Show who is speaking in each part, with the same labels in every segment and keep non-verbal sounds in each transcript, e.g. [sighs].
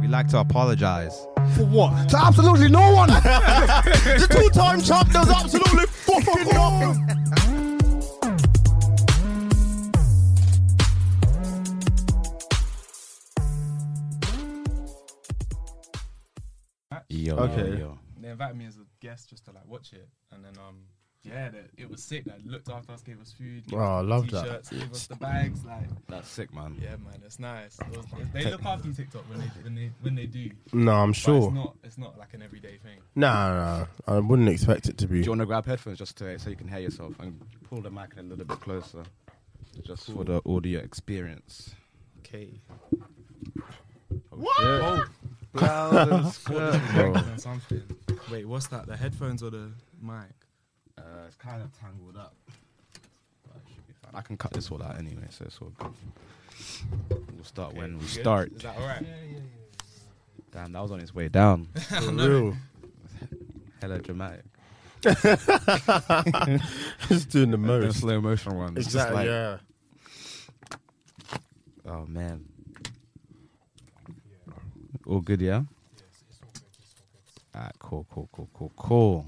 Speaker 1: We like to apologize.
Speaker 2: For what?
Speaker 3: To absolutely no one. the two-time champ does absolutely fucking nothing.
Speaker 4: Yo,
Speaker 3: Okay.
Speaker 4: yo.
Speaker 2: They invited me as a guest just to like watch it, and then um, yeah, they, it was sick. Like looked after us, gave us food. Gave
Speaker 3: Oh, I
Speaker 2: us
Speaker 3: love that.
Speaker 2: t-shirts, Gave us the bags, like
Speaker 1: That's sick, man.
Speaker 2: yeah, man, it's nice. It was- it's- they look after you TikTok when they when they when they do.
Speaker 3: No, I'm
Speaker 2: But
Speaker 3: sure.
Speaker 2: it's
Speaker 3: Nah,
Speaker 2: not it's not like an everyday thing.
Speaker 3: nah. I wouldn't expect it to be.
Speaker 1: Do you want to grab headphones just to, so you can hear yourself and pull the mic a little bit closer, just for the audio experience?
Speaker 2: Okay. Oh.
Speaker 1: What? Blouse
Speaker 2: [laughs]
Speaker 1: and skirt, bro.
Speaker 2: something. Wait, what's that? The headphones or the mic?
Speaker 1: Uh, it's kind of tangled up. But it should be fine. I can cut this all out anyway, so it's all good. We'll start when we
Speaker 2: Good?
Speaker 1: start.
Speaker 2: Is that all right?
Speaker 1: Damn, that was on his way down.
Speaker 3: For real.
Speaker 1: Hella dramatic.
Speaker 3: [laughs] Just doing the
Speaker 1: The
Speaker 3: most.
Speaker 1: slow motion one. It's just
Speaker 3: Exactly.
Speaker 1: like-
Speaker 3: yeah.
Speaker 1: Oh man. All good, yeah? Alright, cool, cool, cool, cool, cool.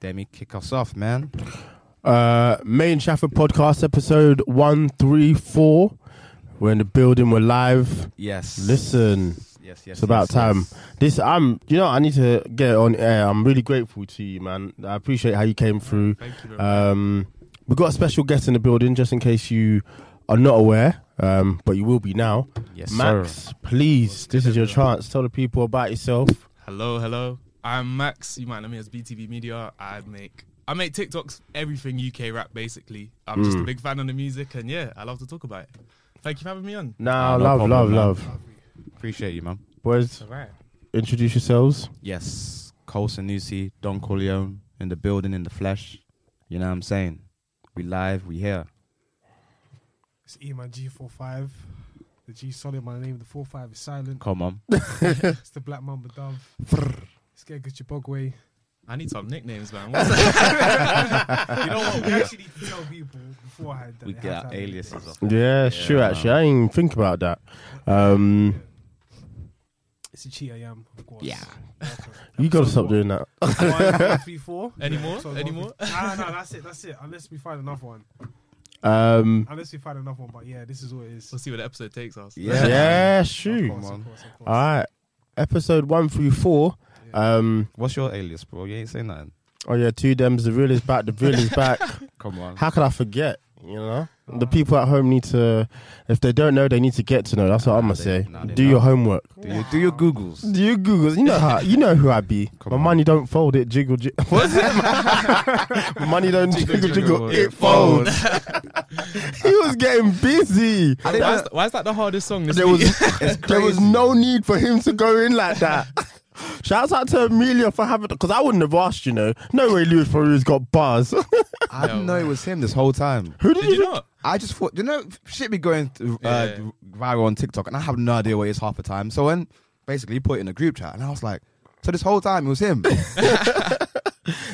Speaker 1: Demi, kick us off, man.
Speaker 3: Uh, Main Shafford podcast episode one three four. We're in the building. We're live.
Speaker 1: Yes.
Speaker 3: Listen,
Speaker 1: Yes, yes.
Speaker 3: it's about
Speaker 1: yes,
Speaker 3: time.
Speaker 1: yes.
Speaker 3: This I'm. You know, I need to get it on air. I'm really grateful to you, man. I appreciate how you came through.
Speaker 2: Thank you. Very much.
Speaker 3: Um, we've got a special guest in the building, just in case you are not aware, um, but you will be now.
Speaker 1: Yes,
Speaker 3: Max,
Speaker 1: sir.
Speaker 3: please, this is your chance. Tell the people about yourself.
Speaker 2: Hello, hello. I'm Max. You might know me as BTV Media. I make I make TikToks, everything UK rap basically. I'm
Speaker 3: Hmm.
Speaker 2: just a big fan of the music, and yeah, I love to talk about it. Thank you for having me on.
Speaker 3: Nah,
Speaker 1: Ah, no
Speaker 3: love,
Speaker 1: problem,
Speaker 3: love,
Speaker 1: man.
Speaker 3: love.
Speaker 1: Appreciate you, man.
Speaker 3: Boys,
Speaker 2: All right.
Speaker 3: introduce yourselves.
Speaker 1: Yes. Cole Sanusi, Don Corleone, in the building, in the flesh. You know what I'm saying? We live, we here.
Speaker 5: It's E my G45. The G solid, my name. The 45 is silent.
Speaker 1: Come
Speaker 2: [laughs]
Speaker 1: on.
Speaker 5: It's the black mamba dove. It's get good Chibogwe.
Speaker 2: I need some
Speaker 3: [laughs]
Speaker 2: nicknames, man. What's that? [laughs]
Speaker 5: You know what? We actually need to tell people beforehand that
Speaker 1: we
Speaker 5: they
Speaker 1: get
Speaker 5: have
Speaker 1: our
Speaker 5: to have
Speaker 1: aliases
Speaker 5: nicknames.
Speaker 1: off.
Speaker 3: Yeah, it's true, actually. I didn't even think about that. Um,
Speaker 5: It's a cheat I am, of course.
Speaker 1: Yeah.
Speaker 5: Welcome.
Speaker 3: you got to
Speaker 5: Episode
Speaker 3: stop
Speaker 5: one.
Speaker 3: doing that.
Speaker 1: [laughs]
Speaker 3: [laughs]
Speaker 5: One, two, three, four.
Speaker 2: Any more?
Speaker 5: Episode
Speaker 2: Any
Speaker 5: one,
Speaker 2: more?
Speaker 5: three- Nah, nah, that's it. That's it. Unless we find another one.
Speaker 3: Um,
Speaker 5: Unless we find another one. But yeah, this is what it is.
Speaker 2: We'll see where the episode takes us.
Speaker 1: Yeah.
Speaker 3: yeah,
Speaker 5: Of
Speaker 3: shoot.
Speaker 5: course,
Speaker 1: on.
Speaker 5: of course, of course.
Speaker 3: All right, episode one through four. Um,
Speaker 1: What's your alias, bro? You ain't saying nothing.
Speaker 3: oh yeah, two dems. The real is back. The real
Speaker 1: [laughs]
Speaker 3: is back.
Speaker 1: Come on.
Speaker 3: How could I forget? You know, the people at home need to, if they don't know, they need to get to know. That's what
Speaker 1: Nah,
Speaker 3: I'm gonna
Speaker 1: they-
Speaker 3: say.
Speaker 1: nah, they
Speaker 3: do
Speaker 1: know.
Speaker 3: your homework.
Speaker 1: Do, you, do your Googles.
Speaker 3: Do your Googles. You know how. You know who I be.
Speaker 1: [laughs] Come
Speaker 3: My
Speaker 1: on.
Speaker 3: money don't fold. It jiggle. J-
Speaker 1: [laughs]
Speaker 3: What's it? [laughs] My money don't jiggle jiggle. It folds.
Speaker 1: folds.
Speaker 3: [laughs] he was getting busy.
Speaker 2: Why is, why is that the hardest song this
Speaker 3: There
Speaker 2: week?
Speaker 3: was there was no need for him to go in like [laughs] that. Shouts out to Amelia for having because I wouldn't have asked. You know, no way Luis Ferreira's got bars. [laughs]
Speaker 1: I didn't know it was him this whole time.
Speaker 3: who did,
Speaker 2: Did [laughs] you not?
Speaker 1: I just thought, you know, shit be going uh,
Speaker 2: Yeah.
Speaker 1: viral on TikTok, and I have no idea what it is half the time. So when basically he put it in a group chat, and I was like, so this whole time it was him.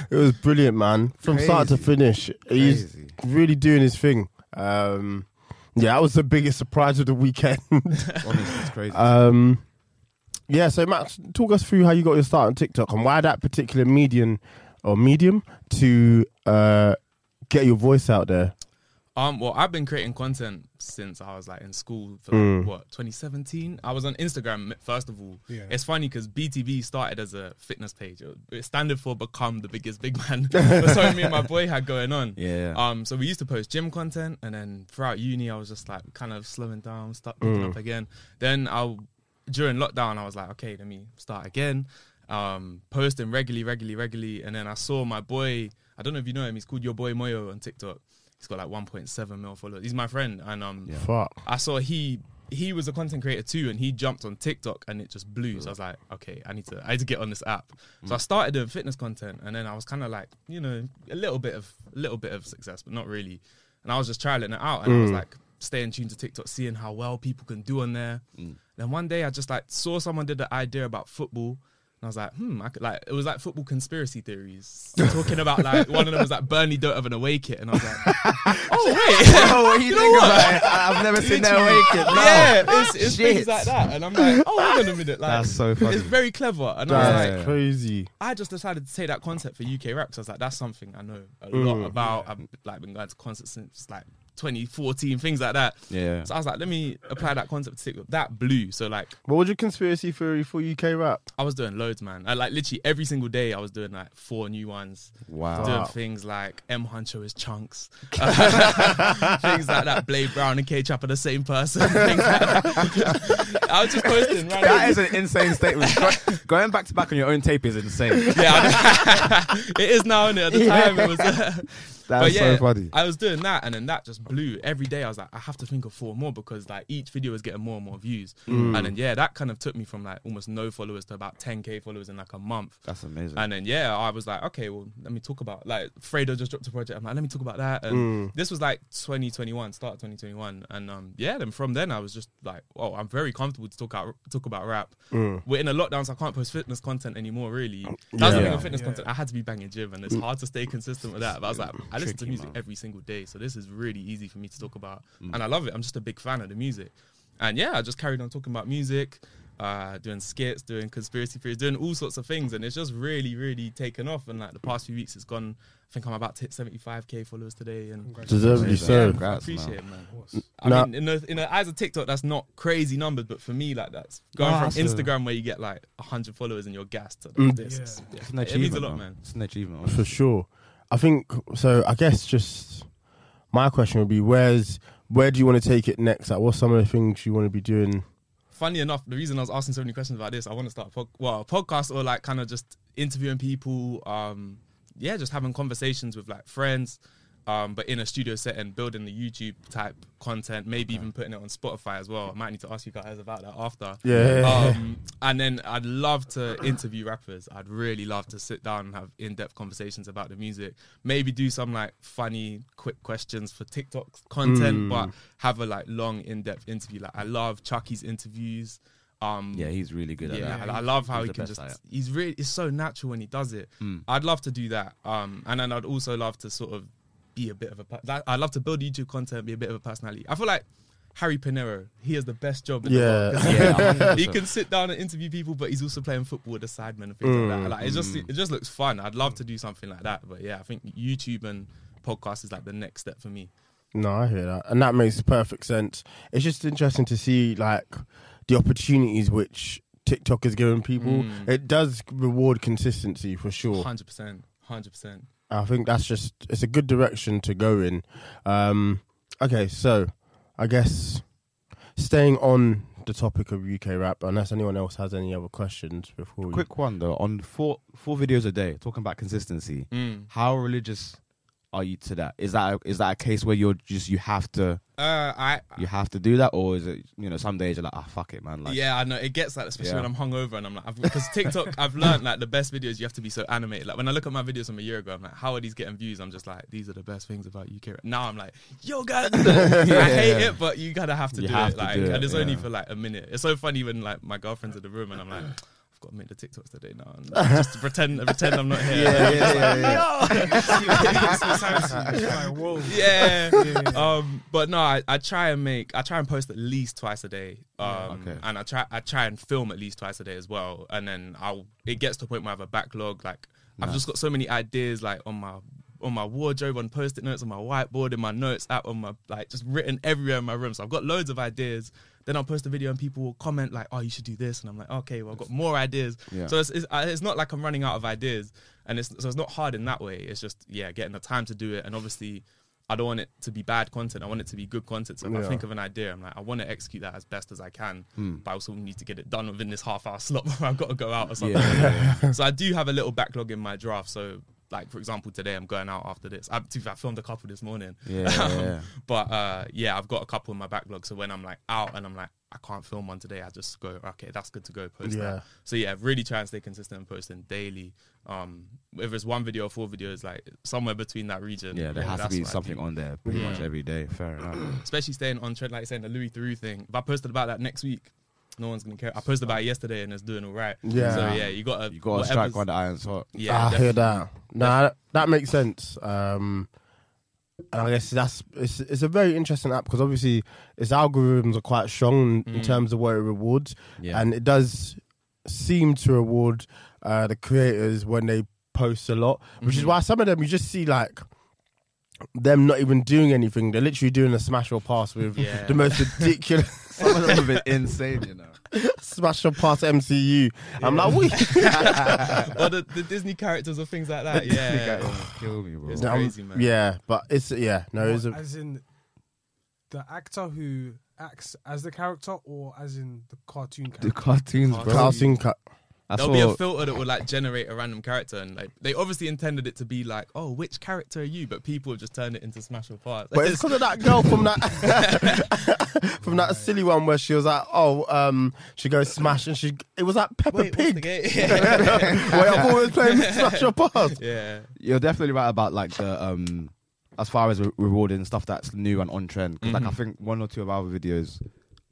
Speaker 3: It was brilliant, man. From start to
Speaker 1: Crazy.
Speaker 3: finish, he's
Speaker 1: Crazy.
Speaker 3: really doing his thing. Um, yeah, that was the biggest surprise of the weekend.
Speaker 1: [laughs]
Speaker 3: [laughs]
Speaker 1: Honestly, it's crazy.
Speaker 3: um, yeah, so Max, talk us through how you got your start on TikTok and why that particular medium or medium to uh, get your voice out there.
Speaker 2: Um, well, I've been creating content since I was like in school for
Speaker 1: Mm.
Speaker 2: like, what 2017. I was on Instagram first of all.
Speaker 5: Yeah.
Speaker 2: It's funny because BTB started as a fitness page. It it standard for become the biggest big
Speaker 1: [laughs]
Speaker 2: man. That's what me and my boy had going on.
Speaker 1: Yeah.
Speaker 2: Um, so we used to post gym content, and then throughout uni, I was just like kind of slowing down, start picking
Speaker 1: Mm.
Speaker 2: up again. Then I, during lockdown, I was like, okay, let me start again. Um, posting regularly, regularly, regularly, and then I saw my boy. I don't know if you know him. He's called Your Boy Moyo on TikTok. He's got like 1.7 mil followers. He's my friend, and um,
Speaker 3: Fuck.
Speaker 2: I saw he he was a content creator too, and he jumped on TikTok, and it just blew. So I was like, okay, I need to I need to get on this app. So
Speaker 1: Mm.
Speaker 2: I started doing fitness content, and then I was kind of like, you know, a little bit of a little bit of success, but not really. And I was just trialing it out, and I
Speaker 1: Mm.
Speaker 2: was like, staying tuned to TikTok, seeing how well people can do on there.
Speaker 1: Mm.
Speaker 2: Then one day I just like saw someone did an idea about football. And I was like, hmm, I could, like it was like football conspiracy
Speaker 1: [laughs]
Speaker 2: theories talking about like one of them was like Burnley don't have an away kit, and I was
Speaker 1: [laughs]
Speaker 2: like,
Speaker 1: oh, what
Speaker 2: [laughs]
Speaker 1: you, think about it? I've never [laughs] seen that awaken.
Speaker 2: Yeah, it's, it's
Speaker 1: Shit.
Speaker 2: things like that, and I'm like, oh, hang on a minute, like
Speaker 1: That's so funny.
Speaker 2: It's very clever, and I was
Speaker 3: That's
Speaker 2: like,
Speaker 3: crazy.
Speaker 2: I just decided to take that concept for UK rap. 'cause I was like, that's something I know a
Speaker 1: Mm.
Speaker 2: lot about. I've like been going to concerts since like 2014, things like that.
Speaker 1: Yeah.
Speaker 2: So I was like, let me apply that concept to TikTok. That blew. So like,
Speaker 3: What was your conspiracy theory for UK rap?
Speaker 2: I was doing loads, man. I, like literally every single day, I was doing like four new ones.
Speaker 1: Wow.
Speaker 2: Doing things like M Huncho
Speaker 1: [laughs]
Speaker 2: is chunks, [laughs] things like that. Blade Brown and K Chap are the same person. [laughs] things like that. I was just posting. random-
Speaker 1: [laughs] That
Speaker 2: [laughs]
Speaker 1: is an insane statement. Go- Going back to back on your own tape is insane.
Speaker 2: yeah,
Speaker 1: [laughs]
Speaker 2: I know. [laughs] it is now. Innit? At the time, it was. [laughs]
Speaker 1: That's
Speaker 2: but yeah,
Speaker 1: so funny.
Speaker 2: I was doing that, and then that just blew. Every day, I was like, I have to think of four more because like each video was getting more and more views.
Speaker 1: Mm.
Speaker 2: And then yeah, that kind of took me from like almost no followers to about 10k followers in like a month.
Speaker 1: That's amazing.
Speaker 2: And then yeah, I was like, okay, well, let me talk about like Fredo just dropped a project. I'm like, let me talk about that. And
Speaker 1: Mm.
Speaker 2: this was like 2021, start of 2021, and um, yeah, then from then I was just like, oh, I'm very comfortable to talk out talk about rap.
Speaker 1: Mm.
Speaker 2: We're in a lockdown, so I can't post fitness content anymore. Really, that was the
Speaker 3: Yeah.
Speaker 2: thing with fitness
Speaker 5: Yeah.
Speaker 2: content. I had to be banging gym, and it's hard to stay consistent with that. But I was like, I listen to music every single day, so this is really easy for me to talk about, and I love it. I'm just a big fan of the music, and yeah, I just carried on talking about music, uh, doing skits, doing conspiracy theories, doing all sorts of things, and it's just really, really taken off. And like the past few weeks, it's gone. I think I'm about to hit 75k followers today, and
Speaker 3: Deservedly
Speaker 1: Amazing.
Speaker 3: so.
Speaker 2: I
Speaker 1: Congrats,
Speaker 2: appreciate
Speaker 1: man.
Speaker 2: it, man. I
Speaker 3: Nah.
Speaker 2: mean, in the, in the eyes of TikTok, that's not crazy numbers, but for me, like that's going
Speaker 1: Nah,
Speaker 2: from
Speaker 1: that's a-
Speaker 2: Instagram where you get like 100 followers and you're gassed to this.
Speaker 5: Yeah.
Speaker 1: It's an
Speaker 2: It means a
Speaker 1: achievement.
Speaker 2: lot,
Speaker 1: man.
Speaker 2: man.
Speaker 1: It's an achievement.
Speaker 3: for sure. I think so. I guess just my question would be: Where's where do you want to take it next? Like, what's some of the things you want to be doing?
Speaker 2: funny enough, the reason I was asking so many questions about this, I want to start a pod- well, a podcast or like kind of just interviewing people, um, yeah, just having conversations with like friends, um, but in a studio setting, building the YouTube type content, maybe even putting it on Spotify as well. I might need to ask you guys about that after.
Speaker 3: Yeah.
Speaker 2: Um, and then I'd love to interview rappers. I'd really love to sit down and have in-depth conversations about the music. Maybe do some like funny, quick questions for TikTok content, but have a like long, in-depth interview. Like I love Chucky's interviews. Um,
Speaker 1: Yeah, he's really good at
Speaker 2: yeah,
Speaker 1: that.
Speaker 2: and I love how
Speaker 1: He's
Speaker 2: he
Speaker 1: the
Speaker 2: can
Speaker 1: best Mm.
Speaker 2: just
Speaker 1: at it.
Speaker 2: he's really it's so natural when he does it. I'd love to do that. Um and then I'd also love to sort of be a bit of a per- that- I'd love to build YouTube content, be a bit of a personality. I feel like Harry Pinero, he has the best job in
Speaker 3: Yeah.
Speaker 2: the world. 'Cause he-
Speaker 1: Yeah, 100%.
Speaker 2: he can sit down and interview people, but he's also playing football with the sidemen and things like
Speaker 1: Mm,
Speaker 2: that. Like it just it just looks fun. I'd love to do something like that. But yeah, I think YouTube and podcast is like the next step for me.
Speaker 3: No, I hear that, and that makes perfect sense. It's just interesting to see like the opportunities which TikTok is giving people.
Speaker 2: Hmm.
Speaker 3: It does reward consistency for sure.
Speaker 2: Hundred percent. Hundred percent.
Speaker 3: I think that's just it's a good direction to go in. Um, okay, so I guess staying on the topic of UK rap, unless anyone else has any other questions before we
Speaker 1: Quick one though, on four four videos a day, talking about consistency.
Speaker 2: Mm.
Speaker 1: How religious are you to that? Is that is that a case where you're just you have to
Speaker 2: Uh I
Speaker 1: you have to do that, or is it you know some days you're like ah fuck it man like
Speaker 2: yeah, I know it gets like that, especially
Speaker 1: Yeah.
Speaker 2: when I'm hungover and I'm like, because TikTok, I've [laughs] learned like the best videos you have to be so animated. Like when I look at my videos from a year ago, I'm like, how are these getting views? I'm just like, these are the best things about UK. rap. Now I'm like, yo
Speaker 1: [laughs]
Speaker 2: guys, [laughs] I hate it, but you gotta have to
Speaker 1: You
Speaker 2: do
Speaker 1: have
Speaker 2: it.
Speaker 1: to
Speaker 2: Like,
Speaker 1: do it,
Speaker 2: and it's only
Speaker 1: yeah.
Speaker 2: for like a minute. It's so funny when like my girlfriend's in the room and I'm like. I've got to make the TikToks today now, and
Speaker 1: [laughs]
Speaker 2: just to pretend pretend I'm not here. [laughs] Yeah, yeah,
Speaker 1: [laughs]
Speaker 2: yeah. Um, but no, I, I try and make I try and post at least twice a day. Um,
Speaker 1: okay.
Speaker 2: and I try I try and film at least twice a day as well. And then I'll it gets to a point where I have a backlog. Like I've just got so many ideas like on my on my wardrobe, on post-it notes, on my whiteboard, in my notes app, on my like just written everywhere in my room. So I've got loads of ideas. Then I'll post a video and people will comment like, "Oh, you should do this," and I'm like, "Okay, well, I've got more ideas."
Speaker 1: Yeah.
Speaker 2: So it's, it's uh, it's not like I'm running out of ideas, and it's so it's not hard in that way. It's just yeah, getting the time to do it, and obviously. I don't want it to be bad content. I want it to be good content. So if I
Speaker 3: Yeah.
Speaker 2: think of an idea, I'm like, I want to execute that as best as I can,
Speaker 1: Hmm.
Speaker 2: but I also need to get it done within this half hour [laughs] slot where I've got to go out or something. so I do have a little backlog in my draft. So like for example, today I'm going out after this. I, to be fair, I filmed a couple this morning. [laughs]
Speaker 1: Yeah, yeah, yeah.
Speaker 2: But uh, yeah, I've got a couple in my backlog. So when I'm like out and I'm like, I can't film one today, I just go, okay, that's good to go post
Speaker 3: Yeah.
Speaker 2: that. So yeah, really try and stay consistent and posting daily. Um, whether it's one video or four videos, like somewhere between that region.
Speaker 1: Yeah, there has to
Speaker 2: that's
Speaker 1: be
Speaker 2: what I
Speaker 1: something
Speaker 2: do
Speaker 1: on there pretty much every day. Fair enough.
Speaker 2: [clears throat] especially staying on trend, like saying the Louis Theroux thing. If I posted about that next week, no one's gonna care. I posted about it yesterday and it's doing all right.
Speaker 3: Yeah.
Speaker 2: So yeah, you gotta
Speaker 1: You got to
Speaker 2: whatever's-
Speaker 1: strike while the iron's hot. [laughs]
Speaker 2: Yeah.
Speaker 3: I
Speaker 2: def-
Speaker 3: [laughs] hear that. Nah, that- that makes sense. Um, and I guess that's it's, it's a very interesting app because obviously its algorithms are quite strong
Speaker 2: Mm.
Speaker 3: in terms of what it rewards,
Speaker 1: Yeah.
Speaker 3: and it does seem to reward uh, the creators when they post a lot, which
Speaker 2: Mm-hmm.
Speaker 3: is why some of them you just see like them not even doing anything; they're literally doing a smash or pass with
Speaker 2: Yeah.
Speaker 3: the most ridiculous.
Speaker 2: [laughs]
Speaker 1: Some of them have been insane, you know.
Speaker 3: Smash or pass MCU. I'm like, we.
Speaker 2: or the, the Disney characters or things
Speaker 1: [laughs]
Speaker 2: like that. Yeah. yeah.
Speaker 1: Oh, Kill me, bro.
Speaker 2: It's
Speaker 3: [laughs] I'm-
Speaker 2: [laughs] crazy, man.
Speaker 3: Yeah, but it's yeah, no, it's a,
Speaker 5: As in the actor who acts as the character, or as in the cartoon
Speaker 1: The
Speaker 5: character.
Speaker 1: cartoons, bro.
Speaker 3: cartoon cut.
Speaker 1: I
Speaker 2: There'll be a
Speaker 1: saw,
Speaker 2: filter that would like generate a random character, and like they obviously intended it to be like, oh, which character are you? But people have just turned it into Smash or Pass.
Speaker 3: But
Speaker 2: [laughs]
Speaker 3: it's because of that girl from that [laughs] from that silly one where she was like, oh, um, she goes smash and she it was like Peppa
Speaker 2: Wait, what's the
Speaker 3: Pig.
Speaker 2: game?
Speaker 3: Wait,
Speaker 2: Yeah.
Speaker 3: I've always [laughs] playing smash or pass.
Speaker 2: [laughs] yeah.
Speaker 1: you're definitely right about like the um, as far as re- rewarding stuff that's new and on trend. 'Cause,
Speaker 2: Mm-hmm.
Speaker 1: like I think one or two of our videos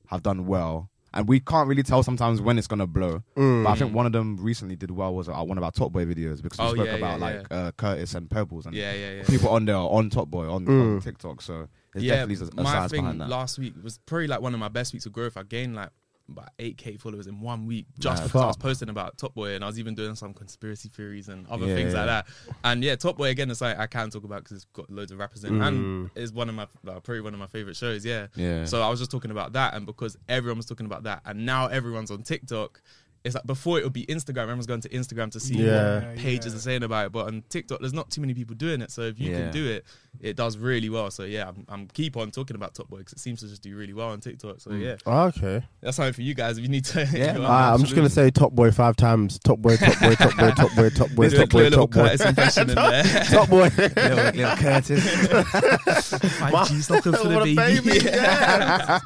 Speaker 1: have done well, and we can't really tell sometimes when it's gonna blow. But I think one of them recently did well was uh, one of our Top Boy videos because we
Speaker 2: Mm. Oh,
Speaker 1: spoke
Speaker 2: yeah, yeah,
Speaker 1: about
Speaker 2: yeah.
Speaker 1: like Uh, Curtis and Pebbles and
Speaker 2: Yeah, yeah, yeah.
Speaker 1: people on there are on Top Boy on, on TikTok. So there's definitely a, a
Speaker 2: my
Speaker 1: science
Speaker 2: thing
Speaker 1: behind that.
Speaker 2: last week was probably like one of my best weeks of growth. I gained like about eight k followers in one week just because I was posting about Top Boy and I was even doing some conspiracy theories and other
Speaker 1: Yeah,
Speaker 2: things
Speaker 1: yeah.
Speaker 2: like that. And yeah, Top Boy again is something I can talk about because it's got loads of rappers in and is one of my like, probably one of my favorite shows. Yeah,
Speaker 1: Mm. Yeah.
Speaker 2: So I was just talking about that, and because everyone was talking about that, and now everyone's on TikTok. It's like before it would be Instagram. Everyone's going to Instagram to see
Speaker 3: Yeah.
Speaker 2: what pages are saying about it, but on TikTok, there's not too many people doing it. So if you
Speaker 1: Yeah.
Speaker 2: can do it, it does really well. So yeah, I'm, I'm keep on talking about Top Boy because it seems to just do really well on TikTok. So
Speaker 3: Mm.
Speaker 2: yeah,
Speaker 3: Okay.
Speaker 2: that's something for you guys if you need to. [laughs]
Speaker 1: Yeah,
Speaker 2: you know,
Speaker 1: All right,
Speaker 3: I'm just gonna say top boy five times. Top boy, top boy, top boy, top boy, top boy,
Speaker 2: do a
Speaker 3: top boy,
Speaker 2: clear little
Speaker 3: top boy,
Speaker 2: Curtis impression in there.
Speaker 3: [laughs] top boy.
Speaker 1: [laughs] little,
Speaker 2: [laughs]
Speaker 1: little Curtis.
Speaker 2: Five G's looking for the
Speaker 3: What a
Speaker 2: baby.
Speaker 3: baby,
Speaker 2: [laughs]
Speaker 3: yeah.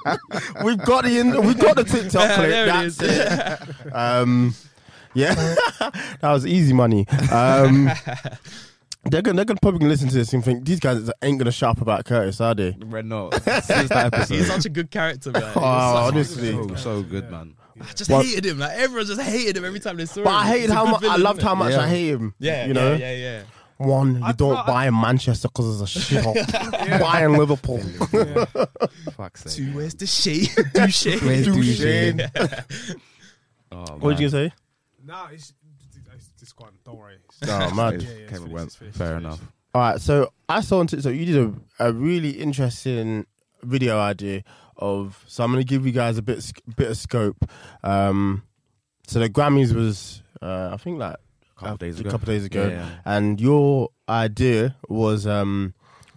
Speaker 3: we've got the in, we've got the [laughs] TikTok clip.
Speaker 2: there it
Speaker 3: That's [laughs]
Speaker 2: is.
Speaker 3: Um, yeah, [laughs] that was easy money. Um, [laughs] they're gonna, they're gonna probably gonna listen to this and think these guys ain't gonna shut up about Curtis, are they?
Speaker 1: Red Note. Since that episode.
Speaker 2: He's such a good character, man. He
Speaker 3: Oh,
Speaker 2: was such-
Speaker 3: honestly.
Speaker 1: so, so good, man.
Speaker 2: I just
Speaker 3: Well-
Speaker 2: hated him. Like everyone just hated him every time they saw him.
Speaker 3: But I hated
Speaker 2: He's a
Speaker 3: how
Speaker 2: good
Speaker 3: much. I
Speaker 2: villain,
Speaker 3: loved
Speaker 2: innit?
Speaker 3: how much
Speaker 1: Yeah.
Speaker 3: I hate him.
Speaker 2: Yeah,
Speaker 3: you know,
Speaker 2: yeah, yeah, yeah.
Speaker 3: one you
Speaker 5: I
Speaker 3: don't
Speaker 5: thought-
Speaker 3: buy in Manchester because it's a
Speaker 1: [laughs]
Speaker 3: shit hole. Buy in Liverpool.
Speaker 1: Fuck's sake.
Speaker 2: Two, where's the [laughs] shade? Douche.
Speaker 1: Where's
Speaker 3: Douche.
Speaker 1: Douche? Oh,
Speaker 3: what did you
Speaker 1: man.
Speaker 3: say?
Speaker 5: Nah, it's, it's, it's gone. Don't worry. It's-
Speaker 3: Oh man.
Speaker 5: Yeah, yeah, it's
Speaker 1: Came and
Speaker 5: finished,
Speaker 1: went.
Speaker 5: it's finished,
Speaker 1: Fair
Speaker 5: it's
Speaker 1: enough.
Speaker 5: finished.
Speaker 3: All right, so I saw on TikTok you did a, a really interesting video idea of. So I'm going to give you guys a bit sc- bit of scope. Um, so the Grammys was uh, I think like a
Speaker 1: Couple days ago.
Speaker 3: couple days ago,
Speaker 1: Yeah, yeah.
Speaker 3: and your idea was um,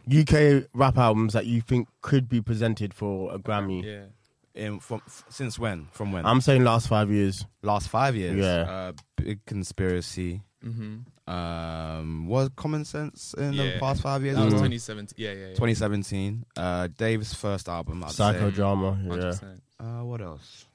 Speaker 3: UK rap albums that you think could be presented for a Grammy.
Speaker 2: Yeah.
Speaker 1: In, from, f- since when? From when?
Speaker 3: I'm saying last five years.
Speaker 1: Last five years.
Speaker 3: Yeah.
Speaker 1: Uh, big conspiracy.
Speaker 2: Mm-hmm.
Speaker 1: Um, was common sense in the
Speaker 2: Yeah.
Speaker 1: past five years?
Speaker 2: That was
Speaker 3: Mm.
Speaker 1: as well?
Speaker 2: 2017. Yeah, yeah, yeah.
Speaker 1: 2017. Uh, Dave's first album. I'd say.
Speaker 3: Psychodrama. Yeah.
Speaker 2: 100%.
Speaker 1: Uh, what else?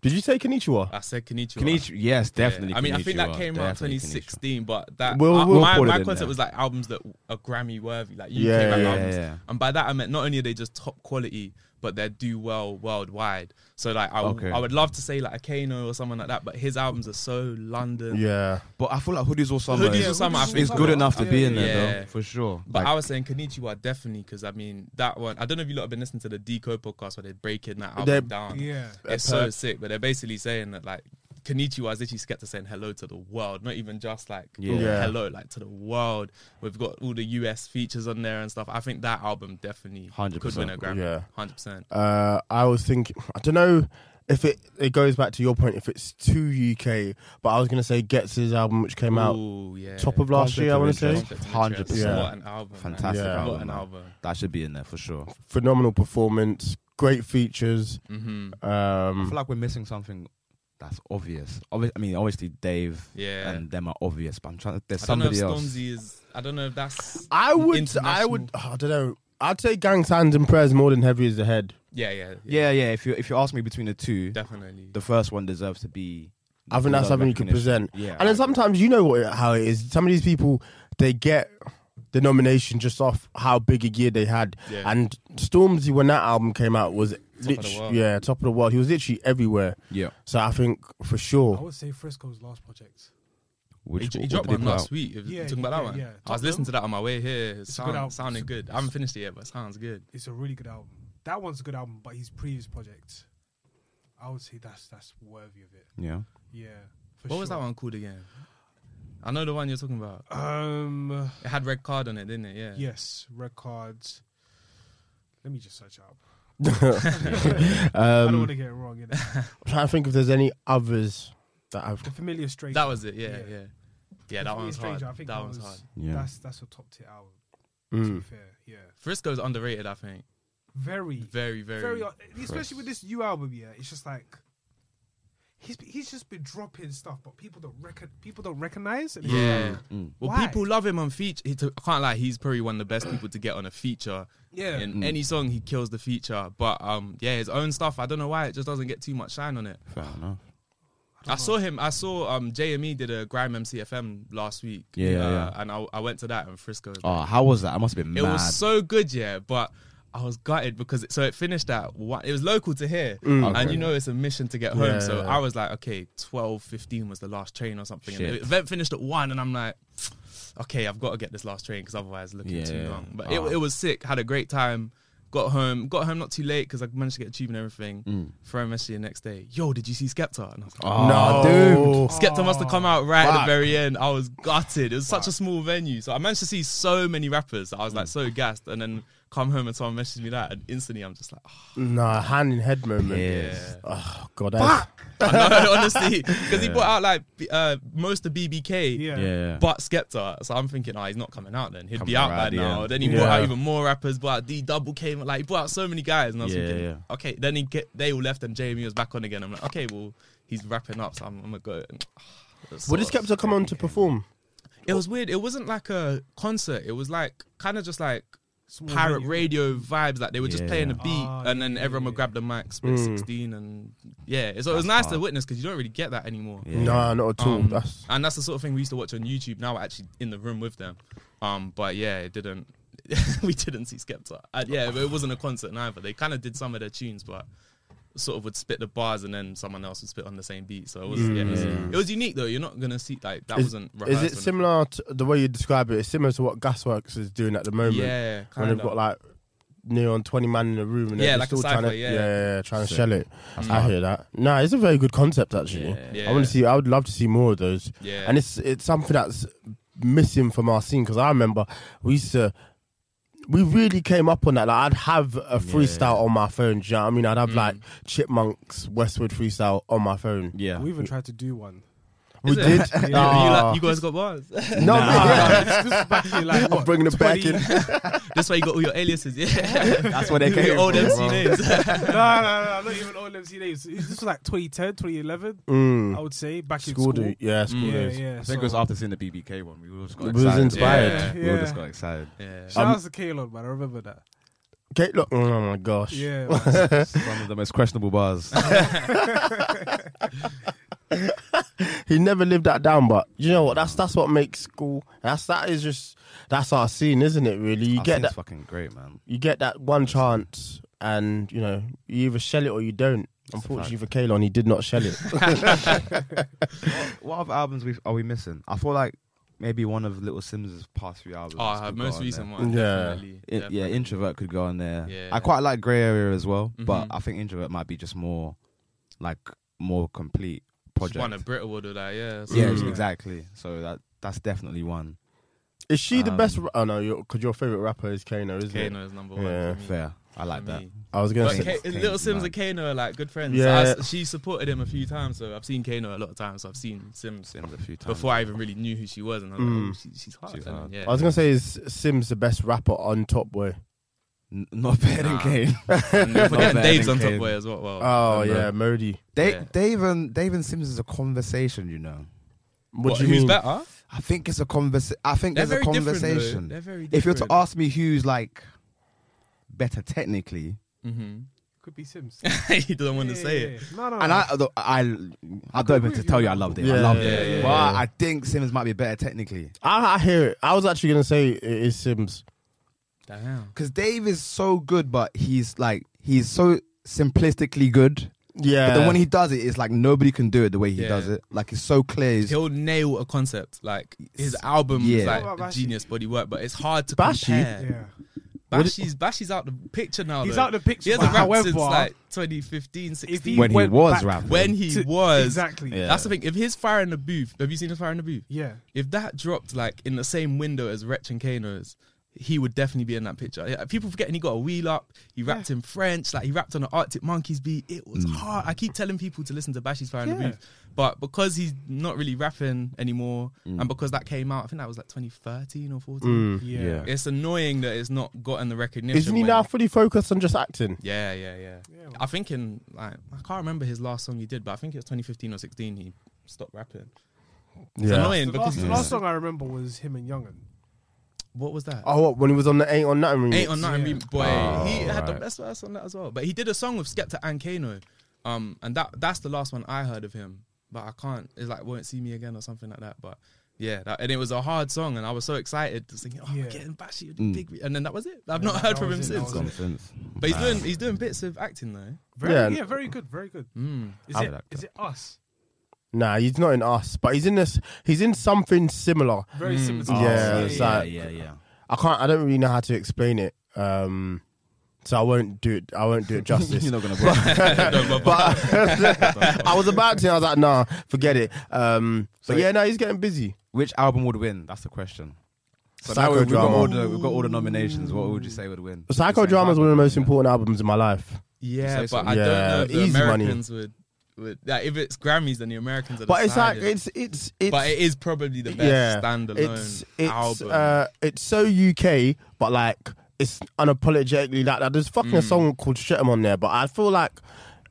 Speaker 3: Did you say Kenichiwa?
Speaker 2: I said Kenichiwa.
Speaker 1: Kenichi. Yes,
Speaker 2: Yeah.
Speaker 1: definitely.
Speaker 2: I mean, I think that
Speaker 1: Kenichiwa,
Speaker 2: came around
Speaker 1: definitely Kenichiwa.
Speaker 2: 2016, but that
Speaker 3: We'll-
Speaker 2: uh,
Speaker 3: we'll
Speaker 2: my,
Speaker 1: put it
Speaker 2: my
Speaker 1: in
Speaker 2: concept
Speaker 1: there.
Speaker 2: was like albums that are Grammy worthy, like UK
Speaker 3: Yeah,
Speaker 2: rap
Speaker 3: yeah,
Speaker 2: albums.
Speaker 1: yeah.
Speaker 2: And by that I meant not only are they just top quality, but they do well worldwide. So like I, w-
Speaker 1: Okay.
Speaker 2: I would love to say like a Kano or someone like that, but his albums are so London.
Speaker 3: Yeah.
Speaker 1: But I feel like Hoodies or Summer.
Speaker 2: Hoodies or
Speaker 1: is-
Speaker 2: Summer, I think
Speaker 1: is
Speaker 2: so.
Speaker 1: good enough to
Speaker 5: Yeah,
Speaker 1: be
Speaker 5: yeah,
Speaker 1: in there,
Speaker 2: yeah.
Speaker 1: though, for sure.
Speaker 2: But
Speaker 1: Like,
Speaker 2: I was saying Kenichiwa definitely because I mean that one. I don't know if you lot have been listening to the Deco podcast where they're breaking that album
Speaker 3: They're-
Speaker 2: down.
Speaker 5: Yeah.
Speaker 2: it's so sick. But they're basically saying that like Kenichi was literally Skepta saying hello to the world, not even just like
Speaker 1: Yeah.
Speaker 2: oh,
Speaker 3: Yeah.
Speaker 2: hello, like to the world. We've got all the US features on there and stuff. I think that album definitely
Speaker 1: 100%.
Speaker 2: could win a Grammy.
Speaker 3: Yeah.
Speaker 2: hundred percent.
Speaker 3: Uh, I was thinking, I don't know if it, it goes back to your point, if it's too UK, but I was going to say Gets' album, which came out
Speaker 2: Ooh, yeah.
Speaker 3: top of last year, I want to say.
Speaker 2: Conflict of
Speaker 1: Hundred
Speaker 2: Interest.
Speaker 3: Yeah.
Speaker 1: percent.
Speaker 2: What an album! man.
Speaker 1: Fantastic
Speaker 3: Yeah.
Speaker 2: What
Speaker 1: album.
Speaker 2: an
Speaker 1: man.
Speaker 2: album.
Speaker 1: That should be in there for sure.
Speaker 3: Phenomenal performance, great features.
Speaker 2: hmm
Speaker 1: I feel
Speaker 3: Um,
Speaker 1: like we're missing something that's obvious. Obvi- I mean, obviously Dave
Speaker 2: Yeah.
Speaker 1: and them are obvious, but I'm trying. To, there's
Speaker 2: I don't know if
Speaker 1: somebody else.
Speaker 2: Stormzy is. I don't know if that's.
Speaker 3: I would, I would, I don't know. I'd say Gang's Hands and Prayers more than Heavy is the Head.
Speaker 2: Yeah, yeah,
Speaker 1: Yeah, yeah. If you if you ask me between the two,
Speaker 2: Definitely.
Speaker 1: the first one deserves to be.
Speaker 3: I think that's
Speaker 1: deserve
Speaker 3: something you can
Speaker 1: recognition.
Speaker 3: present.
Speaker 1: Yeah,
Speaker 3: and then sometimes you know what how it is. Some of these people they get the nomination just off how big a year they had.
Speaker 2: Yeah.
Speaker 3: And Stormzy when that album came out was
Speaker 2: of the
Speaker 3: literally
Speaker 2: world.
Speaker 3: yeah top of the world. He was literally everywhere.
Speaker 1: yeah.
Speaker 3: So I think for
Speaker 5: I
Speaker 3: sure.
Speaker 5: would say Frisco's last project.
Speaker 1: Which,
Speaker 2: he,
Speaker 1: what-
Speaker 2: dro- he
Speaker 1: what
Speaker 2: dropped
Speaker 1: did they
Speaker 2: one
Speaker 1: put
Speaker 2: last
Speaker 1: out?
Speaker 2: week. If
Speaker 5: Yeah,
Speaker 2: you talking about
Speaker 5: yeah,
Speaker 2: that one.
Speaker 5: yeah.
Speaker 2: I was
Speaker 5: Tothem.
Speaker 2: listening to that on my way here. It
Speaker 5: a
Speaker 2: sound,
Speaker 5: good album.
Speaker 2: sounded
Speaker 5: It's-
Speaker 2: good. I haven't finished it yet, but it sounds good.
Speaker 5: It's a really good album. That one's a good album, but his previous project, I would say that's that's worthy of it.
Speaker 1: Yeah.
Speaker 5: Yeah. For
Speaker 2: What was that
Speaker 5: sure.
Speaker 2: one called again? I know the one you're talking about.
Speaker 5: Um.
Speaker 2: It had red card on it, didn't it? Yeah.
Speaker 5: Yes, red cards. Let me just
Speaker 1: [laughs]
Speaker 5: search it up.
Speaker 1: Um,
Speaker 5: [laughs] I don't want to get it wrong. You know?
Speaker 3: I'm trying to think if there's any others that I've.
Speaker 5: the familiar stranger.
Speaker 2: That was it. Yeah,
Speaker 5: Yeah.
Speaker 2: yeah. Yeah, that one's hard.
Speaker 5: I think
Speaker 2: that one's hard.
Speaker 1: Yeah.
Speaker 5: That's that's a top tier album. To be
Speaker 3: Mm.
Speaker 5: fair, yeah.
Speaker 2: Frisco's underrated, I think.
Speaker 5: Very,
Speaker 2: Very, very.
Speaker 5: very, especially with this new album. Yeah, it's just like he's be- he's just been dropping stuff, but people don't reckon people don't recognize. And it's
Speaker 2: yeah.
Speaker 5: like,
Speaker 1: Mm,
Speaker 2: Well,
Speaker 5: Why?
Speaker 2: people love him on feature. He took- I can't lie, he's probably one of the best people to get on a feature.
Speaker 5: Yeah.
Speaker 2: In
Speaker 1: Mm.
Speaker 2: any song, he kills the feature. But um, yeah, his own stuff. I don't know why it just doesn't get too much shine on it.
Speaker 1: Fair enough.
Speaker 2: I saw him. I saw um JME did a Grime MCFM last week.
Speaker 1: Yeah, yeah,
Speaker 2: uh,
Speaker 1: yeah.
Speaker 2: and I, I went to that in Frisco.
Speaker 1: Oh, how was that? I must have been
Speaker 2: it
Speaker 1: mad.
Speaker 2: was so good, yeah. But I was gutted because so it finished at one. It was local to here, and
Speaker 1: Mm. Okay.
Speaker 2: you know it's a mission to get home.
Speaker 3: Yeah,
Speaker 2: so
Speaker 3: yeah, yeah.
Speaker 2: I was like, okay, twelve fifteen was the last train or something. And
Speaker 1: Shit.
Speaker 2: the event finished at one, and I'm like. Okay, I've got to get this last train because otherwise, looking
Speaker 1: Yeah.
Speaker 2: too long. But
Speaker 1: Ah.
Speaker 2: it, it was sick. Had a great time. Got home. Got home not too late because I managed to get a tube and everything.
Speaker 1: Mm.
Speaker 2: Throw a message the next day. Yo, did you see Skepta? And I was like,
Speaker 1: Oh,
Speaker 3: No.
Speaker 1: dude.
Speaker 2: Skepta must have come out right at
Speaker 3: Fuck.
Speaker 2: the very end. I was gutted. It was such a small venue. So I managed to see so many rappers. I was like so gassed. And then come home and someone messaged me that. And instantly I'm just like, oh,
Speaker 3: Nah, hand in head moment.
Speaker 1: Yes.
Speaker 3: Oh god, that's,
Speaker 2: "Ah, I know, [laughs] honestly. Because he put out like b- uh, most of BBK.
Speaker 5: Yeah.
Speaker 1: Yeah.
Speaker 2: But Skepta, so I'm thinking, oh, he's not coming out then. He'd
Speaker 1: Coming
Speaker 2: be out by
Speaker 1: around, yeah.
Speaker 2: now. Then he brought out
Speaker 3: Yeah.
Speaker 2: even more rappers, brought out D Double K, like he brought out so many guys, and I was
Speaker 1: Yeah,
Speaker 2: thinking,
Speaker 1: yeah.
Speaker 2: okay. Then he get, they all left, and Jamie was back on again. I'm like, okay, well, he's wrapping up, so I'm, I'm gonna go. And, ah,
Speaker 3: would this Skepta come on to perform?
Speaker 2: It was weird. It wasn't like a concert. It was like kind of just like
Speaker 5: Small
Speaker 2: pirate
Speaker 5: venue.
Speaker 2: radio vibes. Like they were just
Speaker 1: Yeah.
Speaker 2: playing a beat,
Speaker 5: Ah,
Speaker 2: and then
Speaker 5: yeah,
Speaker 2: everyone
Speaker 5: yeah,
Speaker 2: would grab the mic, split
Speaker 3: Mm.
Speaker 2: sixteen, and yeah. So it was nice to witness because you don't really get that anymore.
Speaker 1: Yeah.
Speaker 3: Nah, not at all.
Speaker 2: Um,
Speaker 3: that's
Speaker 2: and that's the sort of thing we used to watch on YouTube. Now we're actually in the room with them. Um, but yeah, it didn't. [laughs] we didn't see Skepta. Uh, yeah, but it wasn't a concert neither. They kind of did some of their tunes, but sort of would spit the bars and then someone else would spit on the same beat. So it was, yeah, it, was it was unique though. You're not gonna see like that
Speaker 3: Mm. Is,
Speaker 2: wasn't.
Speaker 3: is
Speaker 2: rehearsed
Speaker 3: it
Speaker 2: or
Speaker 3: similar to the way you describe it? It's similar to what Gasworks is doing at the moment.
Speaker 2: Yeah,
Speaker 3: when they've
Speaker 2: kinda.
Speaker 3: got like near on twenty man in a room and they're
Speaker 2: Yeah,
Speaker 3: just
Speaker 2: like a
Speaker 3: still trying to
Speaker 2: cypher, yeah.
Speaker 3: yeah, yeah, yeah, trying to shell it. I hear that. No, it's a very good concept actually.
Speaker 2: Yeah.
Speaker 3: I want to see. I would love to see more of those.
Speaker 2: Yeah.
Speaker 3: and it's it's something that's missing from our scene because I remember we used to. We really came up on that. Like I'd have a freestyle on my phone. Do you know what I mean? I'd
Speaker 2: Mm.
Speaker 3: have like Chipmunks Westwood freestyle on my phone.
Speaker 1: Yeah.
Speaker 5: We even tried to do one.
Speaker 3: we
Speaker 2: it?
Speaker 3: did.
Speaker 2: You,
Speaker 3: Nah.
Speaker 2: you like- you guys got
Speaker 3: [laughs]
Speaker 2: bars.
Speaker 3: no,
Speaker 5: Nah, this this is back in like
Speaker 3: I'm
Speaker 5: what,
Speaker 3: bringing it back
Speaker 5: 20?
Speaker 3: in.
Speaker 2: That's why you got all your
Speaker 1: [laughs]
Speaker 2: aliases. Yeah,
Speaker 1: That's where they came
Speaker 2: [laughs] your old
Speaker 1: from,
Speaker 2: MC
Speaker 1: bro.
Speaker 2: names.
Speaker 5: no, no, no, not even all MC names. This was like 2010, 2011, I would say, back
Speaker 3: School
Speaker 5: in school.
Speaker 3: do, yeah, school
Speaker 5: Yeah,
Speaker 3: days.
Speaker 5: yeah.
Speaker 1: I think it was after seeing the BBK one. We all just got
Speaker 3: We was
Speaker 1: excited.
Speaker 3: inspired.
Speaker 2: Yeah.
Speaker 1: We all just
Speaker 5: Yeah.
Speaker 1: got excited. [laughs]
Speaker 2: yeah.
Speaker 5: Shout out to Kalon, man. I remember that.
Speaker 3: Okay, look, oh my gosh.
Speaker 1: [laughs]
Speaker 5: Yeah, man.
Speaker 1: One of the most questionable
Speaker 3: [laughs]
Speaker 1: bars.
Speaker 3: He never lived that down, but you know what? That's that's what makes school. That's that is just that's our scene, isn't it? Really, you
Speaker 1: I
Speaker 3: get
Speaker 1: think
Speaker 3: that
Speaker 1: it's fucking great, man.
Speaker 3: you get that one chance, and you know you either shell it or you don't. Unfortunately for Kalon, he did not shell it.
Speaker 1: What other albums we are we missing? I feel like maybe one of Little Sims' past few albums.
Speaker 2: Oh, her
Speaker 1: could go
Speaker 2: most
Speaker 1: on
Speaker 2: recent
Speaker 1: there.
Speaker 2: one.
Speaker 3: Yeah.
Speaker 2: definitely,
Speaker 1: I- yeah,
Speaker 2: definitely.
Speaker 1: Introvert could go on there.
Speaker 2: Yeah. Mm-hmm.
Speaker 1: I quite like Grey Area as well, but I think Introvert might be just more like more complete. project.
Speaker 2: Won a Brit Award with that, yeah. so-
Speaker 1: yeah, exactly. So that that's definitely one.
Speaker 3: Is she the best?
Speaker 1: Um,
Speaker 3: Ra- oh no, because your favorite rapper is Kano, isn't it?
Speaker 2: Kano is number one.
Speaker 3: Yeah,
Speaker 2: for me.
Speaker 1: Fair. I like
Speaker 2: Mm. For
Speaker 1: that.
Speaker 2: me.
Speaker 3: I was gonna
Speaker 2: But
Speaker 3: say
Speaker 2: K-
Speaker 1: Kane's
Speaker 2: Little Sims
Speaker 1: mad.
Speaker 2: and Kano are like good friends.
Speaker 3: Yeah.
Speaker 2: I s- she supported him a few times, so I've seen Kano a lot of times. So I've seen Sims,
Speaker 1: Sims a few times.
Speaker 2: before I even really knew who she was, and I was like, oh, she, she's hard.
Speaker 1: She's
Speaker 2: and
Speaker 1: hard.
Speaker 2: Yeah.
Speaker 3: I was gonna say is Sims the best rapper on Top Boy?
Speaker 1: N- not better than
Speaker 2: Nah. [laughs]
Speaker 1: Kane.
Speaker 2: And you're
Speaker 1: [laughs]
Speaker 2: forgetting
Speaker 1: Not bad,
Speaker 2: Dave's on
Speaker 1: Kane.
Speaker 2: Top Boy as well. well
Speaker 3: Oh
Speaker 2: and, uh,
Speaker 3: yeah, Modi.
Speaker 1: [laughs] Dave,
Speaker 2: Yeah.
Speaker 1: Dave and Dave and Sims is a conversation, you know.
Speaker 3: What,
Speaker 2: what,
Speaker 3: do you
Speaker 2: who's
Speaker 3: mean?
Speaker 2: better?
Speaker 1: I think it's a conversation. I think
Speaker 2: They're
Speaker 1: there's a
Speaker 2: very different, though.
Speaker 1: conversation.
Speaker 2: They're very
Speaker 1: If you're to
Speaker 2: different.
Speaker 1: ask me who's like better technically,
Speaker 5: Could be Sims.
Speaker 2: Mm-hmm. [laughs] he doesn't want to
Speaker 5: Yeah,
Speaker 2: say
Speaker 5: yeah,
Speaker 2: it.
Speaker 5: yeah. No, no.
Speaker 1: and
Speaker 5: no.
Speaker 1: I, although I, I don't even
Speaker 5: with
Speaker 1: to
Speaker 5: you.
Speaker 1: tell you, I love it. I
Speaker 3: Yeah,
Speaker 1: love
Speaker 3: yeah,
Speaker 1: it.
Speaker 3: yeah,
Speaker 1: but
Speaker 3: yeah.
Speaker 1: I think Sims might be better technically
Speaker 3: I, I hear it. I was actually gonna say it is Sims.
Speaker 2: Damn.
Speaker 1: because Dave is so good, but he's like he's so simplistically good.
Speaker 3: Yeah,
Speaker 1: But then when he does it, it's like nobody can do it the way he
Speaker 2: Yeah.
Speaker 1: does it. Like it's so clear. It's-
Speaker 2: He'll nail a concept. Like his album
Speaker 1: Yeah.
Speaker 2: is like
Speaker 5: What about Bashi?
Speaker 2: genius body work, but it's hard to
Speaker 3: Bashi?
Speaker 2: compare.
Speaker 5: Yeah.
Speaker 2: Bashi's Bashi's out the picture now.
Speaker 5: He's
Speaker 2: though.
Speaker 5: out the picture,
Speaker 2: He hasn't
Speaker 5: but
Speaker 2: rapped
Speaker 5: however-
Speaker 2: since like 2015, 16.
Speaker 1: When he
Speaker 5: went
Speaker 1: was
Speaker 5: back
Speaker 1: rapping.
Speaker 2: when he
Speaker 5: to-
Speaker 2: was
Speaker 5: Exactly.
Speaker 1: Yeah.
Speaker 2: That's the thing. If his fire in the booth, have you seen his fire in the booth?
Speaker 5: Yeah.
Speaker 2: If that dropped like in the same window as Retch and Kano's, he would definitely be in that picture. Yeah, people forgetting he got a wheel up. He rapped in French. Like he rapped on an Arctic Monkeys beat. It was
Speaker 3: Mm.
Speaker 2: hard. I keep telling people to listen to Bashi's fire in the
Speaker 5: Yeah.
Speaker 2: booth, but because he's not really rapping anymore,
Speaker 3: Mm.
Speaker 2: and because that came out, I think that was like 2013 or 14.
Speaker 5: Yeah.
Speaker 1: Yeah.
Speaker 2: It's annoying that it's not gotten the recognition.
Speaker 3: isn't he
Speaker 2: when-
Speaker 3: now fully focused on just acting?
Speaker 2: yeah, yeah, yeah. I think in like I can't remember his last song he did, but I think it was 2015 or 16. He stopped rapping. It's annoying
Speaker 5: The
Speaker 2: because
Speaker 5: last, the last song I remember was him and Young'un.
Speaker 2: what was that?
Speaker 3: Oh, what, when he was on the Ain't on Nothing remix?
Speaker 2: Eight on nine,
Speaker 5: yeah.
Speaker 2: Remix, boy. he had the best verse on that as well. But he did a song with Skepta and Kano, um, and that that's the last one I heard of him. But I can't. It's like won't see me again or something like that. But yeah, that, and it was a hard song, and I was so excited to sing. Oh, we're
Speaker 5: Yeah.
Speaker 2: getting Bashi, with the big, re-" and then that was it. I've not heard
Speaker 5: that
Speaker 2: from him
Speaker 5: was it, that
Speaker 2: since.
Speaker 5: was it.
Speaker 1: Sims.
Speaker 2: But he's doing he's doing bits of acting though.
Speaker 5: Very,
Speaker 3: Yeah.
Speaker 5: yeah. very good, very good. Is,
Speaker 1: I
Speaker 5: it,
Speaker 1: like
Speaker 5: is it us?
Speaker 3: Nah, he's not in us, but he's in this. He's in something similar.
Speaker 5: Very similar. To
Speaker 3: Yeah,
Speaker 5: us.
Speaker 3: it's like-
Speaker 1: yeah, yeah.
Speaker 3: I can't. I don't really know how to explain it. Um, so I won't do it. I won't
Speaker 1: [laughs]
Speaker 3: do it justice.
Speaker 1: You're not gonna. Bother.
Speaker 3: but [laughs] I was about to. I was like, nah, forget it. Um, but yeah, no, he's getting busy.
Speaker 1: [laughs] Which album would win? That's the question. So now we've got, all
Speaker 3: Psychodrama.
Speaker 1: the, we've got all the nominations. What would you say would win?
Speaker 3: Psychodrama is one of the most important albums in my life.
Speaker 2: Yeah,
Speaker 1: say
Speaker 2: but
Speaker 1: so.
Speaker 2: I don't
Speaker 3: Yeah,
Speaker 2: know if the
Speaker 3: easy money.
Speaker 2: Americans would. would like, if it's Grammys, then the Americans are.
Speaker 3: But it's like
Speaker 2: deciding.
Speaker 3: it's it's it's.
Speaker 2: but it is probably the best standalone
Speaker 3: it's, it's,
Speaker 2: album.
Speaker 3: Uh, it's so UK, but like it's unapologetically like that. There's fucking
Speaker 2: Hmm.
Speaker 3: a song called Shet'em on there, but I feel like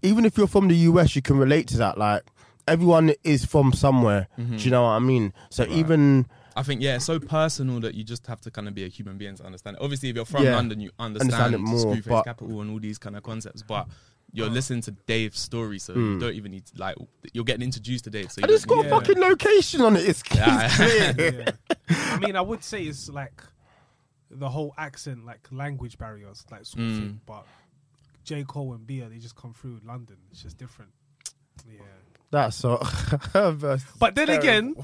Speaker 3: even if you're from the US, you can relate to that. Like everyone is from somewhere.
Speaker 2: Mm-hmm.
Speaker 3: Do you know what I mean? So even
Speaker 2: I think yeah, it's so personal that you just have to kind of be a human being to understand. it. Obviously, if you're from
Speaker 3: Yeah.
Speaker 2: London, you understand,
Speaker 3: Understand it more,
Speaker 2: Screwface
Speaker 3: but-
Speaker 2: Capital and all these kind of concepts, but. You're listening to Dave's story, so you don't even need to, like. You're getting introduced to Dave, so you
Speaker 3: Mm. I just
Speaker 2: don't
Speaker 3: got
Speaker 2: need
Speaker 3: a
Speaker 2: to-
Speaker 3: fucking location on it. It's,
Speaker 2: [laughs] Yeah.
Speaker 3: it's [laughs] clear.
Speaker 5: Yeah. I mean, I would say it's like the whole accent, like language barriers, like sort of thing. But J Cole and Bia, they just come through London. It's just different. Yeah.
Speaker 3: That's [laughs] so. verse.
Speaker 5: But then again,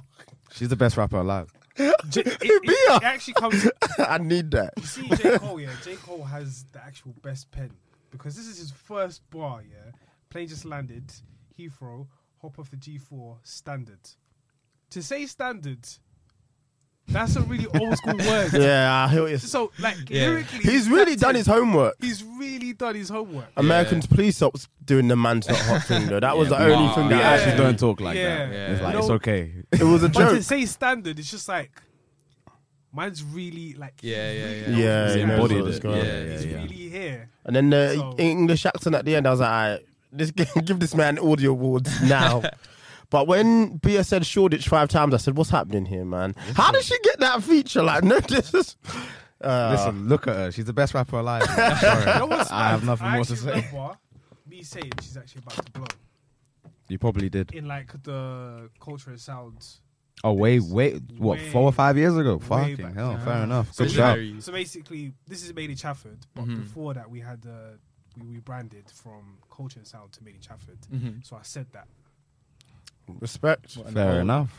Speaker 1: She's the best rapper alive.
Speaker 5: J- it, it-
Speaker 3: Bia.
Speaker 5: it actually comes.
Speaker 3: [laughs] I need that.
Speaker 5: See J Cole, yeah. J Cole has the actual best pen because this is his first bar. Yeah, plane just landed. Heathrow, hop off the G four. Standard. To say standard, that's a really old school word.
Speaker 3: Yeah, I hear what you're saying.
Speaker 5: So like
Speaker 2: Yeah.
Speaker 5: lyrically,
Speaker 3: He's really
Speaker 5: that's
Speaker 3: done
Speaker 5: it.
Speaker 3: his homework.
Speaker 5: He's really done his homework.
Speaker 3: Americans, please stop doing the man's not hot thing though. That was the
Speaker 2: Yeah,
Speaker 3: only
Speaker 2: nah,
Speaker 3: thing
Speaker 1: We
Speaker 3: that
Speaker 1: actually
Speaker 3: actually.
Speaker 1: don't talk like
Speaker 5: Yeah.
Speaker 1: that.
Speaker 5: Yeah.
Speaker 1: It's like
Speaker 5: No.
Speaker 1: it's okay.
Speaker 3: It was a
Speaker 5: But to
Speaker 3: joke.
Speaker 5: say standard, it's just like man's really like
Speaker 2: Yeah, yeah, yeah.
Speaker 3: Yeah,
Speaker 5: Yeah.
Speaker 3: you know,
Speaker 1: Embodied
Speaker 3: so it's
Speaker 1: it.
Speaker 3: gone.
Speaker 2: Yeah,
Speaker 5: he's
Speaker 2: yeah,
Speaker 5: really here.
Speaker 3: And then the E-
Speaker 5: So-
Speaker 3: English accent at the end, I was like, All right, this [laughs] give this man audio awards now. but when Bia said Shoreditch five times, I said, "What's happening here, man? How did she get that feature? Like, no, [laughs] this is." Uh,
Speaker 1: Listen, look at her. She's the best rapper alive. I'm sorry.
Speaker 5: [laughs] You know what's
Speaker 1: I have
Speaker 5: mad?
Speaker 1: nothing
Speaker 5: I
Speaker 1: more to
Speaker 5: actually
Speaker 1: say.
Speaker 5: remember Me saying she's actually about to blow
Speaker 1: You probably did.
Speaker 5: in like the culture and sounds.
Speaker 1: Oh wait, wait, what?
Speaker 5: Way-
Speaker 1: four or five years ago?
Speaker 5: way
Speaker 1: Fucking
Speaker 5: back.
Speaker 1: hell.
Speaker 5: Yeah.
Speaker 1: Fair enough.
Speaker 2: So
Speaker 1: Good
Speaker 2: it's
Speaker 1: shout.
Speaker 2: very-
Speaker 5: So basically, this is Made in Chafford, but
Speaker 2: Mm-hmm.
Speaker 5: before that, we had uh, we rebranded from culture and
Speaker 2: Mm-hmm.
Speaker 5: sound to Made in Chafford. So I said that.
Speaker 3: Uh, respect.
Speaker 1: Fair enough.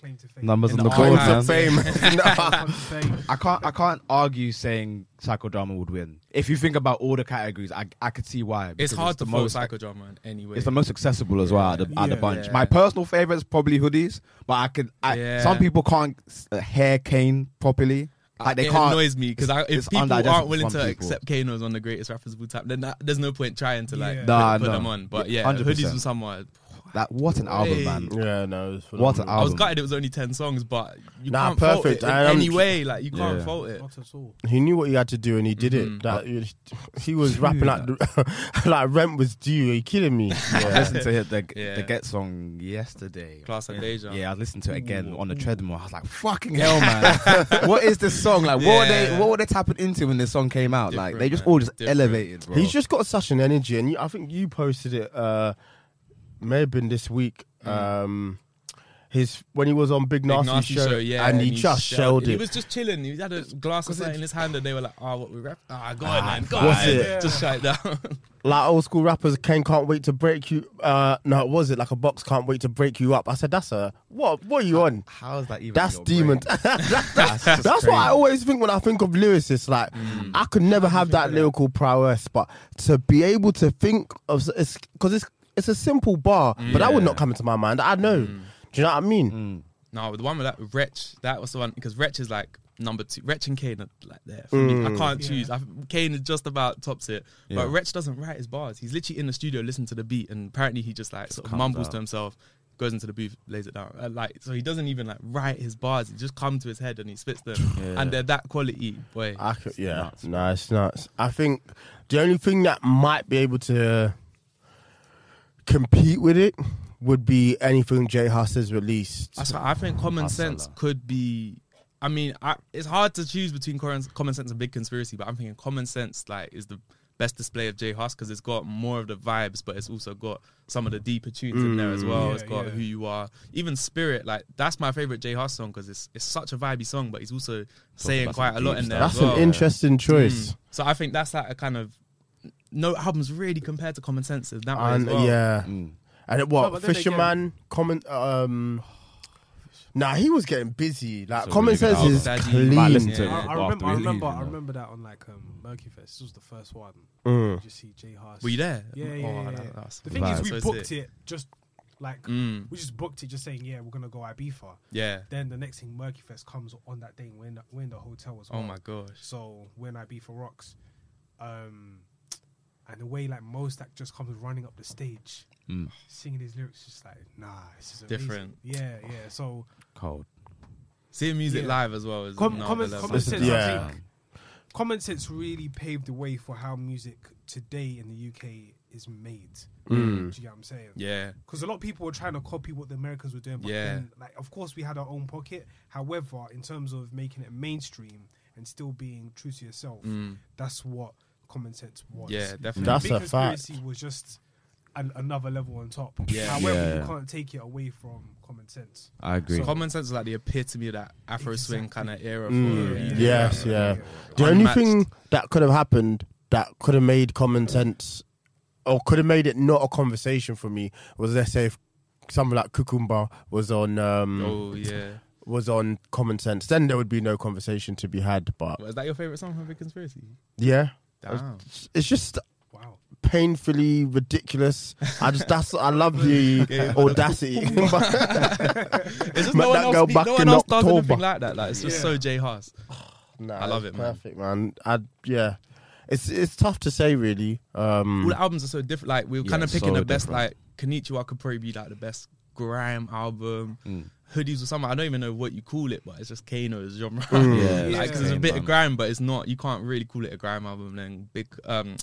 Speaker 5: claim to fame.
Speaker 1: Numbers
Speaker 3: In
Speaker 1: on
Speaker 3: the
Speaker 1: the board,
Speaker 3: Hall
Speaker 1: man. [laughs]
Speaker 3: of Fame. [laughs]
Speaker 5: Claim to fame.
Speaker 1: I can't I can't argue saying psychodrama would win. If you think about all the categories, I I could see why. because
Speaker 2: It's hard to
Speaker 1: the
Speaker 2: vote
Speaker 1: most
Speaker 2: psychodrama in any way.
Speaker 1: it's the most accessible as well out of the, out of the
Speaker 5: Yeah.
Speaker 1: bunch.
Speaker 2: Yeah.
Speaker 1: My personal favorite is probably hoodies, but I could. I,
Speaker 2: Yeah.
Speaker 1: Some people can't uh, hair cane properly. Like they
Speaker 2: Uh, it
Speaker 1: can't.
Speaker 2: annoys me because
Speaker 1: it's
Speaker 2: if people
Speaker 1: undigestible
Speaker 2: aren't
Speaker 1: for
Speaker 2: willing
Speaker 1: some
Speaker 2: to
Speaker 1: people.
Speaker 2: accept Kano's on the greatest rappers of all time, then that, there's no point trying to like
Speaker 5: Yeah.
Speaker 2: put-
Speaker 1: Nah,
Speaker 2: put
Speaker 1: no.
Speaker 2: them on. But
Speaker 1: Yeah,
Speaker 2: yeah,
Speaker 1: 100%.
Speaker 2: hoodies was somewhat.
Speaker 1: That what an album,
Speaker 2: Hey.
Speaker 1: man.
Speaker 3: yeah, no. It was
Speaker 1: What an
Speaker 3: phenomenal.
Speaker 2: I was
Speaker 1: album.
Speaker 2: gutted it was only ten songs, but you
Speaker 3: Nah,
Speaker 2: can't fault
Speaker 3: perfect.
Speaker 2: it in
Speaker 3: I am-
Speaker 2: any way. Like you can't
Speaker 1: Yeah.
Speaker 2: fault it.
Speaker 5: Not at all.
Speaker 3: he knew what he had to do and he did it. That he was rapping like the- like [laughs] rent was due. Are you kidding me?
Speaker 1: I listened to hit the
Speaker 2: Yeah.
Speaker 1: the Get song yesterday.
Speaker 2: Class of Deja.
Speaker 1: Yeah, I listened to it again on the treadmill. I was like,
Speaker 2: [laughs]
Speaker 1: "Fucking hell, man! what is this song like? What were they
Speaker 2: Yeah.
Speaker 1: what were they tapping into when this song came out? like
Speaker 2: Different,
Speaker 1: they just
Speaker 2: man.
Speaker 1: all just
Speaker 2: Different.
Speaker 1: elevated, bro.
Speaker 3: He's just got such an energy, and you, I think you posted it. Uh, may have been this week. Um, his when he was on Big
Speaker 2: Big
Speaker 3: Nasty,
Speaker 2: nasty show, yeah,
Speaker 3: and he, just shelled it.
Speaker 2: He was just chilling. He had a glass of something in his hand, and they were like, "Ah, what we rap? Ah, go on, man, go
Speaker 3: what's
Speaker 2: on."
Speaker 3: it?
Speaker 2: Just shut it down. [laughs]
Speaker 3: like old school rappers, Ken can't wait to break you. Uh, no, what was it like a box can't wait to break you up? I said, that's a what? What are you on?
Speaker 1: how is that even?
Speaker 3: That's
Speaker 1: your [laughs]
Speaker 3: demon.
Speaker 1: brain? just
Speaker 3: that's that's what I
Speaker 1: crazy.
Speaker 3: always think when I think of lyricists. Like, I could never have that lyrical prowess, but to be able to think of s- it's because it's it's a simple bar, but that would not come into my mind. I know. Do you know what I mean?
Speaker 2: No, but the one with that wretch, that was the one because wretch is like number two. Wretch and Kane are like there. For me. I can't choose. I, Kane is just about tops it, but wretch doesn't write his bars. He's literally in the studio listening to the beat, and apparently he just like sort of mumbles to himself, goes into the booth, lays it down. Uh, like so, he doesn't even like write his bars. It just comes to his head and he spits them, and they're that quality, boy.
Speaker 3: I could, yeah, no, it's nuts. I think the only thing that might be able to compete with it would be anything Jay Huss has released.
Speaker 2: That's why I think common sense could be. I mean, I, it's hard to choose between common, common sense and big conspiracy, but I'm thinking common sense like is the best display of Jay Huss because it's got more of the vibes, but it's also got some of the deeper tunes in there
Speaker 3: Mm.
Speaker 2: as well.
Speaker 5: Yeah,
Speaker 2: it's got
Speaker 5: yeah.
Speaker 2: who you are, even spirit. Like that's my favorite Jay Huss song because it's it's such a vibey song, but he's also saying
Speaker 1: about
Speaker 2: quite a
Speaker 1: some
Speaker 2: lot
Speaker 1: deep
Speaker 2: in there.
Speaker 3: That's
Speaker 2: as well.
Speaker 3: an interesting choice.
Speaker 2: Mm. So I think that's like a kind of no albums really compared to common sense in that way as
Speaker 3: And
Speaker 2: well.
Speaker 3: yeah,
Speaker 1: Mm.
Speaker 3: and it, what
Speaker 5: No, but then
Speaker 3: fisherman common? Um, nah, he was getting busy. Like
Speaker 1: It's a
Speaker 3: common
Speaker 1: really good
Speaker 3: sense is
Speaker 2: album.
Speaker 3: clean.
Speaker 2: Might
Speaker 1: listen to
Speaker 2: Yeah.
Speaker 5: I,
Speaker 1: it.
Speaker 5: I
Speaker 1: after
Speaker 5: remember,
Speaker 1: we
Speaker 5: I
Speaker 1: leave,
Speaker 5: remember,
Speaker 1: you
Speaker 5: I
Speaker 1: know.
Speaker 5: remember that on like um, Murky Fest. This was the first one. You just see Jay Haas.
Speaker 2: Were you there?
Speaker 5: Yeah,
Speaker 2: Oh,
Speaker 5: yeah. yeah,
Speaker 2: that-
Speaker 5: yeah.
Speaker 2: that's
Speaker 5: the thing is,
Speaker 2: vibes.
Speaker 5: we
Speaker 2: So sick.
Speaker 5: booked it just like
Speaker 2: Mm.
Speaker 5: we just booked it, just saying, yeah, we're gonna go Ibiza.
Speaker 2: Yeah.
Speaker 5: Then the next thing, Murky Fest comes on that day. and We're in the, we're in the hotel as well.
Speaker 2: Oh my gosh.
Speaker 5: So when I be for rocks, um, and the way like Mostak just comes running up the stage, singing his lyrics, just like nah, this is amazing.
Speaker 2: Different.
Speaker 5: Yeah, yeah. So
Speaker 1: cold.
Speaker 2: Seeing music
Speaker 5: Yeah.
Speaker 2: live as well is
Speaker 5: com-
Speaker 2: another
Speaker 5: common,
Speaker 2: level.
Speaker 5: common sense,
Speaker 3: Yeah.
Speaker 5: I think, common sense really paved the way for how music today in the UK is made. Do you get what I'm saying?
Speaker 2: Yeah,
Speaker 5: Because a lot of people were trying to copy what the Americans were doing. But
Speaker 2: Yeah.
Speaker 5: then, like, of course, we had our own pocket. However, in terms of making it mainstream and still being true to yourself, that's what common sense was.
Speaker 2: Mm. yeah, definitely.
Speaker 3: That's
Speaker 5: Big
Speaker 3: a
Speaker 5: conspiracy
Speaker 3: fact.
Speaker 5: was just an, another level on top.
Speaker 2: Yeah.
Speaker 5: However,
Speaker 1: Yeah.
Speaker 5: you can't take it away from common sense.
Speaker 1: I agree.
Speaker 2: Common sense is like the epitome of that Afro swing kind of era. For,
Speaker 3: Mm,
Speaker 2: yeah.
Speaker 3: Yes, yeah. The only
Speaker 2: Unmatched.
Speaker 3: thing that could have happened that could have made common sense, or could have made it not a conversation for me, was let's say if something like Kukumba was on um,
Speaker 2: Oh yeah.
Speaker 3: was on common sense, then there would be no conversation to be had. But
Speaker 2: Was that your favorite song from Big Conspiracy?
Speaker 3: yeah, [laughs]
Speaker 2: Damn.
Speaker 3: it's just
Speaker 5: Wow.
Speaker 3: painfully ridiculous. I just that's I love
Speaker 5: [laughs]
Speaker 3: the audacity. [laughs]
Speaker 2: It's just
Speaker 3: Met
Speaker 2: no one
Speaker 3: that
Speaker 2: else,
Speaker 3: girl
Speaker 2: be-
Speaker 3: back
Speaker 2: no one
Speaker 3: in
Speaker 2: else does
Speaker 3: October.
Speaker 2: anything like that. Like it's just
Speaker 5: Yeah.
Speaker 2: so J Haas.
Speaker 3: Nah,
Speaker 2: I love
Speaker 3: it's
Speaker 2: it, man.
Speaker 3: Perfect, man. I yeah, it's it's tough to say really.
Speaker 2: All
Speaker 3: Um,
Speaker 2: the albums are so different. Like we were
Speaker 1: Mm. Yeah,
Speaker 2: kind of
Speaker 1: so
Speaker 2: picking the best.
Speaker 1: different.
Speaker 2: Like Kanichiwa could probably be like the best grime album.
Speaker 1: Mm.
Speaker 2: Hoodies or something. I don't even know what you call it, but it's just Kano's genre.
Speaker 1: Mm.
Speaker 2: [laughs]
Speaker 1: Yeah.
Speaker 2: like 'cause it's a
Speaker 1: Same,
Speaker 2: bit of
Speaker 1: man.
Speaker 2: grime, but it's not. You can't really call it a grime album. Then big um,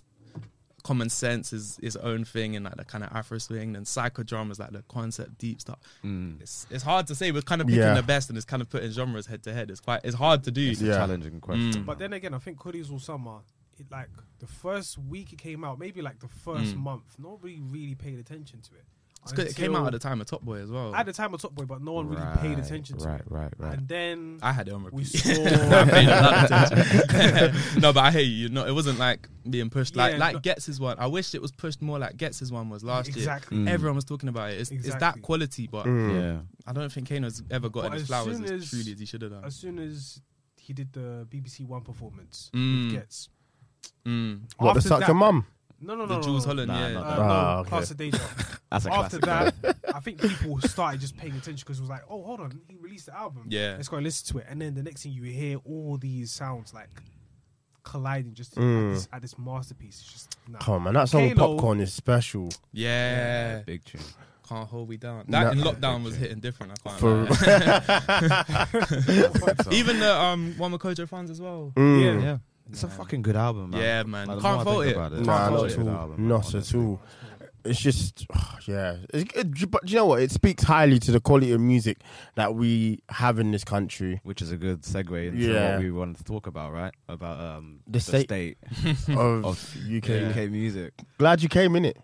Speaker 2: common sense is its own thing, and like the kind of Afro swing. Then psychodrama is like the concept deep stuff.
Speaker 1: Mm.
Speaker 2: It's it's hard to say. We're kind of picking
Speaker 3: Yeah.
Speaker 2: the best, and it's kind of putting genres head to head. It's quite it's hard to do.
Speaker 1: It's a
Speaker 3: Yeah.
Speaker 1: challenging
Speaker 2: Mm.
Speaker 1: question.
Speaker 5: But then again, I think Hoodies All Summer, it, like the first week it came out, maybe like the first month, nobody really paid attention to it.
Speaker 2: Mm. It's good. It came
Speaker 5: until-
Speaker 2: out at the time of Top Boy as well.
Speaker 5: At the time of Top Boy, but no one really paid attention to
Speaker 1: right,
Speaker 5: it.
Speaker 1: Right, right,
Speaker 5: And then
Speaker 2: I had it on
Speaker 5: we
Speaker 2: repeat. [laughs] I
Speaker 5: saw
Speaker 2: paid a lot of attention. no, but I hear you. No, it wasn't like being pushed like
Speaker 5: Yeah,
Speaker 2: like
Speaker 5: no-
Speaker 2: Getz's one. I wish it was pushed more like Getz's one was last
Speaker 5: Exactly.
Speaker 1: Mm.
Speaker 2: year. Everyone was talking about it. It's, it's that
Speaker 5: Exactly.
Speaker 2: quality, but
Speaker 1: Yeah.
Speaker 2: I don't think Kano's ever gotten
Speaker 5: But
Speaker 2: his
Speaker 5: as
Speaker 2: flowers
Speaker 5: soon
Speaker 2: as,
Speaker 5: as-
Speaker 2: truly as he should have done.
Speaker 5: as soon as he did the BBC One performance
Speaker 2: Mm.
Speaker 5: with Gets.
Speaker 2: Mm.
Speaker 3: What the
Speaker 5: After
Speaker 3: suck
Speaker 5: that-
Speaker 3: your mum?
Speaker 5: No, no, no,
Speaker 2: The
Speaker 5: no,
Speaker 2: Jules
Speaker 5: no.
Speaker 2: Holland,
Speaker 1: Nah,
Speaker 2: yeah.
Speaker 1: not
Speaker 5: Uh,
Speaker 1: that.
Speaker 5: no,
Speaker 3: Ah, okay.
Speaker 5: Class
Speaker 2: [laughs]
Speaker 5: of Deja.
Speaker 1: That's a
Speaker 5: After
Speaker 1: classic.
Speaker 5: that, I think people started just paying attention because it was like, oh, hold on, he released the album.
Speaker 2: Yeah.
Speaker 5: Let's go and listen to it. And then the next thing you hear, all these sounds like colliding just
Speaker 2: Mm.
Speaker 5: at, this, at this masterpiece. It's just, nah.
Speaker 3: Come on, man. That song with
Speaker 5: Kalo-
Speaker 3: popcorn is special.
Speaker 2: yeah.
Speaker 1: Big tune.
Speaker 2: Can't hold me down. That in
Speaker 3: No.
Speaker 2: lockdown was hitting different. I can't.
Speaker 3: For-
Speaker 2: lie. [laughs]
Speaker 1: [laughs]
Speaker 2: Even the um one with Kojo Franz as well.
Speaker 5: Yeah.
Speaker 1: Yeah. It's a fucking good album, man.
Speaker 2: Yeah, man.
Speaker 1: Like, the
Speaker 2: Can't
Speaker 1: more I
Speaker 2: fault
Speaker 1: think
Speaker 2: it.
Speaker 1: about
Speaker 3: Nah,
Speaker 1: it's
Speaker 3: not
Speaker 1: a
Speaker 3: at
Speaker 1: good
Speaker 3: all.
Speaker 1: album,
Speaker 3: not
Speaker 1: honestly.
Speaker 3: at all. It's just, [sighs] yeah. It's, it, but do you know what? It speaks highly to the quality of music that we have in this country.
Speaker 2: [laughs]
Speaker 1: Which is a good segue into
Speaker 3: Yeah.
Speaker 1: what we wanted to talk about, right? About um,
Speaker 3: The state-
Speaker 2: [laughs]
Speaker 3: Of,
Speaker 1: of
Speaker 3: UK.
Speaker 1: UK music.
Speaker 3: Glad you came in it.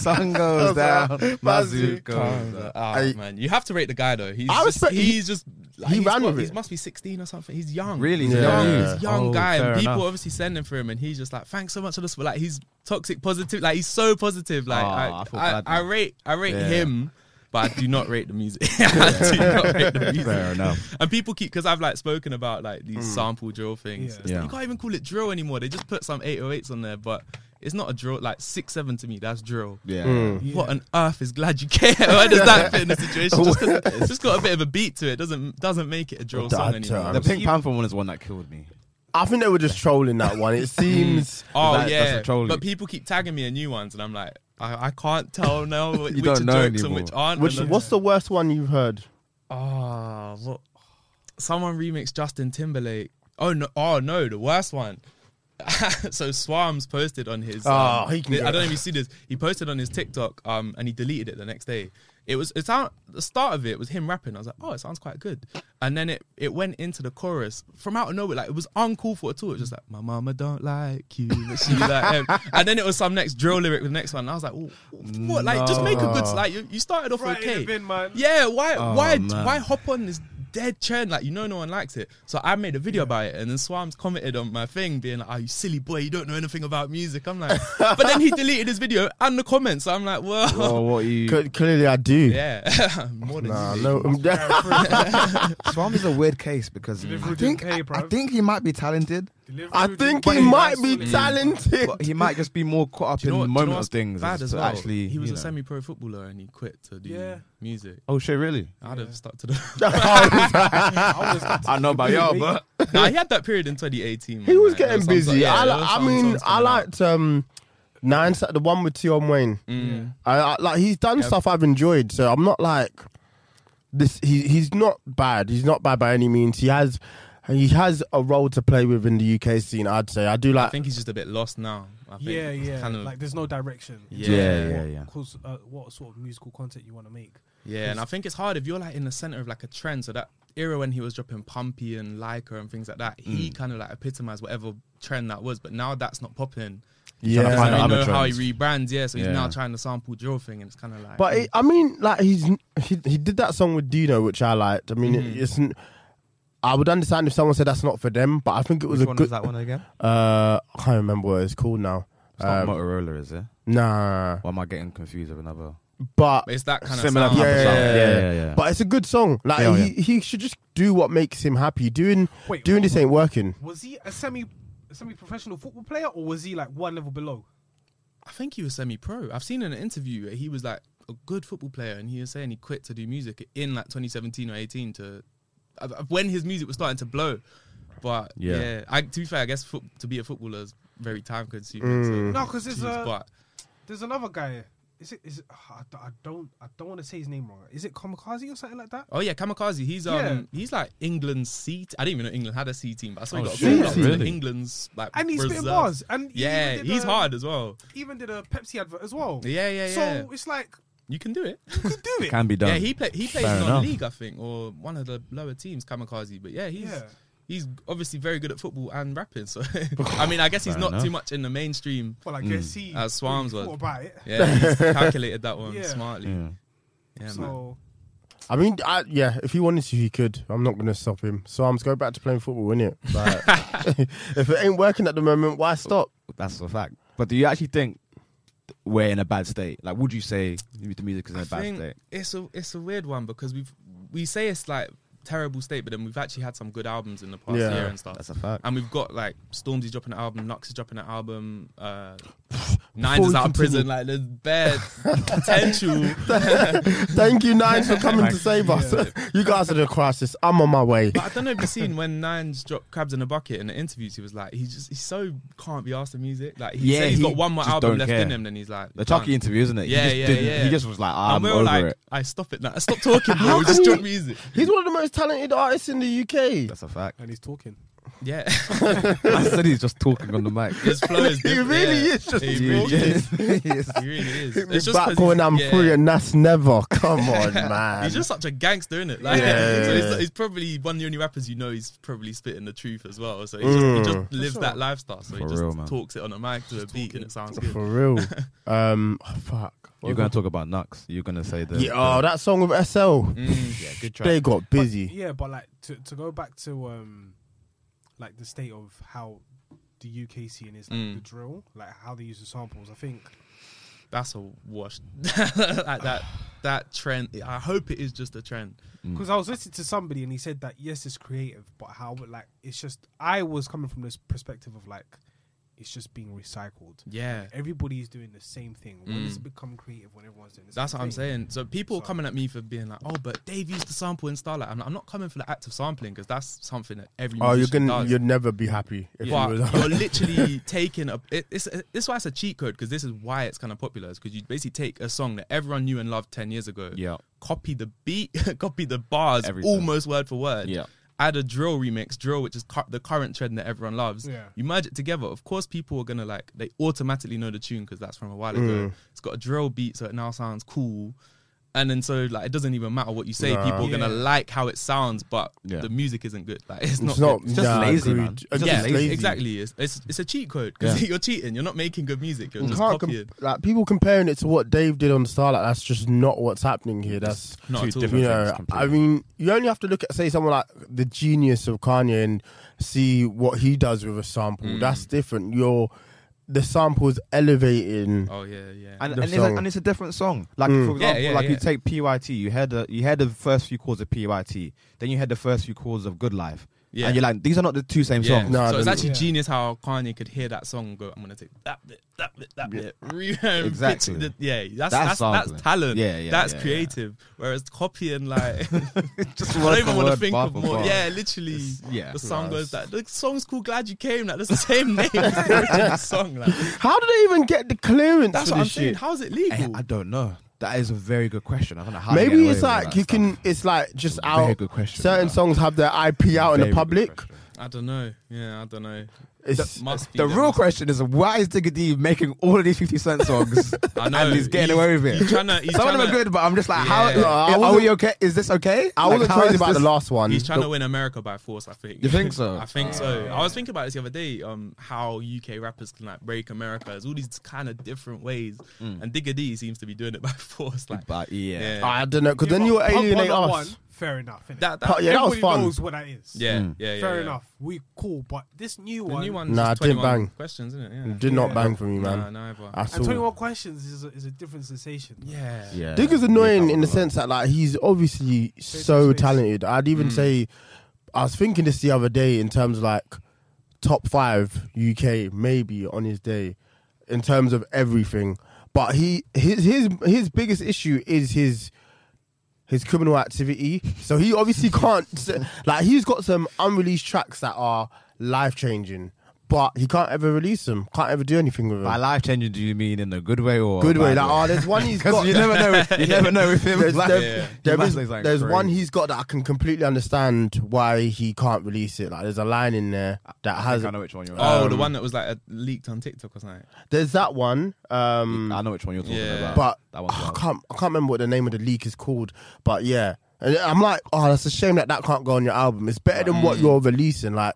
Speaker 1: Sun goes down,
Speaker 3: Bazooka.
Speaker 1: Mazoo goes
Speaker 2: Oh,
Speaker 1: down.
Speaker 3: I-
Speaker 2: man, you have to rate the guy though. He's
Speaker 3: I
Speaker 2: just,
Speaker 3: respect-
Speaker 2: he's just like,
Speaker 3: he
Speaker 2: he's
Speaker 3: ran
Speaker 2: what,
Speaker 3: with
Speaker 2: He
Speaker 3: it.
Speaker 2: must be sixteen or something. He's young.
Speaker 1: Really?
Speaker 2: he's
Speaker 3: Yeah.
Speaker 2: young.
Speaker 3: Yeah.
Speaker 2: He's a young
Speaker 1: Oh,
Speaker 2: guy,
Speaker 1: fair
Speaker 2: and people
Speaker 1: enough.
Speaker 2: obviously sending for him, and he's just like, "Thanks so much for this." But like, he's toxic positive. Like, he's so positive. Like,
Speaker 1: Aw,
Speaker 2: I,
Speaker 1: Ah, I feel
Speaker 2: I,
Speaker 1: bad
Speaker 2: I
Speaker 1: now.
Speaker 2: rate, I rate
Speaker 1: Yeah.
Speaker 2: him, but I do not rate the music. [laughs] I do not rate the music.
Speaker 1: Fair enough.
Speaker 2: And people keep because I've like spoken about like these
Speaker 3: Mm.
Speaker 2: sample drill things.
Speaker 5: Yeah.
Speaker 2: It's like,
Speaker 1: Yeah.
Speaker 2: You can't even call it drill anymore. They just put some 808s on there, but it's not a drill. Like six seven to me, that's drill.
Speaker 1: Yeah.
Speaker 2: What on earth is glad you care? [laughs] Why does that fit in the situation?
Speaker 1: [laughs]
Speaker 2: Just 'cause it's just got a bit of a beat to it. Doesn't doesn't make it a drill
Speaker 3: That
Speaker 2: song
Speaker 1: The
Speaker 2: anymore.
Speaker 3: term.
Speaker 1: Pink Panther one is one that killed me.
Speaker 3: I think they were just trolling that one.
Speaker 2: [laughs]
Speaker 3: It seems.
Speaker 2: Oh
Speaker 1: That- that's
Speaker 2: yeah,
Speaker 1: a trolley.
Speaker 2: but people keep tagging me a new ones, and I'm like, I, I can't
Speaker 1: [laughs]
Speaker 2: tell now which
Speaker 1: don't
Speaker 2: are
Speaker 1: know
Speaker 2: jokes and which
Speaker 1: anymore.
Speaker 2: aren't.
Speaker 3: Which,
Speaker 2: and
Speaker 3: what's the worst one you've heard?
Speaker 2: Oh, what? Someone remixed Justin Timberlake. Oh no! Oh no! The worst one. [laughs] so Swarms posted on his.
Speaker 3: Oh,
Speaker 2: um,
Speaker 3: he can
Speaker 2: I
Speaker 3: go.
Speaker 2: don't know if you see this. He posted on his TikTok, um, and he deleted it the next day. It was it sound, the start of it was him rapping. I was like, oh, it sounds quite good. And then it it went into the chorus from out of nowhere. Like it was uncalled for at all. It was just like my mama don't like you, but she like him. And then it was some next drill lyric. The next one, and I was like, oh, what? Like just make a good like you, you started off
Speaker 5: Right in the
Speaker 2: okay.
Speaker 5: bin, man.
Speaker 2: Yeah, why
Speaker 1: Oh,
Speaker 2: why
Speaker 1: man.
Speaker 2: why hop on this dead trend? Like you know no one likes it. So I made a video about it and then Swams commented on my thing being like, Oh you silly boy, you don't know anything about music. I'm like But then he deleted his video and the comments. So I'm like, well
Speaker 1: Oh, what you?
Speaker 3: C- clearly, I do.
Speaker 2: [laughs]
Speaker 3: Um,
Speaker 2: Yeah. [laughs] More than
Speaker 3: Nah,
Speaker 2: you
Speaker 3: no.
Speaker 1: Swam is a weird case because
Speaker 5: Delivery
Speaker 1: I think
Speaker 5: didn't pay,
Speaker 1: I, I
Speaker 5: bruv.
Speaker 1: think he might be talented,
Speaker 3: [laughs] I think he might be talented.
Speaker 1: but he might just be more caught up
Speaker 2: Do you
Speaker 1: in
Speaker 2: know
Speaker 1: the
Speaker 2: what- do you know
Speaker 1: moment
Speaker 2: what's
Speaker 1: of things.
Speaker 2: Bad
Speaker 1: as
Speaker 2: as
Speaker 1: to
Speaker 2: well.
Speaker 1: Actually,
Speaker 2: he was
Speaker 1: you
Speaker 2: a
Speaker 1: know.
Speaker 2: semi pro footballer and he quit to do
Speaker 5: Yeah.
Speaker 2: music.
Speaker 1: Oh shit!
Speaker 2: [laughs]
Speaker 1: Really?
Speaker 2: I'd have stuck to the [laughs]
Speaker 1: I know about y'all, but
Speaker 2: Nah, he had that period in twenty eighteen.
Speaker 3: He was getting busy. I, li- I mean, I liked um, Nine, Sa- the one with Tion Wayne. I, I, like he's done stuff I've enjoyed, so I'm not like this. He he's not bad. He's not bad by any means. He has he has a role to play within the UK scene. I'd say I do
Speaker 2: I
Speaker 3: like.
Speaker 2: think he's just a bit lost now. I think.
Speaker 5: Yeah,
Speaker 2: It's
Speaker 5: yeah.
Speaker 2: Kind of,
Speaker 5: like, there's no direction.
Speaker 2: Yeah, Yeah,
Speaker 1: yeah,
Speaker 5: What-
Speaker 1: yeah.
Speaker 5: Cause, uh, what sort of musical content you want to make?
Speaker 2: Yeah, and I think it's hard if you're like in the center of like a trend. So that era when he was dropping Pumpy and Leica and things like that, he
Speaker 1: Mm.
Speaker 2: kind of like epitomized whatever trend that was. But now that's not popping.
Speaker 1: Trying to
Speaker 3: yeah,
Speaker 1: find
Speaker 2: And
Speaker 1: out
Speaker 2: I
Speaker 1: other
Speaker 2: know how he
Speaker 1: trends.
Speaker 2: rebrands, yeah. So he's
Speaker 1: Yeah.
Speaker 2: now trying the sample drill thing, and it's kind of like.
Speaker 3: But it, I mean, like he's he, he did that song with Dino, which I liked. I mean,
Speaker 1: Mm.
Speaker 3: it, it's. n- I would understand if someone said that's not for them, but I think it was
Speaker 1: Which
Speaker 3: a
Speaker 1: one
Speaker 3: good.
Speaker 1: was that one again?
Speaker 3: Uh, I can't remember what it's called now. Um,
Speaker 1: It's not Motorola, is it?
Speaker 3: Nah,
Speaker 1: Or am I getting confused with another?
Speaker 3: but
Speaker 2: it's that kind
Speaker 1: Similar
Speaker 2: of sound.
Speaker 1: type of
Speaker 3: yeah,
Speaker 1: song.
Speaker 3: yeah,
Speaker 1: Yeah,
Speaker 3: yeah,
Speaker 1: yeah, yeah.
Speaker 3: But it's a good song. Like
Speaker 1: Yeah,
Speaker 3: he, he should just do what makes him happy. Doing
Speaker 5: Wait,
Speaker 3: doing
Speaker 5: hold
Speaker 3: this
Speaker 5: on.
Speaker 3: ain't working.
Speaker 5: Was he a semi semi professional football player or was he like one level below?
Speaker 2: I think he was semi-pro. I've seen in an interview that he was like a good football player, and he was saying he quit to do music in like 2017 or 18 to uh, when his music was starting to blow. But yeah,
Speaker 1: Yeah.
Speaker 2: I, to be fair, I guess foot, to be a footballer is very time-consuming. So
Speaker 1: Mm.
Speaker 5: No, 'cause it's,
Speaker 2: jeez,
Speaker 5: uh,
Speaker 2: but
Speaker 5: There's another guy. Is it? Is it? I d- I don't. I don't want to say his name wrong. Is it Kamikaze or something like that?
Speaker 2: Oh yeah, Kamikaze. He's um
Speaker 5: Yeah.
Speaker 2: he's like England's C. T- I didn't even know England had a C team, but I saw he
Speaker 1: Oh,
Speaker 2: got
Speaker 1: shit,
Speaker 2: called up to
Speaker 1: really?
Speaker 2: England's like
Speaker 5: And he's spitting
Speaker 2: reserve.
Speaker 5: bars. And he
Speaker 2: Yeah,
Speaker 5: even did
Speaker 2: he's
Speaker 5: a-
Speaker 2: hard as well.
Speaker 5: Even did a Pepsi advert as well.
Speaker 2: Yeah, yeah, yeah.
Speaker 5: So it's like
Speaker 2: You can do it.
Speaker 5: you could do it.
Speaker 1: Can be [laughs] done.
Speaker 2: Yeah, he play, he plays
Speaker 1: Fair
Speaker 2: in
Speaker 1: enough.
Speaker 2: league, I think, or one of the lower teams, Kamikaze. But yeah, he's
Speaker 5: Yeah.
Speaker 2: he's obviously very good at football and
Speaker 1: [laughs]
Speaker 2: rapping. So I mean, I guess he's
Speaker 1: Fair
Speaker 2: not
Speaker 1: enough.
Speaker 2: too much in the mainstream.
Speaker 5: Well, I guess he
Speaker 2: Mm. As Swans
Speaker 5: really
Speaker 2: was.
Speaker 5: thought about it.
Speaker 1: [laughs]
Speaker 2: Yeah, he's calculated that one
Speaker 5: Yeah.
Speaker 2: smartly. Yeah,
Speaker 1: Yeah.
Speaker 2: man.
Speaker 5: So
Speaker 3: I mean, I, yeah, if he wanted to, he could. I'm not going to stop him. So I'm just go back to playing football, innit? Like, [laughs] if it ain't working at the moment, why stop?
Speaker 1: That's a fact. But do you actually think we're in a bad state? Like, would you say the music is in a bad
Speaker 2: think
Speaker 1: state?
Speaker 2: It's a it's a weird one because we've we say it's like terrible state, but then we've actually had some good albums in the past
Speaker 3: Yeah,
Speaker 2: year and stuff.
Speaker 1: That's a fact.
Speaker 2: and we've got like Stormzy dropping an album, Nux is dropping an album,
Speaker 1: [laughs]
Speaker 2: uh, Nines
Speaker 3: we
Speaker 2: is out
Speaker 3: continue-
Speaker 2: of prison. Like there's bare
Speaker 1: [laughs]
Speaker 2: potential.
Speaker 3: Thank you, Nines, for coming to save us. [laughs] you guys are the crisis. I'm on my way.
Speaker 2: But I don't know if you've seen when Nines dropped Crabs in a Bucket in the interviews, he was like, he just he's so can't be asked for music. Like he
Speaker 1: Yeah,
Speaker 2: said he's
Speaker 1: he
Speaker 2: got one more
Speaker 1: just
Speaker 2: album
Speaker 1: don't
Speaker 2: left
Speaker 1: care.
Speaker 2: in him, then he's like
Speaker 1: The
Speaker 2: done.
Speaker 1: Chucky interview, isn't it?
Speaker 2: Yeah,
Speaker 1: he just
Speaker 2: yeah,
Speaker 1: didn't-
Speaker 2: yeah.
Speaker 1: He just was like, "Ah,
Speaker 2: And
Speaker 1: I'm
Speaker 2: we
Speaker 1: over
Speaker 2: were like,
Speaker 1: it.
Speaker 2: I stop it now. Stop talking, bro.
Speaker 3: can
Speaker 2: Just
Speaker 3: you-
Speaker 2: drop music.
Speaker 3: He's one of the most talented artists in the UK.
Speaker 1: That's a fact.
Speaker 4: and he's talking.
Speaker 2: Yeah,
Speaker 1: I said he's just talking on the [laughs] mic.
Speaker 2: his flow is.
Speaker 3: [laughs] He
Speaker 2: different,
Speaker 3: really
Speaker 2: yeah.
Speaker 3: is just
Speaker 2: He
Speaker 1: He
Speaker 2: really
Speaker 3: [laughs]
Speaker 2: is.
Speaker 1: is. He is.
Speaker 2: He really is.
Speaker 3: Hit me
Speaker 2: It's just
Speaker 3: back
Speaker 2: 'cause
Speaker 3: when
Speaker 2: he's-
Speaker 3: I'm
Speaker 2: yeah.
Speaker 3: free, and that's never. [laughs] Come on, man.
Speaker 2: He's just such a gangster, innit? Like,
Speaker 3: Yeah.
Speaker 2: so he's, he's probably one of the only rappers you know. He's probably spitting the truth as well. So he just, he
Speaker 3: Mm.
Speaker 2: just lives that lifestyle. So he
Speaker 1: For
Speaker 2: just
Speaker 1: real, man.
Speaker 2: talks it on a mic to a beat, and it sounds good.
Speaker 3: [laughs] For real. um, oh, fuck.
Speaker 1: You're going to talk about Nux. You're going to say the.
Speaker 3: Yeah, oh, that song with SL. [laughs]
Speaker 1: yeah, good track.
Speaker 3: They got
Speaker 5: but,
Speaker 3: busy.
Speaker 5: yeah, but like to to go back to um like the state of how the UK scene is like
Speaker 2: Mm.
Speaker 5: the drill, like how they use the samples. I think
Speaker 2: That's a wash. [laughs] like that, that trend. I hope it is just a trend.
Speaker 5: Because I was listening to somebody and he said that yes, it's creative, but how like it's just I was coming from this perspective of like it's just being recycled.
Speaker 2: Yeah. Mm.
Speaker 5: Everybody's doing the same thing. When does it become creative when everyone's doing the
Speaker 2: That's
Speaker 5: same
Speaker 2: what I'm saying.
Speaker 5: thing?
Speaker 2: So people are coming at me for being like, "Oh, but Dave used to sample and Starlight." I'm, like, I'm not coming for the act of sampling because that's something that every
Speaker 3: Oh, you're
Speaker 2: musician
Speaker 3: gonna,
Speaker 2: does.
Speaker 3: you'd never be happy if
Speaker 2: But
Speaker 3: you was. [laughs]
Speaker 2: you're literally taking a. It, it's this is why it's a cheat code because this is why it's kind of popular. Is because you basically take a song that everyone knew and loved ten years ago.
Speaker 1: Yeah.
Speaker 2: Copy the beat, [laughs] copy the bars,
Speaker 1: Everything.
Speaker 2: almost word for word.
Speaker 1: Yeah.
Speaker 2: Add a drill remix, drill, which is cu- the current trend that everyone loves.
Speaker 5: Yeah.
Speaker 2: You merge it together. Of course, people are gonna like they automatically know the tune because that's from a while ago. It's got a drill beat, so it now sounds cool. And then so like it doesn't even matter what you say. People are gonna
Speaker 5: Yeah.
Speaker 2: like how it sounds, but
Speaker 1: Yeah.
Speaker 2: the music isn't good. Like it's not.
Speaker 3: It's not.
Speaker 2: good
Speaker 1: It's just
Speaker 3: nah,
Speaker 1: lazy,
Speaker 3: agreed.
Speaker 1: man.
Speaker 3: It's
Speaker 1: It's
Speaker 3: just
Speaker 2: yeah,
Speaker 1: lazy.
Speaker 2: exactly. It's, it's it's a cheat code because [laughs] you're cheating. You're not making good music. You're
Speaker 3: You
Speaker 2: just
Speaker 3: can't
Speaker 2: copying.
Speaker 3: comp- like people comparing it to what Dave did on Starlight. That's just not what's happening here. That's
Speaker 2: Not at all.
Speaker 3: you
Speaker 1: things
Speaker 3: know. I
Speaker 1: completely.
Speaker 3: mean, you only have to look at say someone like the genius of Kanye and see what he does with a sample.
Speaker 1: Mm.
Speaker 3: That's different. You're the sample's elevating.
Speaker 2: oh yeah, yeah.
Speaker 1: and,
Speaker 3: The
Speaker 1: and, it's like,
Speaker 3: song.
Speaker 1: and it's a different song. Mm. Like for example,
Speaker 2: Yeah, yeah,
Speaker 1: like
Speaker 2: yeah.
Speaker 1: you take PYT, you had the you had the first few chords of PYT, then you had the first few chords of Good Life,
Speaker 2: Yeah.
Speaker 1: and you're like, these are not the two same
Speaker 2: yeah.
Speaker 1: songs.
Speaker 3: No, I
Speaker 2: so it's
Speaker 3: don't-
Speaker 2: actually
Speaker 5: yeah.
Speaker 2: genius how Kanye could hear that song. And go, I'm gonna take that bit, that bit, that bit. [laughs] re- and
Speaker 1: Exactly.
Speaker 2: pitch it- yeah, that's that's,
Speaker 1: That's
Speaker 2: that's,
Speaker 1: sampling.
Speaker 2: talent.
Speaker 1: Yeah, yeah,
Speaker 2: That's
Speaker 1: yeah, yeah.
Speaker 2: creative. Whereas copying, like, [laughs] I
Speaker 1: [laughs] Just
Speaker 2: don't even want to
Speaker 1: word,
Speaker 2: think
Speaker 1: bar
Speaker 2: of
Speaker 1: for
Speaker 2: more.
Speaker 1: bar.
Speaker 2: Yeah, literally.
Speaker 1: yeah.
Speaker 2: the song
Speaker 1: Well,
Speaker 2: goes that. The song's called "Glad You Came." Like, that's the same name. [laughs] as the
Speaker 1: [laughs]
Speaker 2: original song. Like,
Speaker 3: How do they even get the clearance
Speaker 2: that's
Speaker 3: for
Speaker 2: what I'm
Speaker 3: this
Speaker 2: saying.
Speaker 3: shit?
Speaker 2: How's it
Speaker 1: Eh,
Speaker 2: legal?
Speaker 1: I don't know. That is a very good question. I don't know how. they get
Speaker 3: Maybe
Speaker 1: away
Speaker 3: it's
Speaker 1: with
Speaker 3: like
Speaker 1: that
Speaker 3: you
Speaker 1: stuff.
Speaker 3: can. It's like just
Speaker 1: Very
Speaker 3: out.
Speaker 1: good question,
Speaker 3: certain
Speaker 1: yeah.
Speaker 3: songs have their IP out in
Speaker 1: Very good
Speaker 3: the public.
Speaker 1: question.
Speaker 2: I don't know. Yeah, I don't know.
Speaker 3: It's
Speaker 2: Must be
Speaker 1: The
Speaker 2: there
Speaker 1: real
Speaker 2: must-
Speaker 1: question is why is Digga D making all of these 50 Cent [laughs] songs
Speaker 2: I know.
Speaker 1: and he's getting away with it?
Speaker 2: He's tryna- he's
Speaker 1: Some of them
Speaker 2: tryna-
Speaker 1: are good, but I'm just like,
Speaker 2: Yeah. No,
Speaker 3: I
Speaker 1: how are we okay? Is this okay?
Speaker 3: I wasn't crazy about the last one.
Speaker 2: He's trying
Speaker 3: The-
Speaker 2: to win America by force, I think.
Speaker 1: You think so?
Speaker 2: [laughs] I think so. I was thinking about this the other day, um, how UK rappers can like break America. There's all these kind of different ways, and Digga D seems to be doing it by [laughs] force. Like,
Speaker 1: But yeah.
Speaker 3: I don't know because then
Speaker 5: Yeah,
Speaker 3: you
Speaker 5: but Pump
Speaker 3: alienate us.
Speaker 5: 101, fair enough. innit?
Speaker 2: that, that,
Speaker 3: Oh, yeah, that was
Speaker 5: Everybody
Speaker 3: fun.
Speaker 5: knows what that is.
Speaker 2: [laughs] yeah, yeah, yeah,
Speaker 5: fair
Speaker 2: yeah.
Speaker 5: enough. We cool, but this new
Speaker 2: The
Speaker 5: one,
Speaker 2: new one's
Speaker 3: Nah,
Speaker 2: just
Speaker 3: it didn't
Speaker 2: 21
Speaker 3: bang.
Speaker 2: questions, isn't it? Yeah.
Speaker 3: It Did not bang for me,
Speaker 2: Nah,
Speaker 3: man.
Speaker 2: neither.
Speaker 3: I
Speaker 5: and
Speaker 3: saw.
Speaker 5: Twenty One Questions is a, is a different sensation.
Speaker 2: yeah.
Speaker 1: yeah.
Speaker 3: Digger's annoying in the sense that like he's obviously so
Speaker 5: face.
Speaker 3: talented. I'd even say, I was thinking this the other day in terms of like top five UK maybe on his day in terms of everything. But he his his his biggest issue is his his criminal activity. So he obviously can't like he's got some unreleased tracks that are life changing, but he can't ever release them. Can't ever do anything with them.
Speaker 1: By life changing, do you mean in a good way or a
Speaker 3: Good way,
Speaker 1: bad
Speaker 3: like oh, there's
Speaker 1: [laughs]
Speaker 3: one he's got.
Speaker 1: Because you never know. You never know with him. [laughs]
Speaker 3: There's,
Speaker 1: like,
Speaker 3: there-
Speaker 1: yeah.
Speaker 3: there
Speaker 1: He must
Speaker 3: is-
Speaker 1: look like
Speaker 3: there's one
Speaker 1: crazy.
Speaker 3: he's got that I can completely understand why he can't release it. Like there's a line in there that
Speaker 1: I
Speaker 3: has.
Speaker 1: think I know which one you're.
Speaker 2: Oh,
Speaker 1: on.
Speaker 2: the one that was like uh, leaked on TikTok or something.
Speaker 3: There's that one. Um,
Speaker 1: I know which one you're talking
Speaker 2: Yeah.
Speaker 1: about.
Speaker 3: but
Speaker 1: that one's
Speaker 3: I
Speaker 1: wild.
Speaker 3: can't. I can't remember what the name of the leak is called. But yeah, And I'm like, oh, that's a shame that that can't go on your album. It's better
Speaker 1: Mm.
Speaker 3: than what you're releasing. Like,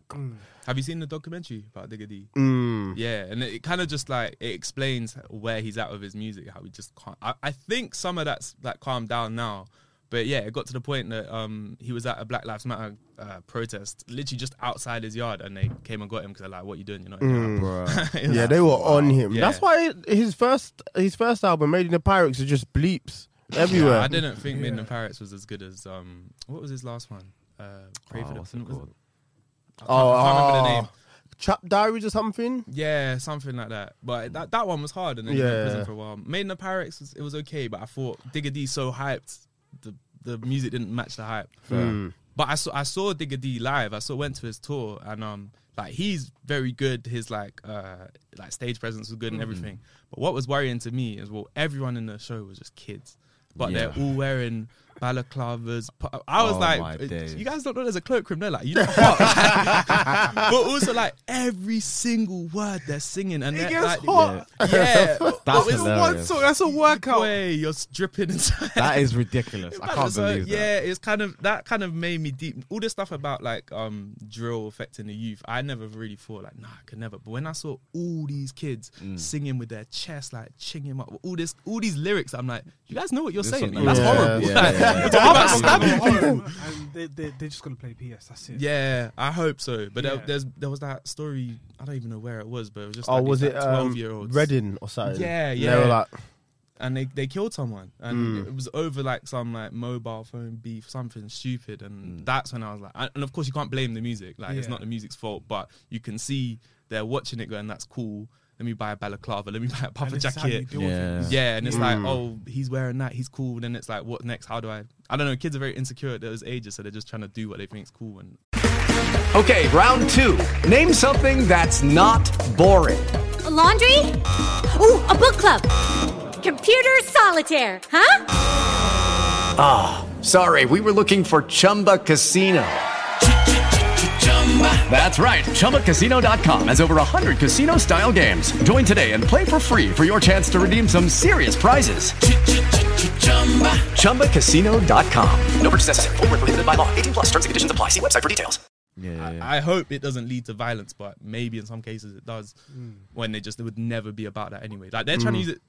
Speaker 2: Have you seen the documentary about Digga D?
Speaker 1: Mm.
Speaker 2: Yeah, and it, kind of just like it explains where he's at with his music, how he just can't. I, I think some of that's like calmed down now, but yeah, it got to the point that um he was at a Black Lives Matter uh, protest, literally just outside his yard, and they came and got him because they're like, "What you doing? You're not."
Speaker 1: Mm.
Speaker 2: In your house." [laughs] It was
Speaker 3: yeah,
Speaker 2: like,
Speaker 3: they were on him.
Speaker 2: Yeah.
Speaker 3: That's why his first his first album, Made in the Pirates, is just bleeps
Speaker 2: Yeah,
Speaker 1: uh,
Speaker 3: everywhere.
Speaker 2: I didn't think Made in the Pirates was as good as um what was his last one? Uh, Pray for the
Speaker 1: Oh, what's it
Speaker 2: what was it?
Speaker 1: called?
Speaker 2: I can't, I can't remember the
Speaker 3: oh.
Speaker 2: name.
Speaker 3: Trap Diaries or something.
Speaker 2: Yeah, something like that.
Speaker 1: Mm.
Speaker 2: But that, that one was hard, and then he was in
Speaker 3: Yeah.
Speaker 2: prison for a while. Made in the Pirates, was, it was okay, but I thought Digga D so hyped, the the music didn't match the hype. But I saw I saw Digga D live. I saw went to his tour, and um, like he's very good. His like uh like stage presence was good and
Speaker 1: Mm-hmm.
Speaker 2: everything. But what was worrying to me is well, everyone in the show was just kids. But they're all wearing balaclavas. pu- I was
Speaker 1: Oh my
Speaker 2: like, "Uh,
Speaker 1: days.
Speaker 2: you guys don't know there's a cloakroom
Speaker 1: [laughs]
Speaker 2: there. Like, you know what? but also like every single word they're singing and
Speaker 5: It
Speaker 2: they're
Speaker 5: gets
Speaker 2: like,
Speaker 5: hot.
Speaker 2: Yeah, yeah.
Speaker 1: [laughs] That's
Speaker 5: It's one
Speaker 1: hilarious.
Speaker 5: song. That's a workout.
Speaker 2: way you're dripping inside.
Speaker 1: That is ridiculous. I can't
Speaker 2: So,
Speaker 1: believe that.
Speaker 2: Yeah, it's kind of that kind of made me deep. All this stuff about like um drill affecting the youth, I never really thought like, nah, I could never. But when I saw all these kids
Speaker 1: Mm.
Speaker 2: singing with their chest, like chinging up, all this, all these lyrics, I'm like, you guys know what you're
Speaker 1: There's
Speaker 2: saying?
Speaker 1: something-
Speaker 2: Like,
Speaker 3: Yeah.
Speaker 2: That's horrible.
Speaker 1: Yeah,
Speaker 2: [laughs] Like,
Speaker 1: yeah,
Speaker 2: we're
Speaker 4: [laughs]
Speaker 1: yeah.
Speaker 2: talking about
Speaker 1: Yeah.
Speaker 2: stabbing [laughs]
Speaker 5: and they, they, they're just gonna play PS. That's it.
Speaker 2: Yeah, I hope so. But there,
Speaker 5: Yeah.
Speaker 2: there's there was that story. I don't even know where it was, but it was just.
Speaker 3: Oh,
Speaker 2: like
Speaker 3: was it
Speaker 2: twelve
Speaker 3: um,
Speaker 2: year olds?
Speaker 3: Reading or something?
Speaker 2: Yeah,
Speaker 3: And
Speaker 2: yeah.
Speaker 3: They were like,
Speaker 2: and they they killed someone, and
Speaker 3: Hmm.
Speaker 2: it was over like some like mobile phone beef, something stupid, and
Speaker 3: Hmm.
Speaker 2: that's when I was like, and and of course you can't blame the music. Like it's
Speaker 5: Yeah.
Speaker 2: not the music's fault, but you can see they're watching it going, that's cool. Let me buy a balaclava. Let me [laughs] buy a
Speaker 5: And
Speaker 2: puffer
Speaker 5: this is how you
Speaker 2: jacket.
Speaker 5: deal with
Speaker 1: Yeah.
Speaker 5: it.
Speaker 2: Yeah, and it's
Speaker 3: Hmm.
Speaker 2: like, oh, he's wearing that, he's cool. Then it's like, what next? How do I? I don't know. Kids are very insecure at those ages, so they're just trying to do what they think is cool. And
Speaker 4: Okay, round two. Name something that's not boring.
Speaker 6: A laundry? Ooh, a book club. Computer solitaire, huh?
Speaker 4: Sorry, we were looking for Chumba Casino. That's right. ChumbaCasino.com has over 100 casino style games. Join today and play for free for your chance to redeem some serious prizes. ChumbaCasino.com. No purchase necessary. Void where prohibited by law. 18 plus terms and conditions apply. See website for details.
Speaker 1: Yeah, yeah, yeah.
Speaker 2: I hope it doesn't lead to violence, but maybe in some cases it does. When they just it would never be about that anyway. Like they're trying to use it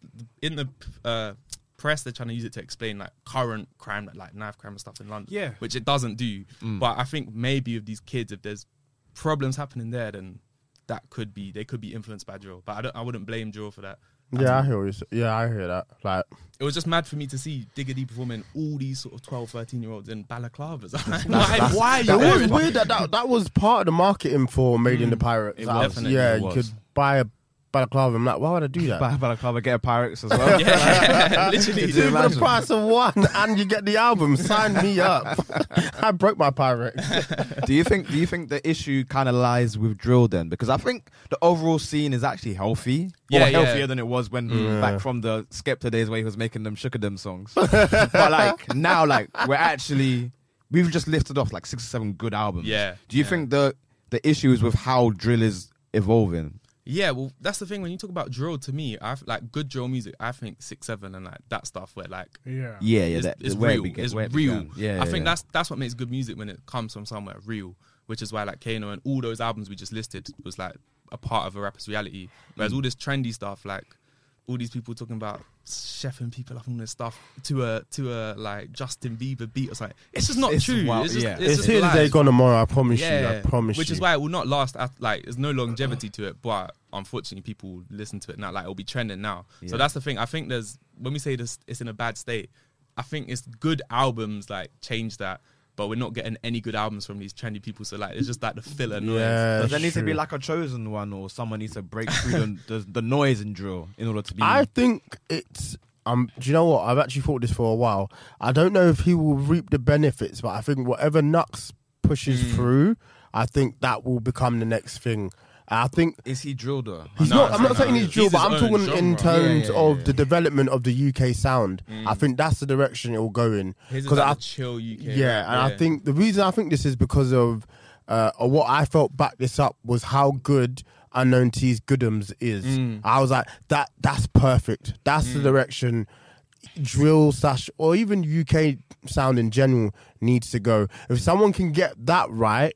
Speaker 2: in the uh, press. They're trying to use it to explain like current crime, like, like knife crime and stuff in London.
Speaker 5: Yeah.
Speaker 2: which it doesn't do. But I think maybe with these kids, if there's problems happening there, then that could be they could be influenced by drill. But I don't. I wouldn't blame drill for that.
Speaker 3: yeah, I hear what you say. Yeah, I hear that. Like,
Speaker 2: It was just mad for me to see Diggity performing all these sort of 12, 13 year olds in balaclavas. [laughs] why, why are you
Speaker 3: it was Mm.
Speaker 2: wearing that?
Speaker 3: weird that, that that was part of the marketing for Made in the Pirates.
Speaker 2: It
Speaker 3: That was-
Speaker 2: definitely
Speaker 3: yeah,
Speaker 1: was.
Speaker 3: you could buy a balaclava. I'm like, why would I do that? [laughs]
Speaker 1: But, but I can't get a pirates as well. [laughs]
Speaker 2: [laughs] Yeah,
Speaker 1: Could
Speaker 2: literally.
Speaker 1: you
Speaker 3: Two for the
Speaker 1: imagine?
Speaker 3: price of one, [laughs] and you get the album. Sign me up. [laughs] I broke my
Speaker 2: [laughs]
Speaker 3: pirate.
Speaker 1: do you think do you think the issue kind of lies with drill then because i think the overall scene is actually healthy
Speaker 2: Yeah,
Speaker 1: more
Speaker 2: yeah.
Speaker 1: healthier than it was when back from the skepta days where he was making them sugar them songs but like now like we're actually we've just lifted off like six or seven good albums
Speaker 2: Yeah,
Speaker 1: do you
Speaker 2: yeah.
Speaker 1: think the the issue is with how drill is evolving
Speaker 2: Yeah, well, that's the thing. When you talk about drill, to me, I like good drill music. I think six seven and like that stuff where like
Speaker 5: Yeah.
Speaker 1: yeah yeah
Speaker 2: it's,
Speaker 1: that,
Speaker 2: it's
Speaker 1: where it
Speaker 2: real.
Speaker 1: began-
Speaker 2: it's
Speaker 1: where it
Speaker 2: real.
Speaker 1: began. yeah
Speaker 2: I
Speaker 1: yeah,
Speaker 2: think
Speaker 1: yeah.
Speaker 2: that's that's what makes good music when it comes from somewhere real, which is why like Kano and all those albums we just listed was like a part of a rapper's reality. Whereas
Speaker 1: Mm.
Speaker 2: all this trendy stuff, like all these people talking about chefing people up and all this stuff to a to a like Justin Bieber beat or something, it's just not
Speaker 1: It's
Speaker 2: true.
Speaker 1: wild,
Speaker 2: It's just
Speaker 1: yeah.
Speaker 2: it's,
Speaker 3: It's,
Speaker 2: just
Speaker 3: here today,
Speaker 2: lies.
Speaker 3: gone tomorrow. I promise you. I promise
Speaker 2: Which
Speaker 3: you.
Speaker 2: is why it will not last. At, like, there's no longevity to it. But unfortunately, people will listen to it now. Like, it'll be trending now. So that's the thing. I think there's when we say this, it's in a bad state. I think it's good albums like change that, but we're not getting any good albums from these trendy people. So like, it's just like the filler noise.
Speaker 3: Yeah,
Speaker 1: does there need to be
Speaker 3: true.
Speaker 1: like a chosen one or someone needs to break through the, the, the noise and drill in order to be
Speaker 2: Mm.
Speaker 3: I think it's. Um, do you know what? I've actually thought this for a while. I don't know if he will reap the benefits, but I think whatever Nux pushes
Speaker 2: Mm.
Speaker 3: through, I think that will become the next thing. I think
Speaker 1: is he drill though
Speaker 3: he's
Speaker 2: No,
Speaker 3: not. I'm
Speaker 2: no,
Speaker 3: not
Speaker 2: no,
Speaker 3: saying
Speaker 2: no.
Speaker 3: he's drill,
Speaker 2: He's
Speaker 3: but
Speaker 2: his
Speaker 3: I'm
Speaker 2: own
Speaker 3: talking in
Speaker 2: genre.
Speaker 3: terms
Speaker 1: Yeah, yeah,
Speaker 3: of
Speaker 1: yeah,
Speaker 3: the development of the UK sound. I think that's the direction it will go in.
Speaker 2: Mm. His is
Speaker 3: Because
Speaker 2: like
Speaker 3: I
Speaker 2: the chill UK.
Speaker 3: yeah,
Speaker 2: rap,
Speaker 3: and I think the reason I think this is because of uh, of what I felt backed this up was how good Unknown T's Goodums is. I was like, that that's perfect. That's the direction drill slash or even UK sound in general needs to go. If someone can get that right,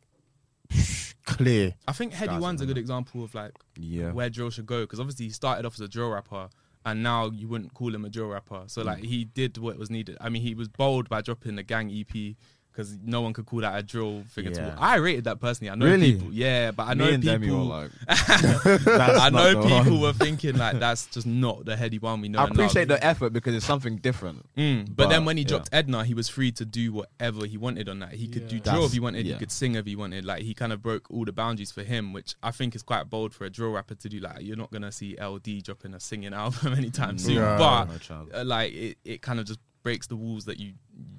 Speaker 3: clear.
Speaker 2: I think Heady One's a good example of like
Speaker 1: Yeah.
Speaker 2: where drill should go because obviously he started off as a drill rapper and now you wouldn't call him a drill rapper. So like
Speaker 1: Mm.
Speaker 2: he did what was needed. I mean he was bold by dropping the Gang EP because no one could call that a drill figure.
Speaker 1: Yeah.
Speaker 2: I rated that personally. I know
Speaker 1: Really?
Speaker 2: people, yeah, but I
Speaker 1: Me
Speaker 2: know
Speaker 1: and Demi were [laughs]
Speaker 2: people.
Speaker 1: like, that's [laughs]
Speaker 2: I
Speaker 1: not
Speaker 2: know
Speaker 1: the
Speaker 2: people
Speaker 1: one.
Speaker 2: were thinking like that's just not the Heady One we know.
Speaker 1: I
Speaker 2: and love.
Speaker 1: appreciate the effort because it's something different.
Speaker 2: Mm, but, then
Speaker 1: But,
Speaker 2: when he
Speaker 1: yeah.
Speaker 2: dropped Edna, he was free to do whatever he wanted on that. He could do drill
Speaker 1: That's-
Speaker 2: if he wanted,
Speaker 1: yeah.
Speaker 2: he could sing if he wanted. Like he kind of broke all the boundaries for him, which I think is quite bold for a drill rapper to do. Like you're not gonna see LD dropping a singing [laughs] album anytime soon,
Speaker 3: No,
Speaker 2: but
Speaker 1: no chance.
Speaker 2: uh, like it, it kind of just breaks the walls that you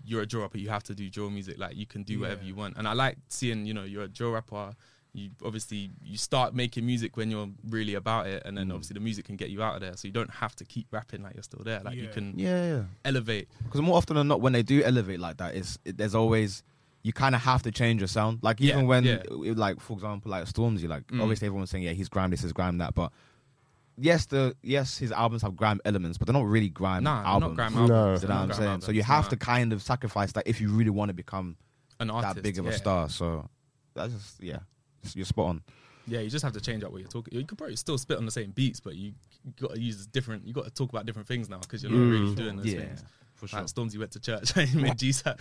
Speaker 2: you're a drill rapper. You have to do drill music. Like you can do whatever you want, and I like seeing you know you're a drill rapper. You obviously you start making music when you're really about it, and then obviously the music can get you out of there. So you don't have to keep rapping like you're still there. Like you
Speaker 5: Yeah.
Speaker 2: can
Speaker 1: Yeah, yeah.
Speaker 2: elevate.
Speaker 1: Because more often than not, when they do elevate like that, it's it, there's always you kind of have to change your sound. Like even
Speaker 2: Yeah,
Speaker 1: when,
Speaker 2: yeah. Mm.
Speaker 1: it- like for example, like Stormzy, like obviously everyone's saying yeah he's grime this, he's grime that, but yes, the yes his albums have grime elements, but they're not really grime
Speaker 2: Nah, they're
Speaker 1: albums.
Speaker 2: not grime
Speaker 3: No.
Speaker 2: albums.
Speaker 3: You know
Speaker 1: You
Speaker 2: They're
Speaker 1: know what
Speaker 2: not
Speaker 1: I'm saying?
Speaker 2: grime
Speaker 1: So you
Speaker 2: albums,
Speaker 1: have
Speaker 2: nah.
Speaker 1: to kind of sacrifice that if you really want to become
Speaker 2: an artist
Speaker 1: that big of
Speaker 2: yeah.
Speaker 1: a star. So that's just yeah, you're spot
Speaker 2: [laughs]
Speaker 1: on.
Speaker 2: Yeah, you just have to change up what you're talking. You could probably still spit on the same beats, but you got to use different. You got to talk about different things now because you're not really doing those
Speaker 1: Mm. Yeah,
Speaker 2: things.
Speaker 1: for
Speaker 2: Like Stormzy went to church [laughs] and he made
Speaker 1: [laughs]
Speaker 2: GSAT.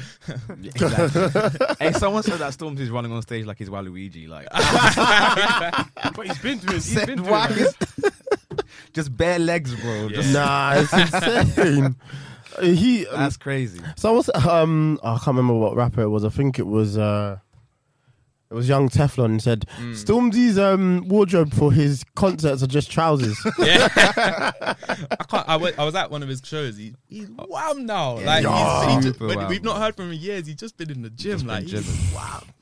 Speaker 1: hey, someone said that Stormzy's running on stage like he's Waluigi. Like
Speaker 2: Ah,
Speaker 1: [laughs]
Speaker 5: But he's been doing. He's
Speaker 1: said
Speaker 5: been doing.
Speaker 1: why
Speaker 5: that.
Speaker 1: is [laughs] just bare legs, bro. Just-
Speaker 3: Nah, it's insane. he um,
Speaker 1: that's crazy.
Speaker 3: so I was um I can't remember what rapper it was. I think it was uh it was Young Teflon said Stormzy's um wardrobe for his concerts are just trousers. [laughs]
Speaker 2: yeah, I can't. I went- I was at one of his shows. He, he's wham now. like he's, he just,
Speaker 1: Super
Speaker 2: when-
Speaker 1: wham.
Speaker 2: we've not heard from him in years. He's just been in the gym. like
Speaker 1: Jim.
Speaker 2: he's,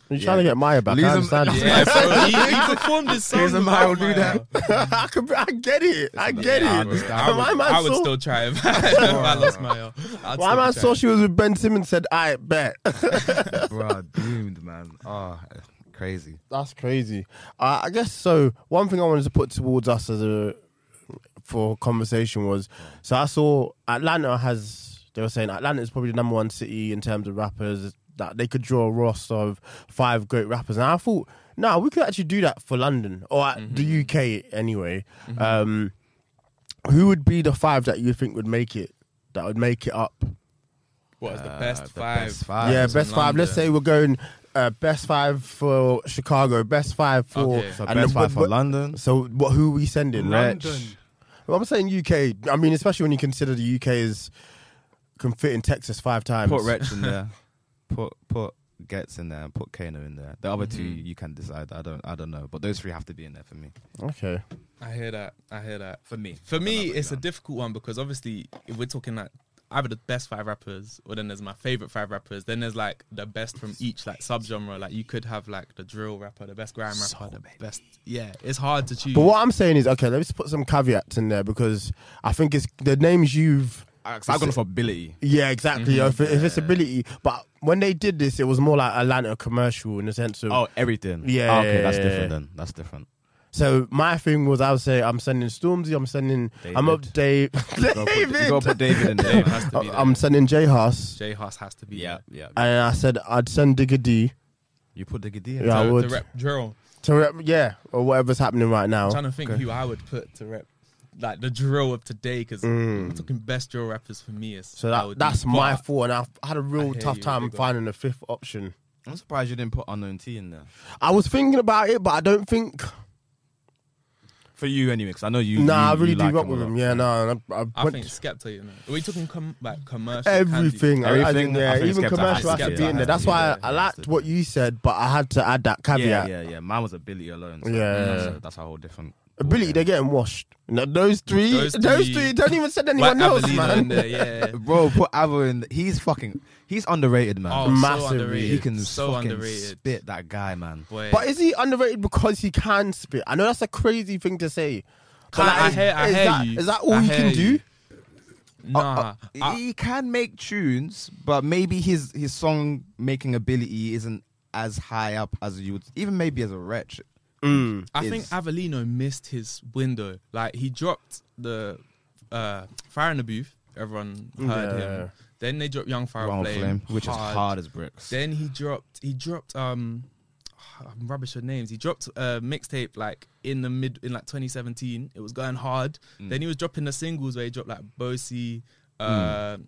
Speaker 3: You're trying to get Maya back.
Speaker 1: Lose
Speaker 3: I
Speaker 1: him-
Speaker 3: understand.
Speaker 1: [laughs]
Speaker 2: [laughs] yeah, bro, he, he performed his song.
Speaker 1: Here's a
Speaker 2: without
Speaker 1: man who'll do
Speaker 2: Maya.
Speaker 1: that.
Speaker 3: [laughs] I, could, I get it. I get
Speaker 1: Yeah, I
Speaker 3: it.
Speaker 1: understand.
Speaker 2: I
Speaker 1: Am
Speaker 2: would,
Speaker 3: man
Speaker 2: I would
Speaker 3: so-
Speaker 2: still try if if [laughs] I lost Maya. I'd
Speaker 3: Why
Speaker 2: still
Speaker 3: man
Speaker 2: try.
Speaker 3: saw she was with Ben Simmons said, I bet. [laughs]
Speaker 1: bro, doomed, man. Oh, crazy.
Speaker 3: That's crazy. I I guess so. One thing I wanted to put towards us as a for conversation was so I saw Atlanta has they were saying Atlanta is probably the number one city in terms of rappers that they could draw a roster of five great rappers, and I thought, no, we could actually do that for London or at the UK anyway. Um, who would be the five that you think would make it? That would make it up.
Speaker 2: What is the best
Speaker 1: Uh, the
Speaker 2: five?
Speaker 1: best five.
Speaker 3: yeah,
Speaker 2: it's
Speaker 3: best
Speaker 2: in
Speaker 3: five. Let's
Speaker 2: London.
Speaker 3: say we're going uh, best five for Chicago, best five for
Speaker 2: Okay. So
Speaker 1: best
Speaker 3: then
Speaker 1: five
Speaker 3: wh-
Speaker 1: for
Speaker 3: wh-
Speaker 1: London.
Speaker 3: So what? Who are we sending?
Speaker 1: Rich.
Speaker 5: London.
Speaker 3: Well, I'm saying UK. I mean, especially when you consider the UK is can fit in Texas five times.
Speaker 1: Put Wretch in there. Put put Gets in there and put Kano in there. The other two you can decide. I don't I don't know. But those three have to be in there for me.
Speaker 3: Okay.
Speaker 2: I hear that. I hear that.
Speaker 1: For me.
Speaker 2: For me,
Speaker 1: Another
Speaker 2: it's a
Speaker 1: example.
Speaker 2: difficult one because obviously, if we're talking like either the best five rappers, or then there's my favorite five rappers, then there's like the best from each like subgenre. Like you could have like the drill rapper, the best grime rapper, the best. Yeah, it's hard to choose.
Speaker 3: But what I'm saying is, okay, let's put some caveats in there because I think it's the names you've.
Speaker 1: I- Uh, 'cause I've gone for ability.
Speaker 3: Yeah, exactly. If, if it's ability, but when they did this, it was more like Atlanta commercial in the sense of
Speaker 1: Oh, everything.
Speaker 3: Yeah,
Speaker 1: okay, that's
Speaker 3: yeah, yeah.
Speaker 1: different then. That's different.
Speaker 3: So my thing was, I would say I'm sending Stormzy, I'm sending, I'm up Dave, [laughs]
Speaker 1: [laughs] You gotta put- You
Speaker 3: David,
Speaker 1: gotta put David in
Speaker 3: [laughs]
Speaker 2: Dave
Speaker 1: there.
Speaker 2: has to be there.
Speaker 3: I'm sending J Haas,
Speaker 2: Jay Haas has to be.
Speaker 1: yeah,
Speaker 2: there.
Speaker 1: yeah.
Speaker 3: and I said I'd send Digga D
Speaker 1: You put the Gidea.
Speaker 3: Yeah. I
Speaker 2: To-
Speaker 3: would.
Speaker 2: to rep drill.
Speaker 3: to rep, yeah, or whatever's happening right now.
Speaker 2: I'm trying to think who I would put to rep. Like the drill of today, because I'm talking best drill rappers for me is
Speaker 3: Mm. So that,
Speaker 2: LD,
Speaker 3: that's my
Speaker 2: but-
Speaker 3: thought, and I had a real
Speaker 2: hear
Speaker 3: tough
Speaker 2: you,
Speaker 3: time
Speaker 2: big up.
Speaker 3: finding a fifth option.
Speaker 1: I'm surprised you didn't put unknown T in there.
Speaker 3: I was thinking about it, but I don't think.
Speaker 1: For you anyway, because I know you.
Speaker 3: Nah,
Speaker 1: you-
Speaker 3: I really
Speaker 1: you
Speaker 3: do
Speaker 1: like
Speaker 3: rock with
Speaker 1: a lot.
Speaker 3: him. Yeah, no, I, I,
Speaker 2: I
Speaker 3: went
Speaker 2: think Skepta, you know. Are we talking com- like commercial?
Speaker 3: everything.
Speaker 2: candy?
Speaker 3: I- I,
Speaker 1: Everything,
Speaker 3: think,
Speaker 1: I
Speaker 3: yeah,
Speaker 1: think
Speaker 3: even
Speaker 1: Skepta
Speaker 3: commercial has
Speaker 2: has
Speaker 3: to
Speaker 2: to
Speaker 3: be
Speaker 2: be
Speaker 3: in there.
Speaker 2: there.
Speaker 3: That's
Speaker 2: Yeah,
Speaker 3: why
Speaker 2: yeah,
Speaker 3: I, I
Speaker 1: yeah,
Speaker 3: liked
Speaker 1: that's
Speaker 3: what you said, but I had to add that
Speaker 1: Yeah,
Speaker 3: caveat.
Speaker 1: yeah, yeah. Mine was ability alone. So
Speaker 3: Yeah.
Speaker 1: that's a- that's a whole different.
Speaker 3: Ability, they're getting washed. No, those three,
Speaker 2: Those
Speaker 3: those,
Speaker 2: three.
Speaker 3: three, don't even send
Speaker 2: Whack
Speaker 3: anyone else,
Speaker 2: Avelino
Speaker 3: man.
Speaker 2: in
Speaker 1: [laughs]
Speaker 2: there, yeah.
Speaker 1: Bro, put Avo in. He's fucking. He's underrated, man.
Speaker 2: Oh, so
Speaker 3: Massively.
Speaker 2: underrated.
Speaker 1: he can
Speaker 2: so
Speaker 1: fucking
Speaker 2: underrated.
Speaker 1: spit that guy, man.
Speaker 2: Boy.
Speaker 3: But is he underrated because he can spit? I know that's a crazy thing to say. But
Speaker 2: Can I- I
Speaker 3: is-
Speaker 2: hear- I
Speaker 3: is
Speaker 2: hear
Speaker 3: that,
Speaker 2: you.
Speaker 3: is that all
Speaker 2: I
Speaker 3: he
Speaker 2: hear
Speaker 3: can
Speaker 2: you.
Speaker 3: do?
Speaker 1: Uh,
Speaker 2: nah, I-
Speaker 1: he can make tunes, but maybe his his song making ability isn't as high up as you would. Even maybe as a wretch.
Speaker 2: I think
Speaker 1: is-
Speaker 2: Avellino missed his window. Like he dropped the uh, fire in the booth, everyone heard
Speaker 3: Yeah.
Speaker 2: him. Then they dropped Young Fire
Speaker 1: Round
Speaker 2: Flame,
Speaker 1: Flame, which is hard as bricks.
Speaker 2: Then he dropped he dropped um [sighs] I'm rubbish with names. He dropped a mixtape like in the mid in like 2017. It was going hard.
Speaker 1: Mm.
Speaker 2: Then he was dropping the singles where he dropped like Bosie, uh,
Speaker 1: Mm.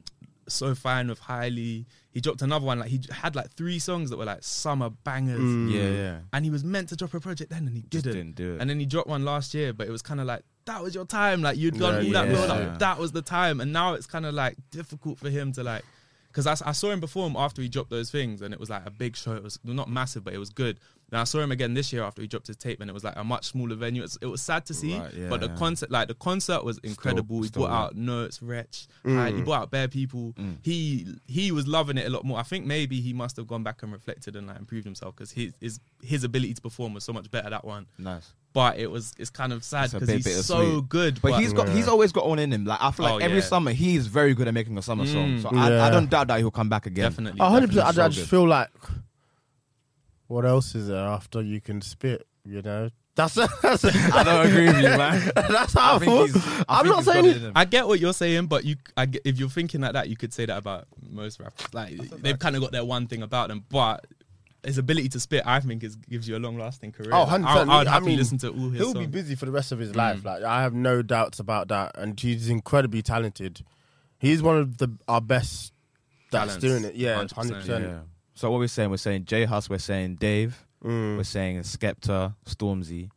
Speaker 2: So Fine with Hailey. He dropped another one like he j- had like three songs that were like summer bangers.
Speaker 1: Yeah, yeah.
Speaker 2: And he was meant to drop a project then and he
Speaker 1: Just
Speaker 2: didn't.
Speaker 1: didn't do it.
Speaker 2: And then he dropped one last year, but it was kind of like that was your time. Like you'd done
Speaker 3: Yeah,
Speaker 2: all that
Speaker 3: yeah.
Speaker 2: build up.
Speaker 1: Yeah.
Speaker 2: That was the time. And now it's kind of like difficult for him to like, because I, s- I saw him perform after he dropped those things, and it was like a big show. It was well, not massive, but it was good. Then I saw him again this year after he dropped his tape, and it was like a much smaller venue. It's, it was sad to see,
Speaker 1: Right, yeah,
Speaker 2: but the
Speaker 1: yeah.
Speaker 2: concert, like the concert, was incredible. he
Speaker 1: still
Speaker 2: brought
Speaker 1: wet.
Speaker 2: out Notes, Wretch, Hyde,
Speaker 1: Mm.
Speaker 2: he brought out Bare People. He he was loving it a lot more. I think maybe he must have gone back and reflected and like improved himself because his, his his ability to perform was so much better that one
Speaker 1: Nice.
Speaker 2: but it was it's kind of sad
Speaker 1: It's a
Speaker 2: because
Speaker 1: bit
Speaker 2: he's
Speaker 1: bittersweet.
Speaker 2: so good.
Speaker 1: But, he's got he's always got on in him. Like I feel like
Speaker 2: Oh,
Speaker 1: every
Speaker 2: yeah. Mm.
Speaker 1: summer he's very good at making a summer song. So
Speaker 3: Yeah.
Speaker 1: I, I don't doubt that he'll come back again.
Speaker 2: definitely.
Speaker 3: A hundred
Speaker 2: definitely.
Speaker 3: percent. I, I
Speaker 1: so good.
Speaker 3: just feel like, what else is there after you can spit? You know, that's [laughs] that's.
Speaker 1: I don't agree with you,
Speaker 2: [laughs]
Speaker 1: man.
Speaker 3: That's how I,
Speaker 1: I think
Speaker 3: feel.
Speaker 1: he's- I
Speaker 3: I'm
Speaker 1: think
Speaker 3: not
Speaker 1: he's got
Speaker 3: saying
Speaker 1: it
Speaker 3: it.
Speaker 1: in him.
Speaker 2: I get what you're saying, but you, I get, if you're thinking like that, you could say that about most rappers. Like they've kind of got their one thing about them, but his ability to spit, I think, is, gives you a long lasting career.
Speaker 3: Oh,
Speaker 2: Like,
Speaker 3: 100%.
Speaker 2: I, I would
Speaker 3: I
Speaker 2: happily
Speaker 3: mean,
Speaker 2: listen to all his
Speaker 3: He'll be
Speaker 2: songs. Mm.
Speaker 3: busy for the rest of his life. Like I have no doubts about that, and he's incredibly talented. He's one of the our best that's
Speaker 2: Talents.
Speaker 3: doing it. Yeah,
Speaker 2: 100%,
Speaker 3: hundred percent.
Speaker 1: Yeah. So what we're saying, we're saying J Hus, we're saying Dave,
Speaker 3: Mm.
Speaker 1: we're saying Skepta, Stormzy,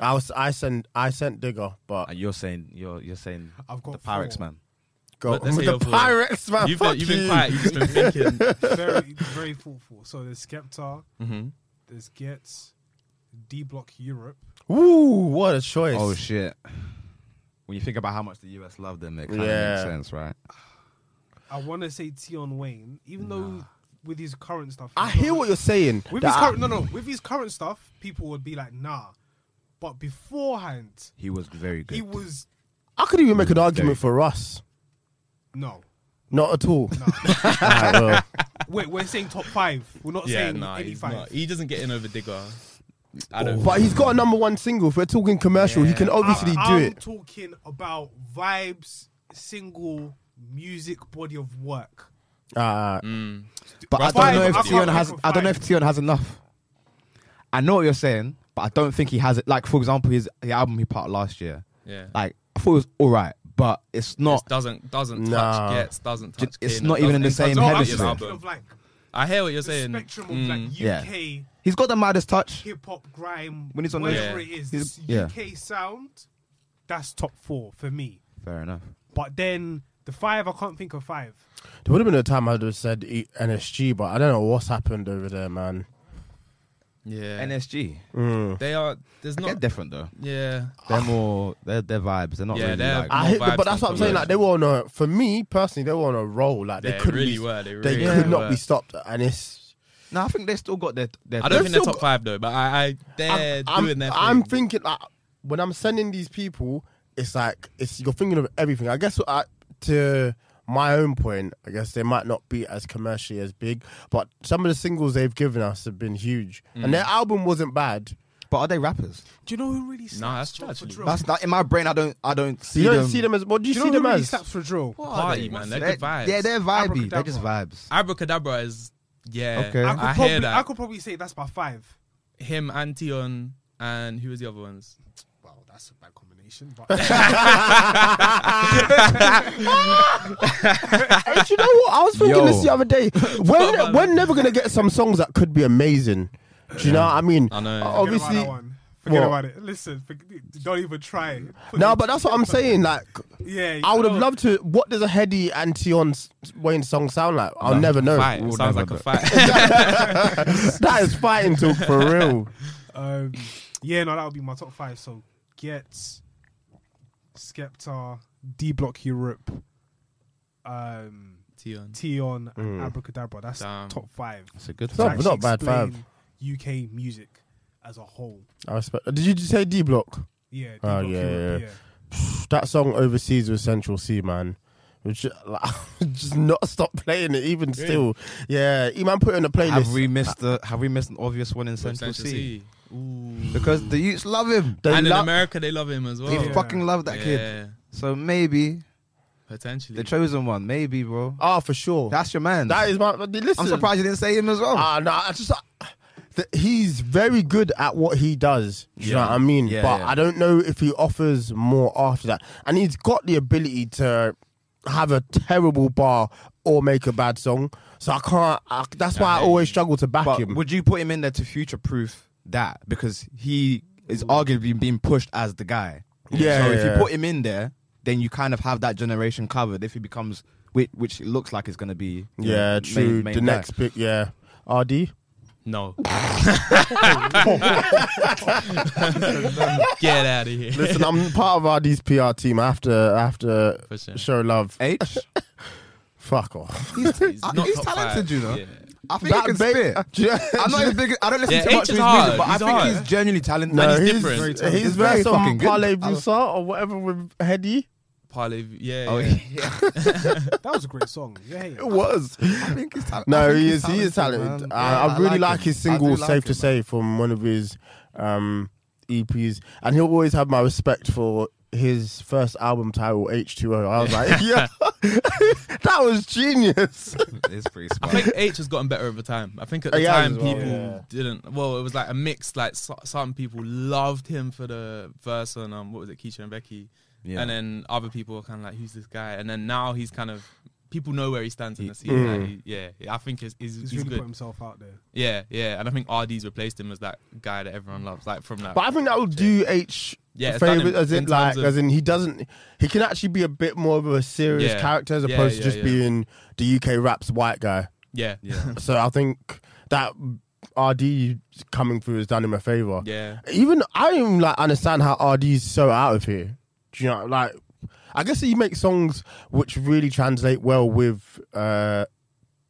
Speaker 3: I was I sent I sent Digger, but
Speaker 1: and Uh, you're saying you're you're saying
Speaker 5: I've got
Speaker 1: the Pyrex
Speaker 5: four.
Speaker 1: man.
Speaker 3: go [laughs]
Speaker 2: But let's say
Speaker 3: the
Speaker 2: you're full.
Speaker 3: Pyrex man.
Speaker 2: You've
Speaker 3: fuck
Speaker 2: been, you've been
Speaker 3: you.
Speaker 2: quiet. You've
Speaker 3: [laughs]
Speaker 2: just been thinking.
Speaker 5: very, very thoughtful. So there's Skepta, there's Gets, D Block Europe.
Speaker 3: Ooh, what a choice!
Speaker 1: Oh shit. When you think about how much the US loved them, it kind of
Speaker 3: Yeah.
Speaker 1: makes sense, right?
Speaker 5: I want to say Tion Wayne, even though with his current stuff.
Speaker 3: I
Speaker 5: he's
Speaker 3: hear
Speaker 5: not-
Speaker 3: what you're saying.
Speaker 5: With
Speaker 3: that
Speaker 5: his
Speaker 3: I-
Speaker 5: current, no, no, with his current stuff, people would be like, nah. But beforehand,
Speaker 1: He was very good.
Speaker 5: he was
Speaker 3: I could even make an argument
Speaker 1: Dave.
Speaker 3: for us.
Speaker 5: no.
Speaker 3: Not at all. [laughs] Alright, well,
Speaker 5: Wait, we're saying top five. We're not
Speaker 2: yeah,
Speaker 5: saying
Speaker 2: nah,
Speaker 5: any
Speaker 2: he's
Speaker 5: five.
Speaker 2: not. He doesn't get in over Digger. [laughs] I don't.
Speaker 3: Oh, but he's got a number one single. If we're talking commercial, he can obviously
Speaker 5: I-
Speaker 3: do
Speaker 5: I'm
Speaker 3: it.
Speaker 5: talking about vibes, single music, body of work.
Speaker 3: Uh,
Speaker 1: But I
Speaker 5: Five,
Speaker 1: don't know
Speaker 5: I
Speaker 1: if
Speaker 5: can't
Speaker 1: Tion has.
Speaker 5: think of
Speaker 1: I don't know
Speaker 5: five.
Speaker 1: if Tion has enough. I know what you're saying, but I don't think he has it. Like for example, his the album he put out last year.
Speaker 2: Yeah.
Speaker 1: Like I thought it was all right, but it's not.
Speaker 2: Just doesn't doesn't
Speaker 3: Nah.
Speaker 2: touch gets doesn't touch.
Speaker 1: It's
Speaker 2: Kano,
Speaker 1: not even in the
Speaker 2: doesn't
Speaker 1: same
Speaker 5: No,
Speaker 2: touch
Speaker 1: head
Speaker 5: I'm
Speaker 2: his
Speaker 1: as
Speaker 5: just
Speaker 1: you.
Speaker 5: thinking
Speaker 2: album.
Speaker 5: of like
Speaker 2: I hear what you're
Speaker 5: the
Speaker 2: saying.
Speaker 5: spectrum of like UK
Speaker 1: Yeah. he's got the maddest touch.
Speaker 5: hip hop grime,
Speaker 1: When he's on
Speaker 5: whatever
Speaker 2: the-
Speaker 5: it is,
Speaker 1: He's- yeah.
Speaker 5: UK sound. That's top four for me.
Speaker 1: Fair enough.
Speaker 5: But then the five, I can't think of five.
Speaker 3: there would have been a time I'd have said E- NSG, but I don't know what's happened over there, man.
Speaker 2: Yeah,
Speaker 1: NSG.
Speaker 5: Mm.
Speaker 2: they are. There's
Speaker 1: They're
Speaker 2: not.
Speaker 1: different though.
Speaker 2: Yeah,
Speaker 1: They're more. They're their vibes. They're not
Speaker 2: Yeah,
Speaker 1: really
Speaker 2: they're-
Speaker 1: like.
Speaker 2: More
Speaker 3: I hate,
Speaker 2: vibes
Speaker 3: but that's
Speaker 2: than
Speaker 3: what I'm saying. Like they were on a, for me personally, they were on a roll. Like they,
Speaker 2: They
Speaker 3: couldn't
Speaker 2: really
Speaker 3: be,
Speaker 2: were, they really
Speaker 3: could not
Speaker 2: were.
Speaker 3: be stopped. And it's,
Speaker 1: no, I think they still got their. their
Speaker 2: I don't
Speaker 1: they've
Speaker 2: think they're
Speaker 1: still
Speaker 2: top five though, but I, I they're
Speaker 3: I'm,
Speaker 2: doing their.
Speaker 3: I'm
Speaker 2: thing.
Speaker 3: thinking like when I'm sending these people, it's like it's you're thinking of everything. I guess what I, to my own point, I guess they might not be as commercially as big, but some of the singles they've given us have been huge,
Speaker 2: Mm.
Speaker 3: and their album wasn't bad.
Speaker 1: But are they rappers?
Speaker 5: Do you know who really
Speaker 2: that's
Speaker 5: slaps for, for
Speaker 2: tragedy.
Speaker 5: drill?
Speaker 1: That's not in my brain. I don't. I don't see
Speaker 3: you don't
Speaker 1: them.
Speaker 3: see them as what do
Speaker 5: Do
Speaker 3: you,
Speaker 5: you know
Speaker 3: see
Speaker 5: who
Speaker 3: them
Speaker 5: really
Speaker 3: as?
Speaker 5: slaps for drill?
Speaker 1: Oh,
Speaker 2: party, man. They're good vibes.
Speaker 1: Yeah, they're vibey. They're
Speaker 5: Abracadabra.
Speaker 1: just vibes.
Speaker 2: Abracadabra is yeah.
Speaker 1: Okay.
Speaker 5: I
Speaker 2: I,
Speaker 5: could,
Speaker 2: hear
Speaker 5: probably,
Speaker 2: that.
Speaker 5: I could probably say that's my five.
Speaker 2: Him, Antion, and who was the other ones?
Speaker 5: Well, that's a bad combination.
Speaker 1: [laughs]
Speaker 5: But
Speaker 3: And you know what? I was thinking
Speaker 1: Yo.
Speaker 3: this the other day. When we're never gonna get some songs that could be amazing. Do you know what I mean?
Speaker 2: I know.
Speaker 3: Uh,
Speaker 2: Forget
Speaker 5: Forget about
Speaker 3: Obviously,
Speaker 5: that one. Forget
Speaker 3: What?
Speaker 5: about it. Listen, forg- don't even try. Put
Speaker 3: no,
Speaker 5: it-
Speaker 3: but that's what I'm saying. Like,
Speaker 5: Yeah,
Speaker 3: I would have
Speaker 5: no.
Speaker 3: loved to. What does a Heady and Tion s- Wayne song sound like? I'll never know.
Speaker 2: Fight.
Speaker 1: we'll
Speaker 2: Sounds
Speaker 1: never
Speaker 2: like a
Speaker 1: know.
Speaker 2: [laughs] fight.
Speaker 3: [laughs] that is fighting talk for real.
Speaker 5: Um, yeah, no, that would be my top five. So Gets, Skepta, D Block Europe, um,
Speaker 2: Tion.
Speaker 5: Tion, and Abracadabra. That's
Speaker 2: Damn.
Speaker 5: top five.
Speaker 1: It's a good
Speaker 5: To
Speaker 3: not-
Speaker 1: vibe.
Speaker 5: actually
Speaker 3: Mm. not bad
Speaker 5: explain
Speaker 3: five.
Speaker 5: UK music as a whole.
Speaker 3: I respect. Did you just say D Block?
Speaker 5: Yeah, D
Speaker 3: Oh,
Speaker 5: Block
Speaker 3: yeah,
Speaker 5: Europe.
Speaker 3: yeah.
Speaker 5: Yeah.
Speaker 3: That song overseas with Central C, man. Which [laughs] like, just not stop playing it even still. Yeah, E man put in a playlist.
Speaker 1: Have we missed the? Have we missed an obvious one in Central
Speaker 2: Central
Speaker 1: C?
Speaker 2: C. Ooh.
Speaker 1: Because the youths love him.
Speaker 3: They
Speaker 2: And in
Speaker 3: lo-
Speaker 2: America, they love him as well.
Speaker 1: They fucking love that kid.
Speaker 2: Yeah.
Speaker 1: So maybe
Speaker 2: Potentially.
Speaker 1: The chosen one, maybe, bro.
Speaker 3: Ah, for sure.
Speaker 1: That's your man.
Speaker 3: that is my. but Listen,
Speaker 1: I'm surprised you didn't say him as well.
Speaker 3: Ah, no, I just. th- he's very good at what he does. Do you know what I mean?
Speaker 1: Yeah,
Speaker 3: but
Speaker 1: yeah.
Speaker 3: I don't know if he offers more after that. And he's got the ability to have a terrible bar or make a bad song. So I can't. I, that's why I always struggle to back
Speaker 1: but
Speaker 3: him.
Speaker 1: would you put him in there to future proof that because he is arguably being pushed as the guy?
Speaker 3: Yeah,
Speaker 1: So if
Speaker 3: yeah.
Speaker 1: you put him in there, then you kind of have that generation covered. If he becomes which, which it looks like it's going to be. you know,
Speaker 3: yeah,
Speaker 1: main-
Speaker 3: true.
Speaker 1: main
Speaker 3: the
Speaker 1: guy.
Speaker 3: next pick, yeah. RD.
Speaker 1: [laughs]
Speaker 2: No. Get out of here.
Speaker 3: Listen, I'm part of RD's PR team. I have to, I have to
Speaker 2: For sure.
Speaker 3: show love.
Speaker 1: H.
Speaker 3: Fuck off.
Speaker 1: He's,
Speaker 2: He's
Speaker 1: uh,
Speaker 2: not
Speaker 1: he's
Speaker 2: top
Speaker 1: talented,
Speaker 2: five.
Speaker 1: you know.
Speaker 2: Yeah.
Speaker 1: I think he can spit.
Speaker 3: [laughs]
Speaker 1: I'm not his big. I don't listen
Speaker 2: Yeah,
Speaker 1: to much
Speaker 2: H
Speaker 1: to his
Speaker 2: is hard.
Speaker 1: music, but I
Speaker 2: He's
Speaker 1: think
Speaker 2: hard.
Speaker 1: he's genuinely talented.
Speaker 2: No,
Speaker 1: And
Speaker 2: he's
Speaker 1: different.
Speaker 2: different.
Speaker 3: He's, he's very fucking good. Parley Broussard or whatever with Heady.
Speaker 2: Parley, yeah,
Speaker 1: Oh,
Speaker 2: yeah.
Speaker 1: yeah.
Speaker 5: That was a great song. Yeah, hey.
Speaker 3: It was.
Speaker 1: I think he's tal- I
Speaker 3: No,
Speaker 1: think
Speaker 3: he
Speaker 1: he's
Speaker 3: is. He is
Speaker 1: man.
Speaker 3: talented. I,
Speaker 1: Yeah,
Speaker 3: I really like,
Speaker 1: him.
Speaker 3: his
Speaker 1: I
Speaker 3: single
Speaker 1: do like
Speaker 3: "Safe to
Speaker 1: him, man.
Speaker 3: Say" from one of his um, EPs, and he'll always have my respect for his first album title H2O. I was like, [laughs] yeah, that was genius.
Speaker 1: It's pretty
Speaker 2: I
Speaker 3: [laughs]
Speaker 1: smart.
Speaker 2: think H has gotten better over time. I think at the
Speaker 3: Yeah,
Speaker 2: time
Speaker 3: Oh, as well,
Speaker 2: people
Speaker 3: yeah.
Speaker 2: didn't. Well, it was like a mix. Like so, some people loved him for the verse on um, what was it, Keisha and Becky,
Speaker 1: Yeah.
Speaker 2: and then other people were kind of like, "Who's this guy?" And then now he's kind of people know where he stands in the scene.
Speaker 3: Mm.
Speaker 2: like, he- yeah, I think he's, he's,
Speaker 5: He's
Speaker 2: he's
Speaker 5: really
Speaker 2: good.
Speaker 5: put himself out there.
Speaker 2: Yeah, yeah, and I think RD's replaced him as that guy that everyone loves, like from that.
Speaker 3: But I think that will do H
Speaker 2: Yeah, it's done
Speaker 3: favors,
Speaker 2: in-
Speaker 3: as in
Speaker 2: in
Speaker 3: like,
Speaker 2: terms of-
Speaker 3: as in he doesn't, he can actually be a bit more of a serious
Speaker 2: Yeah.
Speaker 3: character as
Speaker 2: Yeah,
Speaker 3: opposed to
Speaker 2: yeah,
Speaker 3: just
Speaker 2: yeah.
Speaker 3: being the UK raps white guy.
Speaker 2: yeah, yeah,
Speaker 3: [laughs] So I think that RD coming through has done him a favor.
Speaker 2: yeah.
Speaker 3: Even I don't even, like understand how RD's so out of here. Do you know like I guess he makes songs which really translate well with uh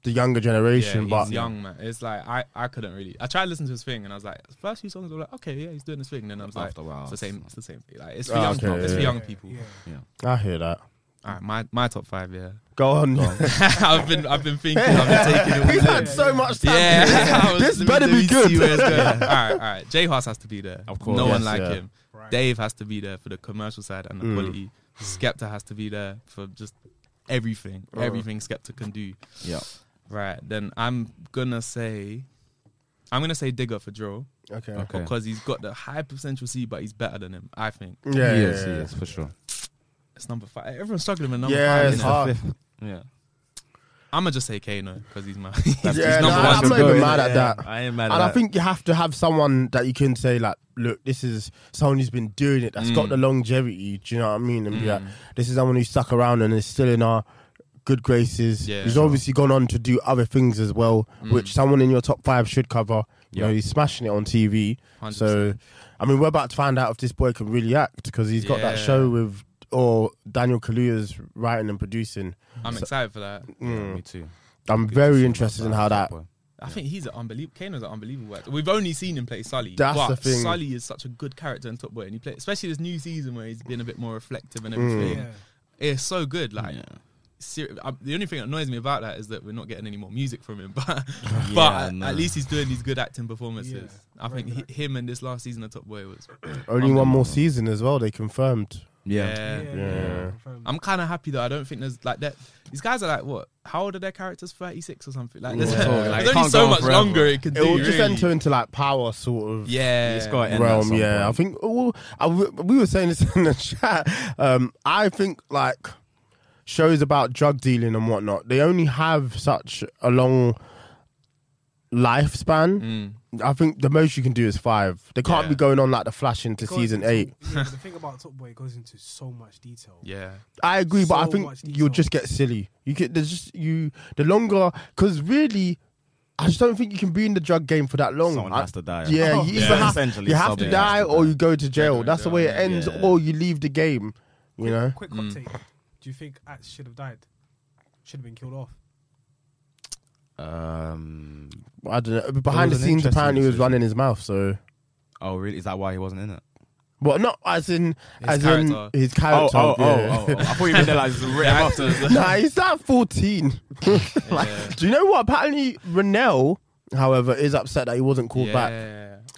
Speaker 3: the younger generation,
Speaker 2: Yeah,
Speaker 3: but
Speaker 2: he's young, man. It's like I, I couldn't really. I tried listening to his thing, and I was like, first few songs were like, okay, yeah, he's doing his thing. And then I was like,
Speaker 1: After a while,
Speaker 2: it's the
Speaker 1: it's-
Speaker 2: same, it's the same. thing. Like it's for
Speaker 3: Ah,
Speaker 2: young,
Speaker 3: okay,
Speaker 2: people. it's for
Speaker 3: yeah.
Speaker 2: young people.
Speaker 5: Yeah.
Speaker 3: I hear that.
Speaker 2: All right, my my top five, yeah. [laughs]
Speaker 3: Go on. [laughs]
Speaker 2: I've been I've been thinking, I've been taking it. all
Speaker 3: We've
Speaker 2: in.
Speaker 3: had so much time.
Speaker 2: Yeah, I was-
Speaker 3: This
Speaker 2: let me-
Speaker 3: better
Speaker 2: let me
Speaker 3: be
Speaker 2: see
Speaker 3: good.
Speaker 2: where it's
Speaker 3: [laughs]
Speaker 2: going. all right, all right. J House has to be there. Of
Speaker 3: course.
Speaker 2: no one
Speaker 3: Yes,
Speaker 2: like
Speaker 3: yeah.
Speaker 2: him. Dave has to be there for the commercial side and the
Speaker 3: Mm.
Speaker 2: quality. Skepta has to be there for just everything, everything Skepta can do.
Speaker 1: Yeah.
Speaker 2: Right, then I'm gonna say, I'm gonna say Digger for Drill
Speaker 3: Okay.
Speaker 1: Okay.
Speaker 2: because he's got the high potential C, but he's better than him. I think
Speaker 3: Yeah, yeah,
Speaker 1: he
Speaker 7: Eh,
Speaker 1: is,
Speaker 3: yeah.
Speaker 1: he is, for sure.
Speaker 2: it's number five. Everyone's struggling with number
Speaker 3: Yeah,
Speaker 2: five.
Speaker 3: it's
Speaker 2: isn't it?
Speaker 3: hard.
Speaker 1: Yeah.
Speaker 2: I'm gonna just say Kano because he's my [laughs] he's
Speaker 3: Yeah,
Speaker 2: number
Speaker 3: no,
Speaker 2: one.
Speaker 3: I'm not even mad at that.
Speaker 1: I ain't mad
Speaker 3: and I think you have to have someone that you can say like, look, this is someone who's been doing it, that's got the longevity. Do you know what I mean? And be like, this is someone who's stuck around and is still in our good graces.
Speaker 2: Yeah.
Speaker 3: he's obviously gone on to do other things as well, which someone in your top five should cover. You know,
Speaker 1: Yeah.
Speaker 3: he's smashing it on TV.
Speaker 2: 100%.
Speaker 3: So, I mean, we're about to find out if this boy can really act because he's got that
Speaker 2: Yeah.
Speaker 3: show with or Daniel Kaluuya's writing and producing.
Speaker 2: I'm excited for that.
Speaker 1: me too.
Speaker 3: I'm very interested in how that.
Speaker 2: I think he's an unbelievable. Kano's an unbelievable actor. We've only seen him play Sully.
Speaker 3: That's
Speaker 2: but
Speaker 3: the thing.
Speaker 2: Sully is such a good character in Top Boy, and he plays, especially this new season where he's been a bit more reflective and
Speaker 3: Mm.
Speaker 2: everything.
Speaker 5: Yeah.
Speaker 2: It's so good. Like, seri- uh, the only thing that annoys me about that is that we're not getting any more music from him. [laughs] But, but
Speaker 1: Yeah,
Speaker 2: at-
Speaker 1: no.
Speaker 2: at least he's doing these good acting performances.
Speaker 5: Yeah,
Speaker 2: I think
Speaker 5: very
Speaker 2: he,
Speaker 5: good
Speaker 2: him and this last season of Top Boy was.
Speaker 3: Only one more season as well. They confirmed.
Speaker 1: Yeah.
Speaker 5: Yeah.
Speaker 2: yeah.
Speaker 5: yeah.
Speaker 2: I'm kind of happy though. I don't think there's like that. These guys are like what? How old are their characters? Thirty six or something. [laughs] Like there's,
Speaker 1: Yeah.
Speaker 2: there's
Speaker 1: Like, it
Speaker 2: only
Speaker 1: can't go
Speaker 2: so
Speaker 1: on
Speaker 2: much
Speaker 1: forever.
Speaker 2: longer it can
Speaker 3: It
Speaker 2: do.
Speaker 3: will just
Speaker 2: really.
Speaker 3: enter into like power sort of
Speaker 2: Yeah,
Speaker 1: It's got to end at
Speaker 3: realm.
Speaker 1: some
Speaker 3: Yeah, I
Speaker 1: point.
Speaker 3: think well, I, we were saying this [laughs] in the chat. Um, I think like shows about drug dealing and whatnot, they only have such a long lifespan.
Speaker 1: Mm.
Speaker 3: I think the most you can do is five. They can't
Speaker 2: Yeah.
Speaker 3: be going on like the Flash into season eight.
Speaker 5: Yeah,
Speaker 3: [laughs]
Speaker 5: but the thing about Top Boy it goes into so much detail.
Speaker 2: Yeah,
Speaker 3: I agree, but I
Speaker 5: So
Speaker 3: think
Speaker 5: much
Speaker 3: you'll
Speaker 5: detail.
Speaker 3: just get silly. You get there's just you the longer because really, I just don't think you can be in the drug game for that long.
Speaker 1: Someone
Speaker 3: I-
Speaker 1: has to die.
Speaker 3: Yeah,
Speaker 1: [laughs] Oh.
Speaker 3: you
Speaker 1: Yeah.
Speaker 3: either have,
Speaker 1: Essentially,
Speaker 3: you have to
Speaker 1: someone
Speaker 3: die
Speaker 1: has to
Speaker 3: or
Speaker 1: die.
Speaker 3: you go to jail.
Speaker 2: Yeah,
Speaker 3: That's the
Speaker 2: yeah,
Speaker 3: way it
Speaker 2: yeah.
Speaker 3: ends,
Speaker 1: Yeah.
Speaker 3: or you leave the game. You know,
Speaker 5: Quick
Speaker 2: Mm.
Speaker 5: hot take. Do you think Axe should have died? Should have been killed off.
Speaker 1: Um.
Speaker 3: I don't know. Behind
Speaker 1: It
Speaker 3: the
Speaker 1: was an
Speaker 3: scenes,
Speaker 1: interesting
Speaker 3: apparently, he was
Speaker 1: decision.
Speaker 3: running his mouth. So,
Speaker 1: Oh, really? Is that why he wasn't in it?
Speaker 3: well, not as in as
Speaker 2: character.
Speaker 3: in his character.
Speaker 1: Oh,
Speaker 3: yeah.
Speaker 1: I thought you meant like
Speaker 3: [laughs] nah, he's at 14. [laughs] like, Do you know what? Apparently, Renell, however, is upset that he wasn't called
Speaker 2: yeah.
Speaker 3: back.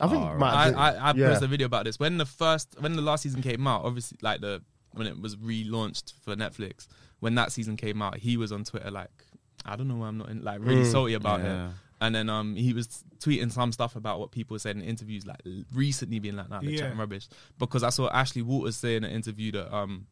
Speaker 3: I think
Speaker 1: Alright.
Speaker 3: Matt
Speaker 2: I
Speaker 3: did-
Speaker 2: I, I
Speaker 3: yeah.
Speaker 2: posted a video about this when the first when the last season came out. Obviously, like the when it was relaunched for Netflix, when that season came out, he was on Twitter like, I don't know why I'm not in, like really salty about
Speaker 1: Mm. Yeah.
Speaker 2: it. And then um he was tweeting some stuff about what people said in interviews, like l- recently being like, nah, they're
Speaker 5: Yeah.
Speaker 2: chatting rubbish. Because I saw Ashley Waters say in an interview that um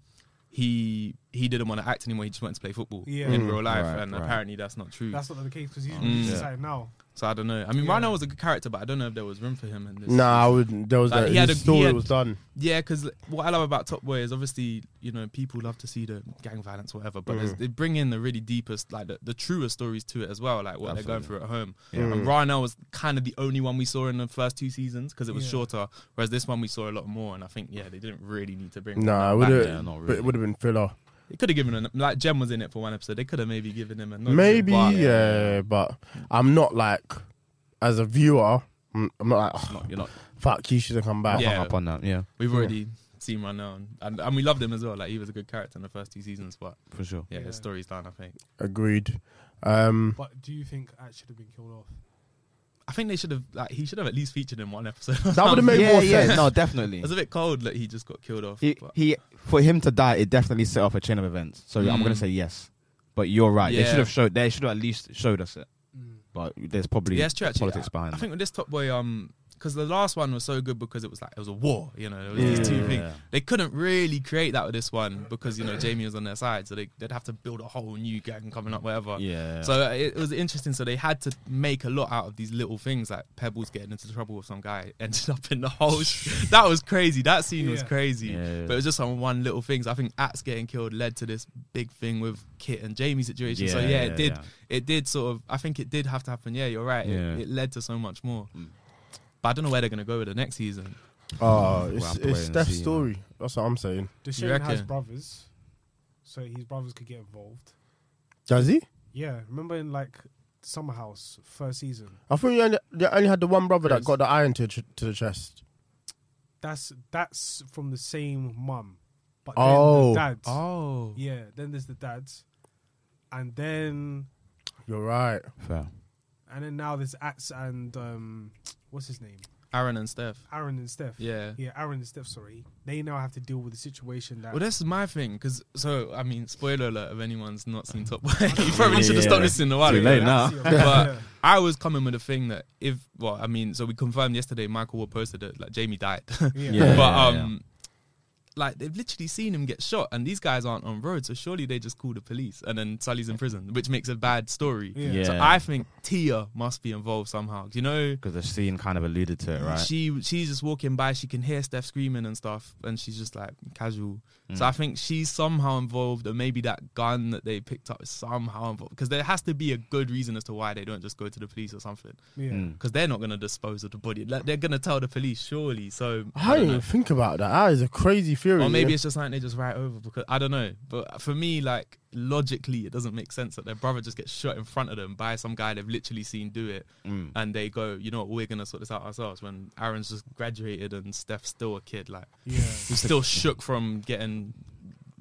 Speaker 2: he he didn't want to act anymore, he just wanted to play football
Speaker 5: Yeah.
Speaker 2: in real life.
Speaker 1: Mm. Right,
Speaker 2: and
Speaker 1: right.
Speaker 2: apparently that's not true.
Speaker 5: That's not the case because he's
Speaker 2: Mm.
Speaker 5: he's decided now.
Speaker 2: so I don't know. I mean Rhino was a good character, but I don't know if there was room for him in this.
Speaker 3: Nah, I wouldn't. There was
Speaker 2: Like,
Speaker 3: that.
Speaker 2: he
Speaker 3: He
Speaker 2: had a-
Speaker 3: story
Speaker 2: he had-
Speaker 3: was done.
Speaker 2: Yeah, because what I love about Top Boy is obviously you know people love to see the gang violence, whatever, but
Speaker 3: Mm.
Speaker 2: there's they bring in the really deepest, like the, the truest stories to it as well, like what they're going through at home.
Speaker 3: Mm.
Speaker 2: And Rhino was kind of the only one we saw in the first two seasons because it was
Speaker 5: Yeah.
Speaker 2: shorter, whereas this one we saw a lot more. And I think yeah, they didn't really need to bring.
Speaker 3: Nah, I
Speaker 2: Rhino
Speaker 3: would
Speaker 2: back.
Speaker 3: have.
Speaker 1: yeah, not
Speaker 3: But
Speaker 1: really.
Speaker 3: it would have been filler.
Speaker 2: they could have given him like Jem was in it for one episode. They could have maybe given him another.
Speaker 3: Maybe,
Speaker 2: but-
Speaker 3: yeah, but I'm not like as a viewer. I'm I'm not like "Oh,
Speaker 1: Not, you're not
Speaker 3: fuck. He should have come back.
Speaker 2: Yeah.
Speaker 1: hung up on that. Yeah,
Speaker 2: We've already seen Rhino, and, and and we loved him as well. Like he was a good character in the first two seasons, but
Speaker 1: for sure.
Speaker 2: yeah,
Speaker 5: Yeah.
Speaker 2: his story's done. I think.
Speaker 3: Agreed. Um,
Speaker 5: But do you think Ash should have been killed off?
Speaker 2: I think they should have like he should have at least featured in one episode.
Speaker 3: that
Speaker 2: [laughs]
Speaker 3: would have made
Speaker 1: yeah,
Speaker 3: more
Speaker 1: yeah,
Speaker 3: sense.
Speaker 1: no, definitely.
Speaker 2: It's a bit cold that he just got killed off.
Speaker 1: He,
Speaker 2: but-
Speaker 1: he, for him to die, it definitely set off a chain of events. So I'm
Speaker 3: Mm.
Speaker 1: gonna say yes, but you're right. They
Speaker 2: Yeah.
Speaker 1: should have showed. They should have at least showed us it.
Speaker 3: Mm.
Speaker 1: But there's probably
Speaker 2: yeah, it's true. Actually,
Speaker 1: politics
Speaker 2: I,
Speaker 1: behind.
Speaker 2: I
Speaker 1: that.
Speaker 2: think with this Top Boy, um, because the last one was so good because it was like it was a war. You know, it was these two things. They couldn't really create that with this one because you know Jamie was on their side, so they, they'd have to build a whole new gang coming up, whatever.
Speaker 1: Yeah.
Speaker 2: So uh, it, it was interesting. So they had to make a lot out of these little things, like Pebbles getting into trouble with some guy [laughs] ended up in the whole.
Speaker 1: [laughs]
Speaker 2: sh- that was crazy. That scene was
Speaker 5: Yeah.
Speaker 2: crazy.
Speaker 1: Yeah.
Speaker 2: But it was just on one little thing. So I think At's getting killed led to this big thing with Kit and Jamie situation. so
Speaker 1: Yeah,
Speaker 2: yeah,
Speaker 1: yeah,
Speaker 2: it did.
Speaker 1: yeah.
Speaker 2: It did sort of. I think it did have to happen. Yeah, you're right. It-
Speaker 1: Yeah.
Speaker 2: It, led to so much more. But I don't know where they're gonna go with the next season.
Speaker 3: Oh,
Speaker 1: We'll
Speaker 3: it's,
Speaker 1: have to wait
Speaker 3: it's
Speaker 1: and
Speaker 3: Steph's
Speaker 1: see,
Speaker 3: story. That's what I'm saying.
Speaker 5: Deshane has
Speaker 2: reckon?
Speaker 5: brothers, so his brothers could get involved.
Speaker 3: Does he?
Speaker 5: Yeah, remember in like Summer House first season.
Speaker 3: I think you only, you only had the one brother that
Speaker 2: Yes.
Speaker 3: got the iron to, ch- to the chest.
Speaker 5: That's that's from the same mum, but
Speaker 3: Oh.
Speaker 5: then the dads.
Speaker 2: Oh,
Speaker 5: Yeah, then there's the dads, and then
Speaker 3: You're right.
Speaker 1: Fair.
Speaker 5: and then now there's Ats and um, what's his name?
Speaker 2: Aaron and Steph.
Speaker 5: Aaron and Steph.
Speaker 2: Yeah.
Speaker 5: yeah, Aaron and Steph. Sorry, they now have to deal with the situation that.
Speaker 2: Well,
Speaker 5: [laughs]
Speaker 2: this is my thing because so I mean, spoiler alert: if anyone's not seen Top Boy, [laughs] you probably should have stopped listening a while
Speaker 1: Too
Speaker 2: ago.
Speaker 1: late now.
Speaker 2: [laughs]
Speaker 5: Yeah.
Speaker 2: but I was coming with a thing that if well, I mean, so we confirmed yesterday. Michael Ward posted that like Jamie died, [laughs]
Speaker 5: Yeah.
Speaker 1: Yeah.
Speaker 2: but
Speaker 1: yeah,
Speaker 2: um, like they've literally seen him get shot, and these guys aren't on road, so surely they just call the police, and then Sully's in prison, which makes a bad story.
Speaker 5: Yeah.
Speaker 2: So
Speaker 1: Yeah.
Speaker 2: I think Tia must be involved somehow. You know,
Speaker 1: Because the scene kind of alluded to it, right?
Speaker 2: she she's just walking by. She can hear Steph screaming and stuff, and she's just like casual.
Speaker 1: Mm.
Speaker 2: So I think she's somehow involved, and maybe that gun that they picked up is somehow involved. Because there has to be a good reason as to why they don't just go to the police or something.
Speaker 5: Yeah.
Speaker 1: Mm.
Speaker 2: Because they're not gonna dispose of the body. Like, they're gonna tell the police surely. So
Speaker 3: I,
Speaker 2: I
Speaker 3: didn't
Speaker 2: don't know.
Speaker 3: even think about that. That is a crazy theory.
Speaker 2: Or maybe it's just something they just write over because I don't know. But for me, like logically, it doesn't make sense that their brother just gets shot in front of them by some guy they've literally seen do it,
Speaker 1: Mm.
Speaker 2: and they go, you know, what, we're gonna sort this out ourselves. When Aaron's just graduated and Steph's still a kid, like [laughs]
Speaker 5: yeah.
Speaker 2: he's still shook from getting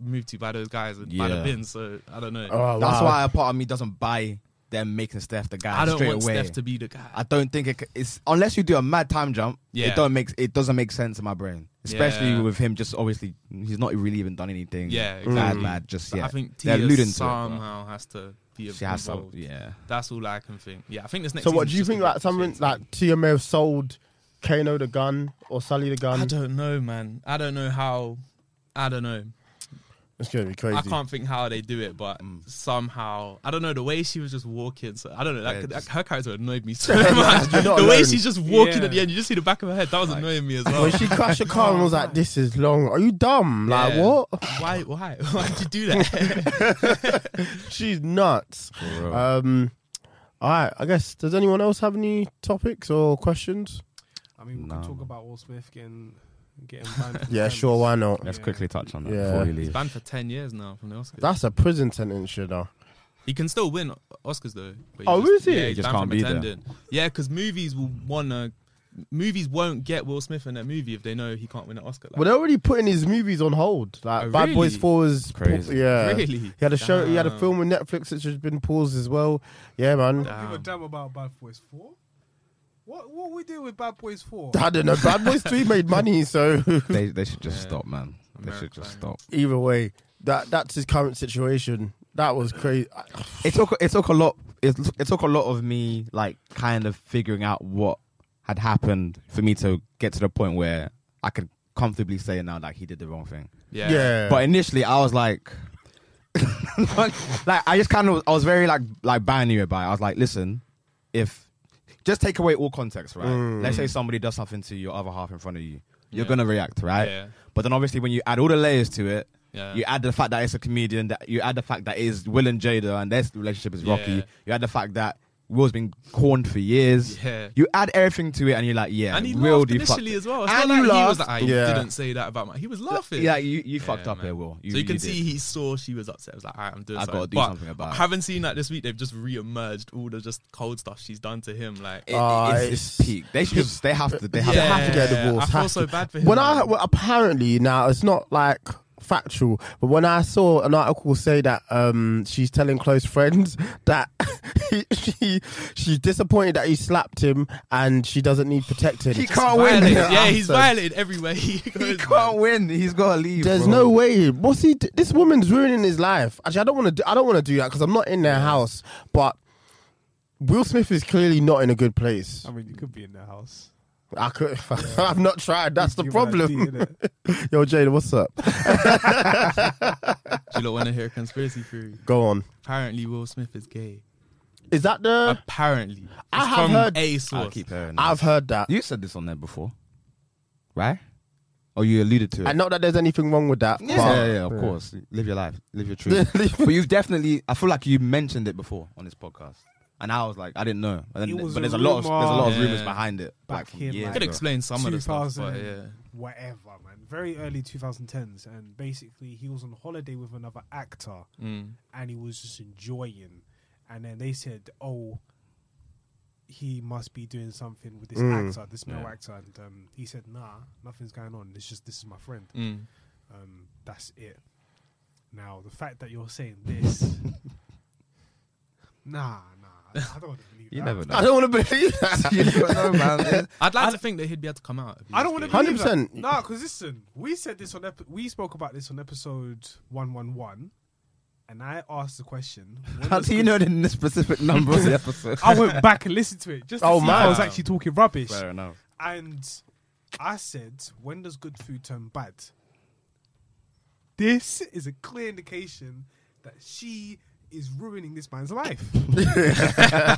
Speaker 2: moved to by those guys and by
Speaker 1: Yeah.
Speaker 2: the bin. So I don't know.
Speaker 3: Oh,
Speaker 1: That's
Speaker 3: wow.
Speaker 1: why a part of me doesn't buy them making Steph the guy
Speaker 2: I don't
Speaker 1: straight
Speaker 2: want
Speaker 1: away.
Speaker 2: Steph to be the guy.
Speaker 1: I don't think it, c- it's unless you do a mad time jump.
Speaker 2: Yeah.
Speaker 1: It don't make it doesn't make sense in my brain, especially
Speaker 2: Yeah.
Speaker 1: with him. Just obviously, he's not really even done anything.
Speaker 2: Yeah,
Speaker 1: bad,
Speaker 2: exactly.
Speaker 1: bad. Just
Speaker 2: So
Speaker 1: yet.
Speaker 2: I think uh,
Speaker 1: They're
Speaker 2: Tia
Speaker 1: but
Speaker 2: somehow has to be
Speaker 1: She has some.
Speaker 2: involved.
Speaker 1: Yeah.
Speaker 2: That's all I can think. Yeah, I think this next.
Speaker 3: So what
Speaker 2: season's
Speaker 3: do you
Speaker 2: just
Speaker 3: think?
Speaker 2: gonna
Speaker 3: Like
Speaker 2: be
Speaker 3: something
Speaker 2: shit.
Speaker 3: like Tia may have sold Kano the gun or Sully the
Speaker 2: I
Speaker 3: gun.
Speaker 2: don't know, man. I don't know how. I don't know.
Speaker 3: It's gonna be crazy. Mm.
Speaker 2: I can't think how they do it, but somehow I don't know the way she was just walking. So I don't know. That,
Speaker 1: Yeah,
Speaker 2: that-
Speaker 1: just-
Speaker 2: her character annoyed
Speaker 3: [laughs]
Speaker 2: me so much.
Speaker 3: You're
Speaker 2: the
Speaker 3: not
Speaker 2: way
Speaker 3: alone.
Speaker 2: she's just walking
Speaker 5: Yeah.
Speaker 2: at the end, you just see the back of her head. That was annoying
Speaker 3: [laughs]
Speaker 2: me as well.
Speaker 3: When
Speaker 2: [laughs]
Speaker 3: she crashed the car and was like, "This is long. Are you dumb? Like
Speaker 2: Yeah.
Speaker 3: what?
Speaker 2: Why? Why? [laughs] Why'd you do
Speaker 3: [laughs]
Speaker 2: that?
Speaker 3: She's nuts." Um, all right. I guess. Does anyone else have any topics or questions?
Speaker 5: I mean, we can talk about Will Smith getting getting banned. from
Speaker 3: [laughs] Yeah,
Speaker 5: camps.
Speaker 3: sure. Why not?
Speaker 1: Let's
Speaker 5: Yeah.
Speaker 1: quickly touch on that
Speaker 3: Yeah.
Speaker 1: before we leave.
Speaker 2: Banned for ten years now from the Oscars.
Speaker 3: That's a prison sentence, you know.
Speaker 2: He can still win Oscars though. but
Speaker 3: Oh, is
Speaker 2: just-
Speaker 3: he?
Speaker 2: Yeah,
Speaker 3: He
Speaker 2: he's
Speaker 1: just
Speaker 2: banned
Speaker 1: can't
Speaker 2: from
Speaker 1: be there.
Speaker 2: attending. Yeah, because movies will wanna. Movies won't get Will Smith in that movie if they know he can't win an Oscar. Like,
Speaker 3: Well, they're already putting his movies on hold. Like
Speaker 2: Oh,
Speaker 3: Bad Boys
Speaker 2: really?
Speaker 3: Four was
Speaker 1: Crazy.
Speaker 3: yeah,
Speaker 2: Really?
Speaker 3: He had a show. He had a
Speaker 2: Damn.
Speaker 3: film with Netflix which has been paused as well. Yeah, man.
Speaker 5: Give a
Speaker 2: damn.
Speaker 5: damn about Bad Boys Four. What what we do with Bad Boys Four?
Speaker 3: I don't know. Bad Boys Three made money, so [laughs]
Speaker 1: They they should just stop, man. They should
Speaker 2: America,
Speaker 1: just
Speaker 2: man.
Speaker 1: stop.
Speaker 3: either way, That that's his current situation. That was crazy.
Speaker 1: it took it took a lot it, it took a lot of me like kind of figuring out what had happened for me to get to the point where I could comfortably say now like he did the wrong thing.
Speaker 2: Yeah.
Speaker 3: Yeah,
Speaker 1: But initially I was like [laughs] like I just kind of I was very like like binary about it. I was like, listen, if just take away all context, right? Let's say somebody does something to your other half in front of you. You're
Speaker 2: Mm. Yeah.
Speaker 1: gonna react, right?
Speaker 2: Yeah.
Speaker 1: But then obviously when you add all the layers to it,
Speaker 2: Yeah.
Speaker 1: you add the fact that it's a comedian, that you add the fact that it is Will and Jada and their relationship is rocky.
Speaker 2: Yeah.
Speaker 1: You add the fact that Will's been corned for years.
Speaker 2: Yeah.
Speaker 1: You add everything to it and you're like, yeah,
Speaker 2: And he
Speaker 1: Will
Speaker 2: laughed
Speaker 1: you fucked
Speaker 2: initially
Speaker 1: it.
Speaker 2: as well. It's
Speaker 1: And
Speaker 2: not
Speaker 1: you
Speaker 2: like he
Speaker 1: laughed.
Speaker 2: was like, I
Speaker 3: Yeah.
Speaker 2: didn't say that about my. He was laughing.
Speaker 1: Yeah, you, you fucked
Speaker 2: Yeah,
Speaker 1: up
Speaker 2: man.
Speaker 1: here, Will.
Speaker 2: so you can
Speaker 1: did.
Speaker 2: see he saw she was upset. was like, All right, I'm doing
Speaker 1: I
Speaker 2: something.
Speaker 1: gotta do
Speaker 2: But
Speaker 1: something about it.
Speaker 2: Having seen that this week, they've just re-emerged all the just cold stuff she's done to him. Like, "Oh,
Speaker 1: It-
Speaker 3: Ah,
Speaker 1: it's, it's
Speaker 3: it's-
Speaker 1: peak. They should. just- They have to. They have
Speaker 3: They
Speaker 2: Yeah.
Speaker 1: to.
Speaker 3: have to get divorced.
Speaker 2: I feel
Speaker 3: have
Speaker 2: so
Speaker 3: to.
Speaker 2: bad for him,
Speaker 3: When I
Speaker 2: man.
Speaker 3: well, apparently now it's not like factual, but when I saw an article say that um, she's telling close friends [laughs] that he, she she's disappointed that he slapped him and she doesn't need protecting.
Speaker 1: He can't win.
Speaker 2: violated.
Speaker 1: Yeah,
Speaker 2: yeah, he's
Speaker 3: so-
Speaker 2: violated everywhere he goes.
Speaker 1: [laughs] He
Speaker 2: man.
Speaker 1: can't win. He's got to leave.
Speaker 3: There's
Speaker 1: bro.
Speaker 3: no way. What's he? d- This woman's ruining his life. Actually, I don't want to. Do, I don't want to do that because I'm not in their house. But Will Smith is clearly not in a good place.
Speaker 5: I mean, you could be in the house.
Speaker 3: I could. [laughs] I've not tried. That's the
Speaker 5: Give her an
Speaker 3: problem.
Speaker 5: idea,
Speaker 3: [laughs]
Speaker 5: innit?
Speaker 3: Yo, Jada, what's up?
Speaker 2: Do you not want to hear a conspiracy theory?
Speaker 3: Go on.
Speaker 2: Apparently, Will Smith is gay.
Speaker 3: Is that the?
Speaker 2: Apparently, it's
Speaker 3: I have
Speaker 2: from
Speaker 3: heard-
Speaker 2: a
Speaker 1: I
Speaker 2: source.
Speaker 1: keep hearing. that.
Speaker 3: I've heard that.
Speaker 1: You said this on there before, right? Or you alluded to it.
Speaker 3: And not that there's anything wrong with that.
Speaker 1: Yeah,
Speaker 3: but-
Speaker 1: yeah, yeah, of course. Live your life. Live [laughs] your truth. but you've definitely. I feel like you mentioned it before on this podcast, and I was like, I didn't know. And
Speaker 5: It
Speaker 1: then,
Speaker 5: was
Speaker 1: but
Speaker 5: a
Speaker 1: there's a lot of there's a lot of
Speaker 2: rumour
Speaker 1: rumors behind it.
Speaker 5: back
Speaker 1: like from
Speaker 5: in,
Speaker 1: years
Speaker 5: like-
Speaker 2: Could
Speaker 1: ago.
Speaker 2: [laughs] explain some of the stuff,
Speaker 5: 2000,
Speaker 2: but yeah.
Speaker 5: whatever, man. Very early 2010s, and basically he was on holiday with another actor,
Speaker 2: Mm.
Speaker 5: and he was just enjoying. And then they said, "Oh, he must be doing something with this actor, this male actor." And um, he said, "Nah, nothing's going on. It's just this is my friend.
Speaker 2: Mm.
Speaker 5: Um, that's it." Now the fact that you're saying this,
Speaker 2: [laughs]
Speaker 5: nah, nah, I don't want to believe
Speaker 1: You
Speaker 5: that.
Speaker 1: [laughs] never
Speaker 3: I
Speaker 1: know.
Speaker 3: don't want to believe [laughs]
Speaker 1: [laughs]
Speaker 3: that.
Speaker 1: you never know, man.
Speaker 2: I'd like to think that he'd be able to come out. if he
Speaker 5: I
Speaker 2: was
Speaker 5: don't want to
Speaker 2: gay.
Speaker 5: believe
Speaker 3: 100%.
Speaker 5: that. Nah, because listen, we said this on ep- we spoke about this on episode one one one, and I asked the
Speaker 3: [laughs]
Speaker 5: question. when
Speaker 1: How
Speaker 5: does
Speaker 1: do you
Speaker 5: cons-
Speaker 1: know the specific number of the episode?
Speaker 5: I went back and listened to it just to
Speaker 3: Oh,
Speaker 5: see if I
Speaker 3: man.
Speaker 5: was actually talking rubbish,
Speaker 1: Fair enough.
Speaker 5: and I said, "When does good food turn bad?" This is a clear indication that she is ruining this
Speaker 3: [laughs]
Speaker 5: man's life. [laughs]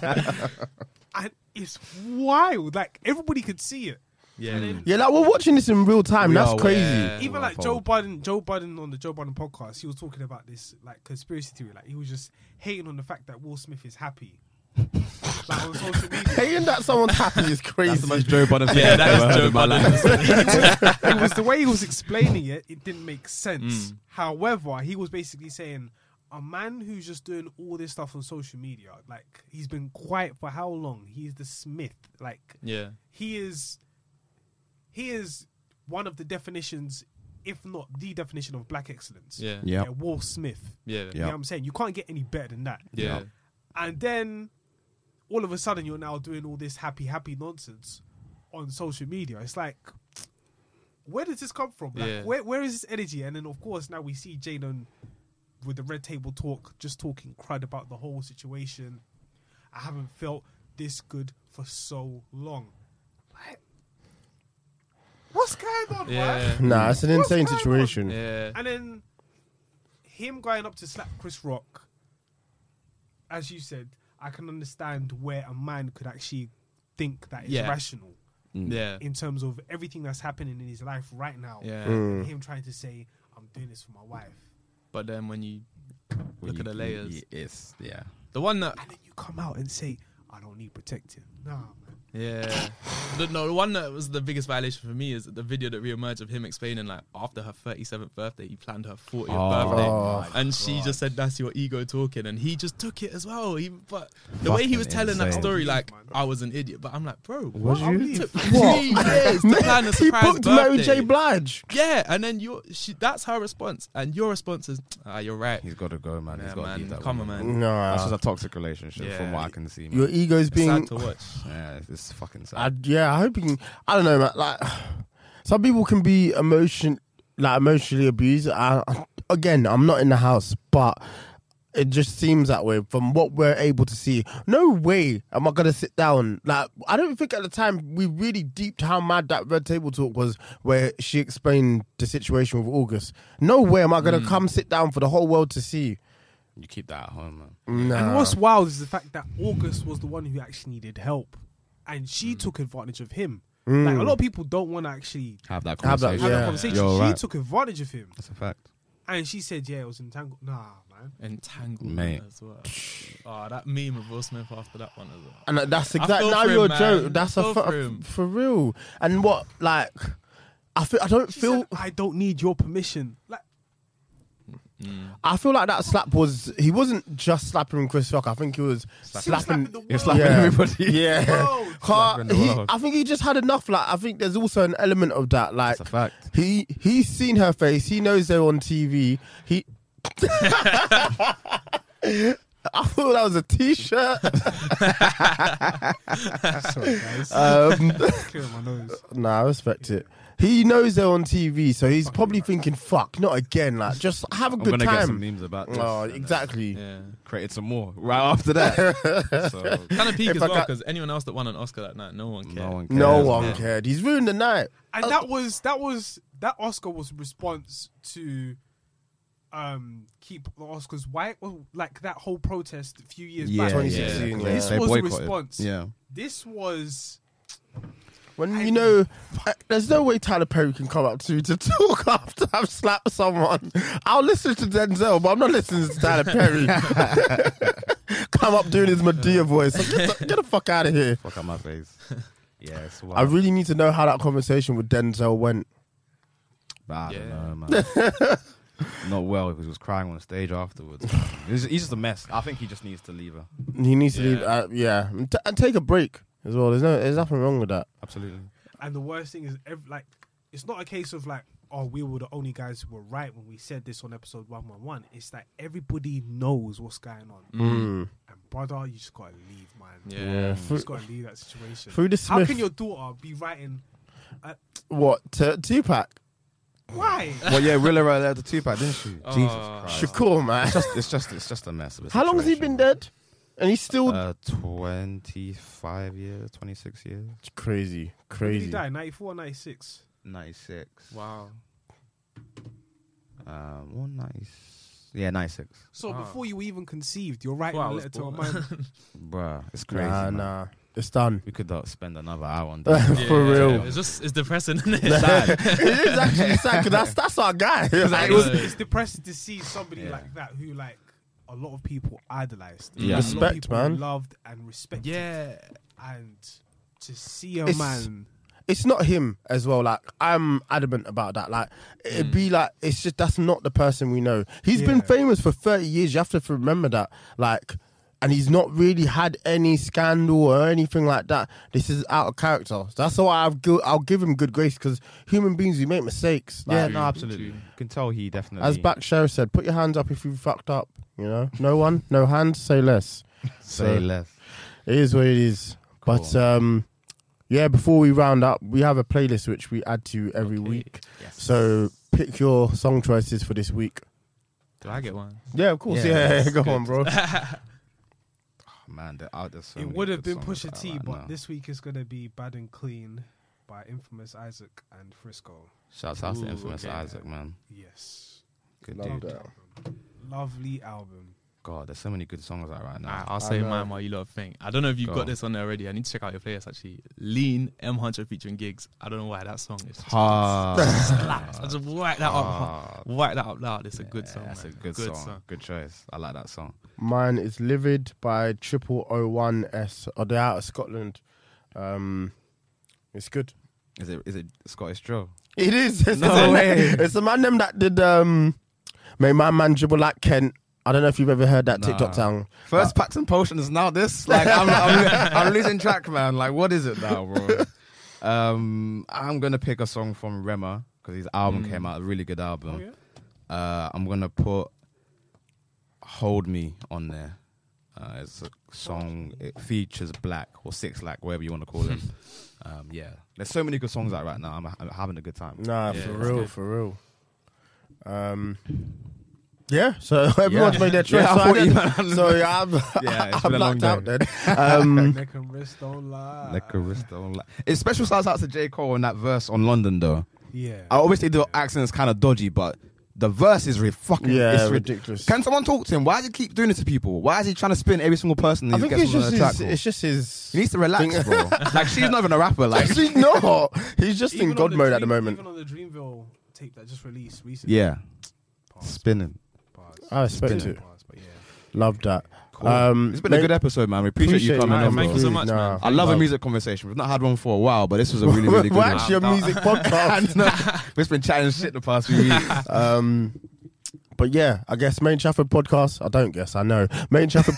Speaker 5: and it's wild. Like everybody could see it.
Speaker 2: Yeah.
Speaker 3: yeah, like we're watching this in real time.
Speaker 1: We
Speaker 3: That's
Speaker 1: are,
Speaker 3: crazy.
Speaker 2: yeah.
Speaker 5: even
Speaker 1: Well,
Speaker 5: like
Speaker 1: for-
Speaker 5: Joe Biden, Joe Biden on the Joe Biden podcast, he was talking about this like conspiracy theory. Like he was just hating on the fact that Will Smith
Speaker 2: [laughs]
Speaker 5: is happy. like on social media,
Speaker 3: Saying that someone's happy is
Speaker 1: [laughs] That's
Speaker 3: crazy.
Speaker 1: the most Joe Budden thing
Speaker 2: Yeah,
Speaker 1: I've
Speaker 2: that
Speaker 1: ever
Speaker 2: is
Speaker 1: heard
Speaker 2: Joe
Speaker 1: in my life.
Speaker 2: Budden.
Speaker 5: it was the way he was explaining it. It didn't make
Speaker 2: Mm.
Speaker 5: sense. However, he was basically saying a man who's just doing all this stuff on social media, like he's been quiet for how long? He's the Smith. Like
Speaker 2: yeah.
Speaker 5: he is he is one of the definitions, if not the definition of black excellence.
Speaker 2: Yeah. Yeah.
Speaker 1: Yeah.
Speaker 5: Will Smith.
Speaker 2: Yeah.
Speaker 5: You know what I'm saying? You can't get any better than that.
Speaker 2: Yeah.
Speaker 5: And then all of a sudden you're now doing all this happy, happy nonsense on social media. It's like where does this come from? Like
Speaker 2: Yeah.
Speaker 5: where where is this energy? And then of course now we see Jaden with the red table talk, just talking crud about the whole situation. I haven't felt this good for so long. Like, what's going on,
Speaker 2: Yeah.
Speaker 5: man?
Speaker 3: nah, it's an
Speaker 5: What's
Speaker 3: insane
Speaker 5: going on?
Speaker 3: situation.
Speaker 2: Yeah.
Speaker 5: And then him going up to slap Chris Rock, as you said, I can understand where a man could actually think that it's
Speaker 2: Yeah.
Speaker 5: rational
Speaker 1: Mm.
Speaker 2: Yeah.
Speaker 5: in terms of everything that's happening in his life right now.
Speaker 2: Yeah.
Speaker 5: And him trying to say, I'm doing this for my wife.
Speaker 2: But then when you look at the layers,
Speaker 1: Yes, yeah.
Speaker 2: the one that
Speaker 5: And then you come out and say, I don't need protecting. Nah, man.
Speaker 2: Yeah. the, no, the one that was the biggest violation for me is the video that reemerged of him explaining like after her 37th birthday, he planned her 40th birthday, and she just said that's your ego talking, and he just took it as well. He, but the way he was telling that
Speaker 1: insane.
Speaker 2: story, like I was an idiot, but I'm like, bro,
Speaker 3: Was
Speaker 2: what?
Speaker 3: you?
Speaker 2: It took [laughs] three years to plan
Speaker 3: [laughs]
Speaker 2: a
Speaker 3: he
Speaker 2: surprise
Speaker 3: booked Mary
Speaker 2: birthday.
Speaker 3: J. Blige.
Speaker 2: Yeah, and then your she, that's her response, and your response is, ah, you're right.
Speaker 1: He's got to go, man. He's
Speaker 2: Yeah,
Speaker 1: got to
Speaker 2: man,
Speaker 1: leave that.
Speaker 2: come on,
Speaker 1: woman.
Speaker 2: man.
Speaker 1: That's just
Speaker 3: Nah,
Speaker 1: a toxic relationship, from
Speaker 2: Yeah.
Speaker 1: what I can see. Man.
Speaker 3: your ego's
Speaker 2: It's
Speaker 3: being
Speaker 2: sad to watch.
Speaker 1: yeah, it's- it's fucking sad.
Speaker 3: I, yeah, I hope you can. I don't know, [sighs] man. Like, some people can be emotion, like emotionally abused. I, I, again, I'm not in the house, but it just seems that way from what we're able to see. No way am I gonna sit down. Like I don't think at the time we really deeped how mad that red table talk was, where she explained the situation with August. No way am I
Speaker 2: Hmm.
Speaker 3: gonna come sit down for the whole world to see.
Speaker 1: You keep that at home, man.
Speaker 3: Nah.
Speaker 5: And what's wild is the fact that August was the one who actually needed help, and
Speaker 2: Mm.
Speaker 5: she took advantage of him. Like a lot of people don't want to actually
Speaker 1: Have that
Speaker 3: Have that-
Speaker 1: conversation.
Speaker 3: yeah.
Speaker 5: have a conversation.
Speaker 1: You're
Speaker 5: she
Speaker 1: right.
Speaker 5: took advantage of him,
Speaker 1: That's a fact.
Speaker 5: and she said, "Yeah, it was entangled." Nah, man.
Speaker 2: Entangled
Speaker 1: Mate.
Speaker 2: as well. Oh, that meme of Will Smith after that one as well.
Speaker 3: And that- that's
Speaker 2: I
Speaker 3: exactly
Speaker 2: feel
Speaker 3: now
Speaker 2: for
Speaker 3: you're
Speaker 2: him,
Speaker 3: a
Speaker 2: man.
Speaker 3: joke. That's
Speaker 2: I
Speaker 3: a
Speaker 2: feel
Speaker 3: fu-
Speaker 2: for him.
Speaker 3: for real. And what like I feel I don't
Speaker 5: She
Speaker 3: feel
Speaker 5: said, I don't need your permission. Like,
Speaker 3: I feel like that slap was he wasn't just slapping Chris Rock. I think he was slapping,
Speaker 5: slapping the
Speaker 1: You're
Speaker 5: You're
Speaker 1: slapping
Speaker 5: slapping
Speaker 3: yeah.
Speaker 1: everybody.
Speaker 3: [laughs] Yeah,
Speaker 5: World.
Speaker 3: Huh,
Speaker 1: Slapping the
Speaker 3: he-
Speaker 1: world.
Speaker 3: I think he just had enough. Like I think there's also an element of that. Like
Speaker 1: That's a fact.
Speaker 3: he he's seen her face. He knows they're on TV. He. [laughs] I thought that was a T-shirt.
Speaker 5: [laughs] sorry guys,
Speaker 3: Um,
Speaker 5: clearing my nose.
Speaker 3: Nah, I respect it. He knows they're on TV, so he's probably thinking, "Fuck, not again!" Like, just have a
Speaker 1: I'm
Speaker 3: good
Speaker 1: gonna
Speaker 3: time.
Speaker 1: get some memes about this.
Speaker 3: Oh,
Speaker 1: and then
Speaker 3: exactly.
Speaker 2: Yeah.
Speaker 1: Created some more right after [laughs] that. so
Speaker 2: Kind of peak
Speaker 3: If
Speaker 2: as
Speaker 3: I
Speaker 2: well
Speaker 3: got-
Speaker 2: because anyone else that won an Oscar that night, no one cared.
Speaker 1: no one. Cares,
Speaker 3: No
Speaker 1: man.
Speaker 3: one cared. He's ruined the night.
Speaker 5: and that was that was that Oscar was a response to um keep the Oscars white, well, like that whole protest a few years
Speaker 1: Yeah,
Speaker 5: back.
Speaker 1: yeah.
Speaker 3: 2016, yeah.
Speaker 5: This
Speaker 1: They
Speaker 5: was the
Speaker 1: boycotted.
Speaker 5: response.
Speaker 1: Yeah.
Speaker 5: This was
Speaker 3: When
Speaker 5: I-
Speaker 3: you know, uh, there's no way Tyler Perry can come up to me to [laughs] talk after I've slapped someone. I'll listen to Denzel, but I'm not listening to Tyler Perry. [laughs] come up doing his Medea voice. Like, get, the, get the fuck out of here.
Speaker 1: Fuck out my [laughs] face. Yeah, it's wild.
Speaker 3: I really need to know how that conversation with Denzel went.
Speaker 1: But I don't
Speaker 2: Yeah.
Speaker 1: know, man. [laughs] Not well because he was crying on stage afterwards. [laughs] man. he's, he's just a mess. I think he just needs to leave her.
Speaker 3: He needs to
Speaker 2: Yeah.
Speaker 3: leave. Uh, yeah, and, t- and take a break as well. There's no, there's nothing wrong with that.
Speaker 1: Absolutely.
Speaker 5: and the worst thing is ev like it's not a case of like oh we were the only guys who were right when we said this on episode 111 it's that everybody knows what's going on
Speaker 3: Mm.
Speaker 5: and brother you just gotta leave man
Speaker 2: Yeah.
Speaker 5: you just gotta leave that situation
Speaker 3: Through the
Speaker 5: how
Speaker 3: Smith-
Speaker 5: can your daughter be writing
Speaker 3: What? T- Tupac,
Speaker 5: why
Speaker 1: Well, yeah, Rilla right there, the two pack, didn't she? Jesus
Speaker 2: Oh.
Speaker 1: Christ.
Speaker 3: Shakur, man.
Speaker 1: It's just, it's just, it's just a mess. Of a
Speaker 3: [laughs] How long has he
Speaker 1: situation.
Speaker 3: been dead? And he's still
Speaker 1: Uh, twenty-five years, twenty-six years,
Speaker 3: crazy,
Speaker 5: When did
Speaker 3: crazy.
Speaker 5: he die 94 96
Speaker 1: ninety-six.
Speaker 2: Wow.
Speaker 1: Um, one nice. Yeah, ninety-six.
Speaker 5: so
Speaker 2: Wow.
Speaker 5: before you were even conceived you're writing
Speaker 2: Well, I
Speaker 5: a
Speaker 2: was
Speaker 5: letter to a
Speaker 2: born.
Speaker 5: [laughs] man
Speaker 1: Bruh, it's crazy.
Speaker 3: nah,
Speaker 1: man.
Speaker 3: nah, it's done.
Speaker 1: We could uh, spend another hour on that.
Speaker 3: [laughs]
Speaker 2: Yeah,
Speaker 3: For real.
Speaker 2: It's just it's
Speaker 3: [laughs]
Speaker 2: depressing, isn't it?
Speaker 1: Sad.
Speaker 3: it
Speaker 1: [laughs]
Speaker 3: is actually sad 'cause that's that's our guy. It was [laughs] like, it was-
Speaker 2: know.
Speaker 5: it's depressing to see somebody
Speaker 1: Yeah.
Speaker 5: like that who like a lot of people idolized
Speaker 1: Yeah.
Speaker 5: A lot of
Speaker 3: Respect,
Speaker 5: people
Speaker 3: man.
Speaker 5: loved and respected
Speaker 2: yeah.
Speaker 5: and to see a
Speaker 3: It's-
Speaker 5: man
Speaker 3: it's not him as well. Like I'm adamant about that. Like it'd be
Speaker 1: Mm.
Speaker 3: like it's just that's not the person we know. He's been
Speaker 5: Yeah.
Speaker 3: famous for 30 years. You have to remember that. Like. And he's not really had any scandal or anything like that. This is out of character. So that's why I've gi- I'll give him good grace because human beings we make mistakes. Like,
Speaker 1: yeah, no, absolutely. You can tell he definitely.
Speaker 3: As back show said, put your hands up if you fucked up. You know, no one, no hands, say less.
Speaker 1: [laughs] say
Speaker 3: so-
Speaker 1: less.
Speaker 3: It is what it is. But um, yeah, before we round up, we have a playlist which we add to every week. So pick your song choices for this week.
Speaker 2: Did I get one?
Speaker 3: Yeah, of course.
Speaker 1: Yeah,
Speaker 3: Yeah, [laughs]
Speaker 1: that's
Speaker 3: go on, bro.
Speaker 1: Oh, man, there are, there's so
Speaker 5: it
Speaker 1: many
Speaker 5: would have
Speaker 1: good
Speaker 5: been
Speaker 1: songs
Speaker 5: Pusha
Speaker 1: out
Speaker 5: T,
Speaker 1: right
Speaker 5: but
Speaker 1: now.
Speaker 5: this week is gonna be Bad and Clean by Infamous Isaac and Frisco.
Speaker 1: Shouts out to
Speaker 2: Ooh,
Speaker 1: Infamous
Speaker 2: okay.
Speaker 1: Isaac, man.
Speaker 5: Yes,
Speaker 1: Good
Speaker 3: Love
Speaker 1: dude.
Speaker 3: that.
Speaker 5: lovely album.
Speaker 1: God, there's so many good songs out right
Speaker 2: Nah,
Speaker 1: now.
Speaker 2: I'll say mine while you lot think. I don't know if you've
Speaker 1: Go on.
Speaker 2: got this on there already. I need to check out your playlist actually. Lean M Hunter featuring Gigs. I don't know why that song is. Just
Speaker 1: Hard.
Speaker 5: Ah.
Speaker 2: slaps. I just whack that up. Whack that up loud. It's a good
Speaker 1: [laughs]
Speaker 2: song. [laughs]
Speaker 1: That's a
Speaker 2: man.
Speaker 1: good, song. Good choice. I like that song.
Speaker 3: Mine is Livid by Triple O One S. Are they out of Scotland? Um, it's good.
Speaker 1: Is it is it Scottish drill?
Speaker 3: It is. It's
Speaker 1: No
Speaker 3: the-
Speaker 1: way.
Speaker 3: [laughs] It's the man them that did um made my man dribble like Kent. I don't know if you've ever heard that
Speaker 1: Nah.
Speaker 3: TikTok song.
Speaker 1: First packs and potions, now this. Like I'm, I'm, I'm losing track, man. Like what is it now, bro? um, I'm gonna pick a song from Rema because his album came out, a really good album. uh, I'm gonna put "Hold Me" on there. Uh, it's a song. It features Black or Six Lack, whatever you want to call him. um, yeah, there's so many good songs out right now. I'm, I'm having a good time.
Speaker 3: Nah,
Speaker 2: Yeah,
Speaker 3: for
Speaker 2: that's
Speaker 3: real,
Speaker 2: good.
Speaker 3: for real. Um, Yeah, so [laughs] everyone's made their
Speaker 1: [laughs]
Speaker 3: choice.
Speaker 1: Yeah, I
Speaker 3: so, I
Speaker 1: thought you
Speaker 3: didn't-
Speaker 1: meant- [laughs]
Speaker 3: so yeah, I'm,
Speaker 1: Yeah, it's
Speaker 3: I'm
Speaker 1: been a long
Speaker 3: blacked out
Speaker 1: day.
Speaker 3: then.
Speaker 1: [laughs]
Speaker 3: Um,
Speaker 5: Neck and wrist don't lie.
Speaker 1: Like a wrist don't lie. It's special shouts out to J. Cole on that verse on London though.
Speaker 5: Yeah.
Speaker 1: I obviously the accent is kind of dodgy, but the verse is really fucking
Speaker 3: Yeah,
Speaker 1: it's rid-
Speaker 3: ridiculous.
Speaker 1: Can someone talk to him? Why does he keep doing this to people? Why is he trying to spin every single person? He
Speaker 3: I think
Speaker 1: gets
Speaker 3: it's
Speaker 1: on
Speaker 3: just
Speaker 1: the track
Speaker 3: his,
Speaker 1: with?
Speaker 3: it's just his.
Speaker 1: he needs to relax, bro. like she's not even a rapper. Like [laughs]
Speaker 3: [laughs] Actually, no, he's just
Speaker 5: Even
Speaker 3: in
Speaker 5: on
Speaker 3: God
Speaker 5: the
Speaker 3: mode at the
Speaker 5: Dream-
Speaker 3: moment.
Speaker 5: Even on the Dreamville tape that just released recently.
Speaker 1: yeah,
Speaker 5: Bars,
Speaker 1: spinning.
Speaker 5: bars,
Speaker 3: I respect it.
Speaker 5: bars, but yeah.
Speaker 3: Love that. Um,
Speaker 1: it's been a good episode, man. We appreciate, you coming
Speaker 2: man.
Speaker 1: on.
Speaker 2: Thank
Speaker 1: bro.
Speaker 2: you so much, man.
Speaker 1: I love a music conversation. We've not had one for a while, but this was a really,
Speaker 3: [laughs]
Speaker 1: really good
Speaker 3: We're
Speaker 1: one.
Speaker 3: actually a music
Speaker 1: [laughs]
Speaker 3: podcast.
Speaker 1: We've been chatting shit the past few weeks.
Speaker 3: Um, but yeah, I guess Main Chafford podcast. I don't guess. I know Main Chafford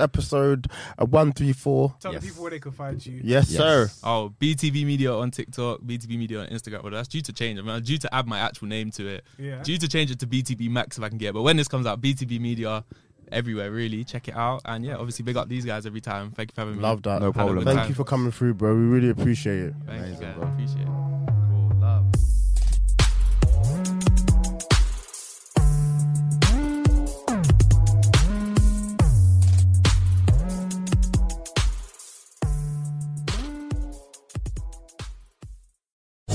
Speaker 1: [laughs]
Speaker 3: episode uh, one three four.
Speaker 5: Tell
Speaker 1: Yes.
Speaker 5: the people where they can find you.
Speaker 3: Yes,
Speaker 1: Yes.
Speaker 3: sir.
Speaker 2: Oh, BTV Media on TikTok, BTV Media on Instagram. Well, that's due to change. I mean, I'm due to add my actual name to it.
Speaker 5: Yeah.
Speaker 2: Due to change it to BTB Max if I can get it. But when this comes out, BTB Media everywhere, really. Check it out. And yeah, obviously, big up these guys every time. Thank you for having me.
Speaker 3: Love that.
Speaker 1: No
Speaker 3: Had a
Speaker 1: problem.
Speaker 3: good Thank you for coming through, bro. We really appreciate it.
Speaker 2: Thank you, guys. Appreciate it.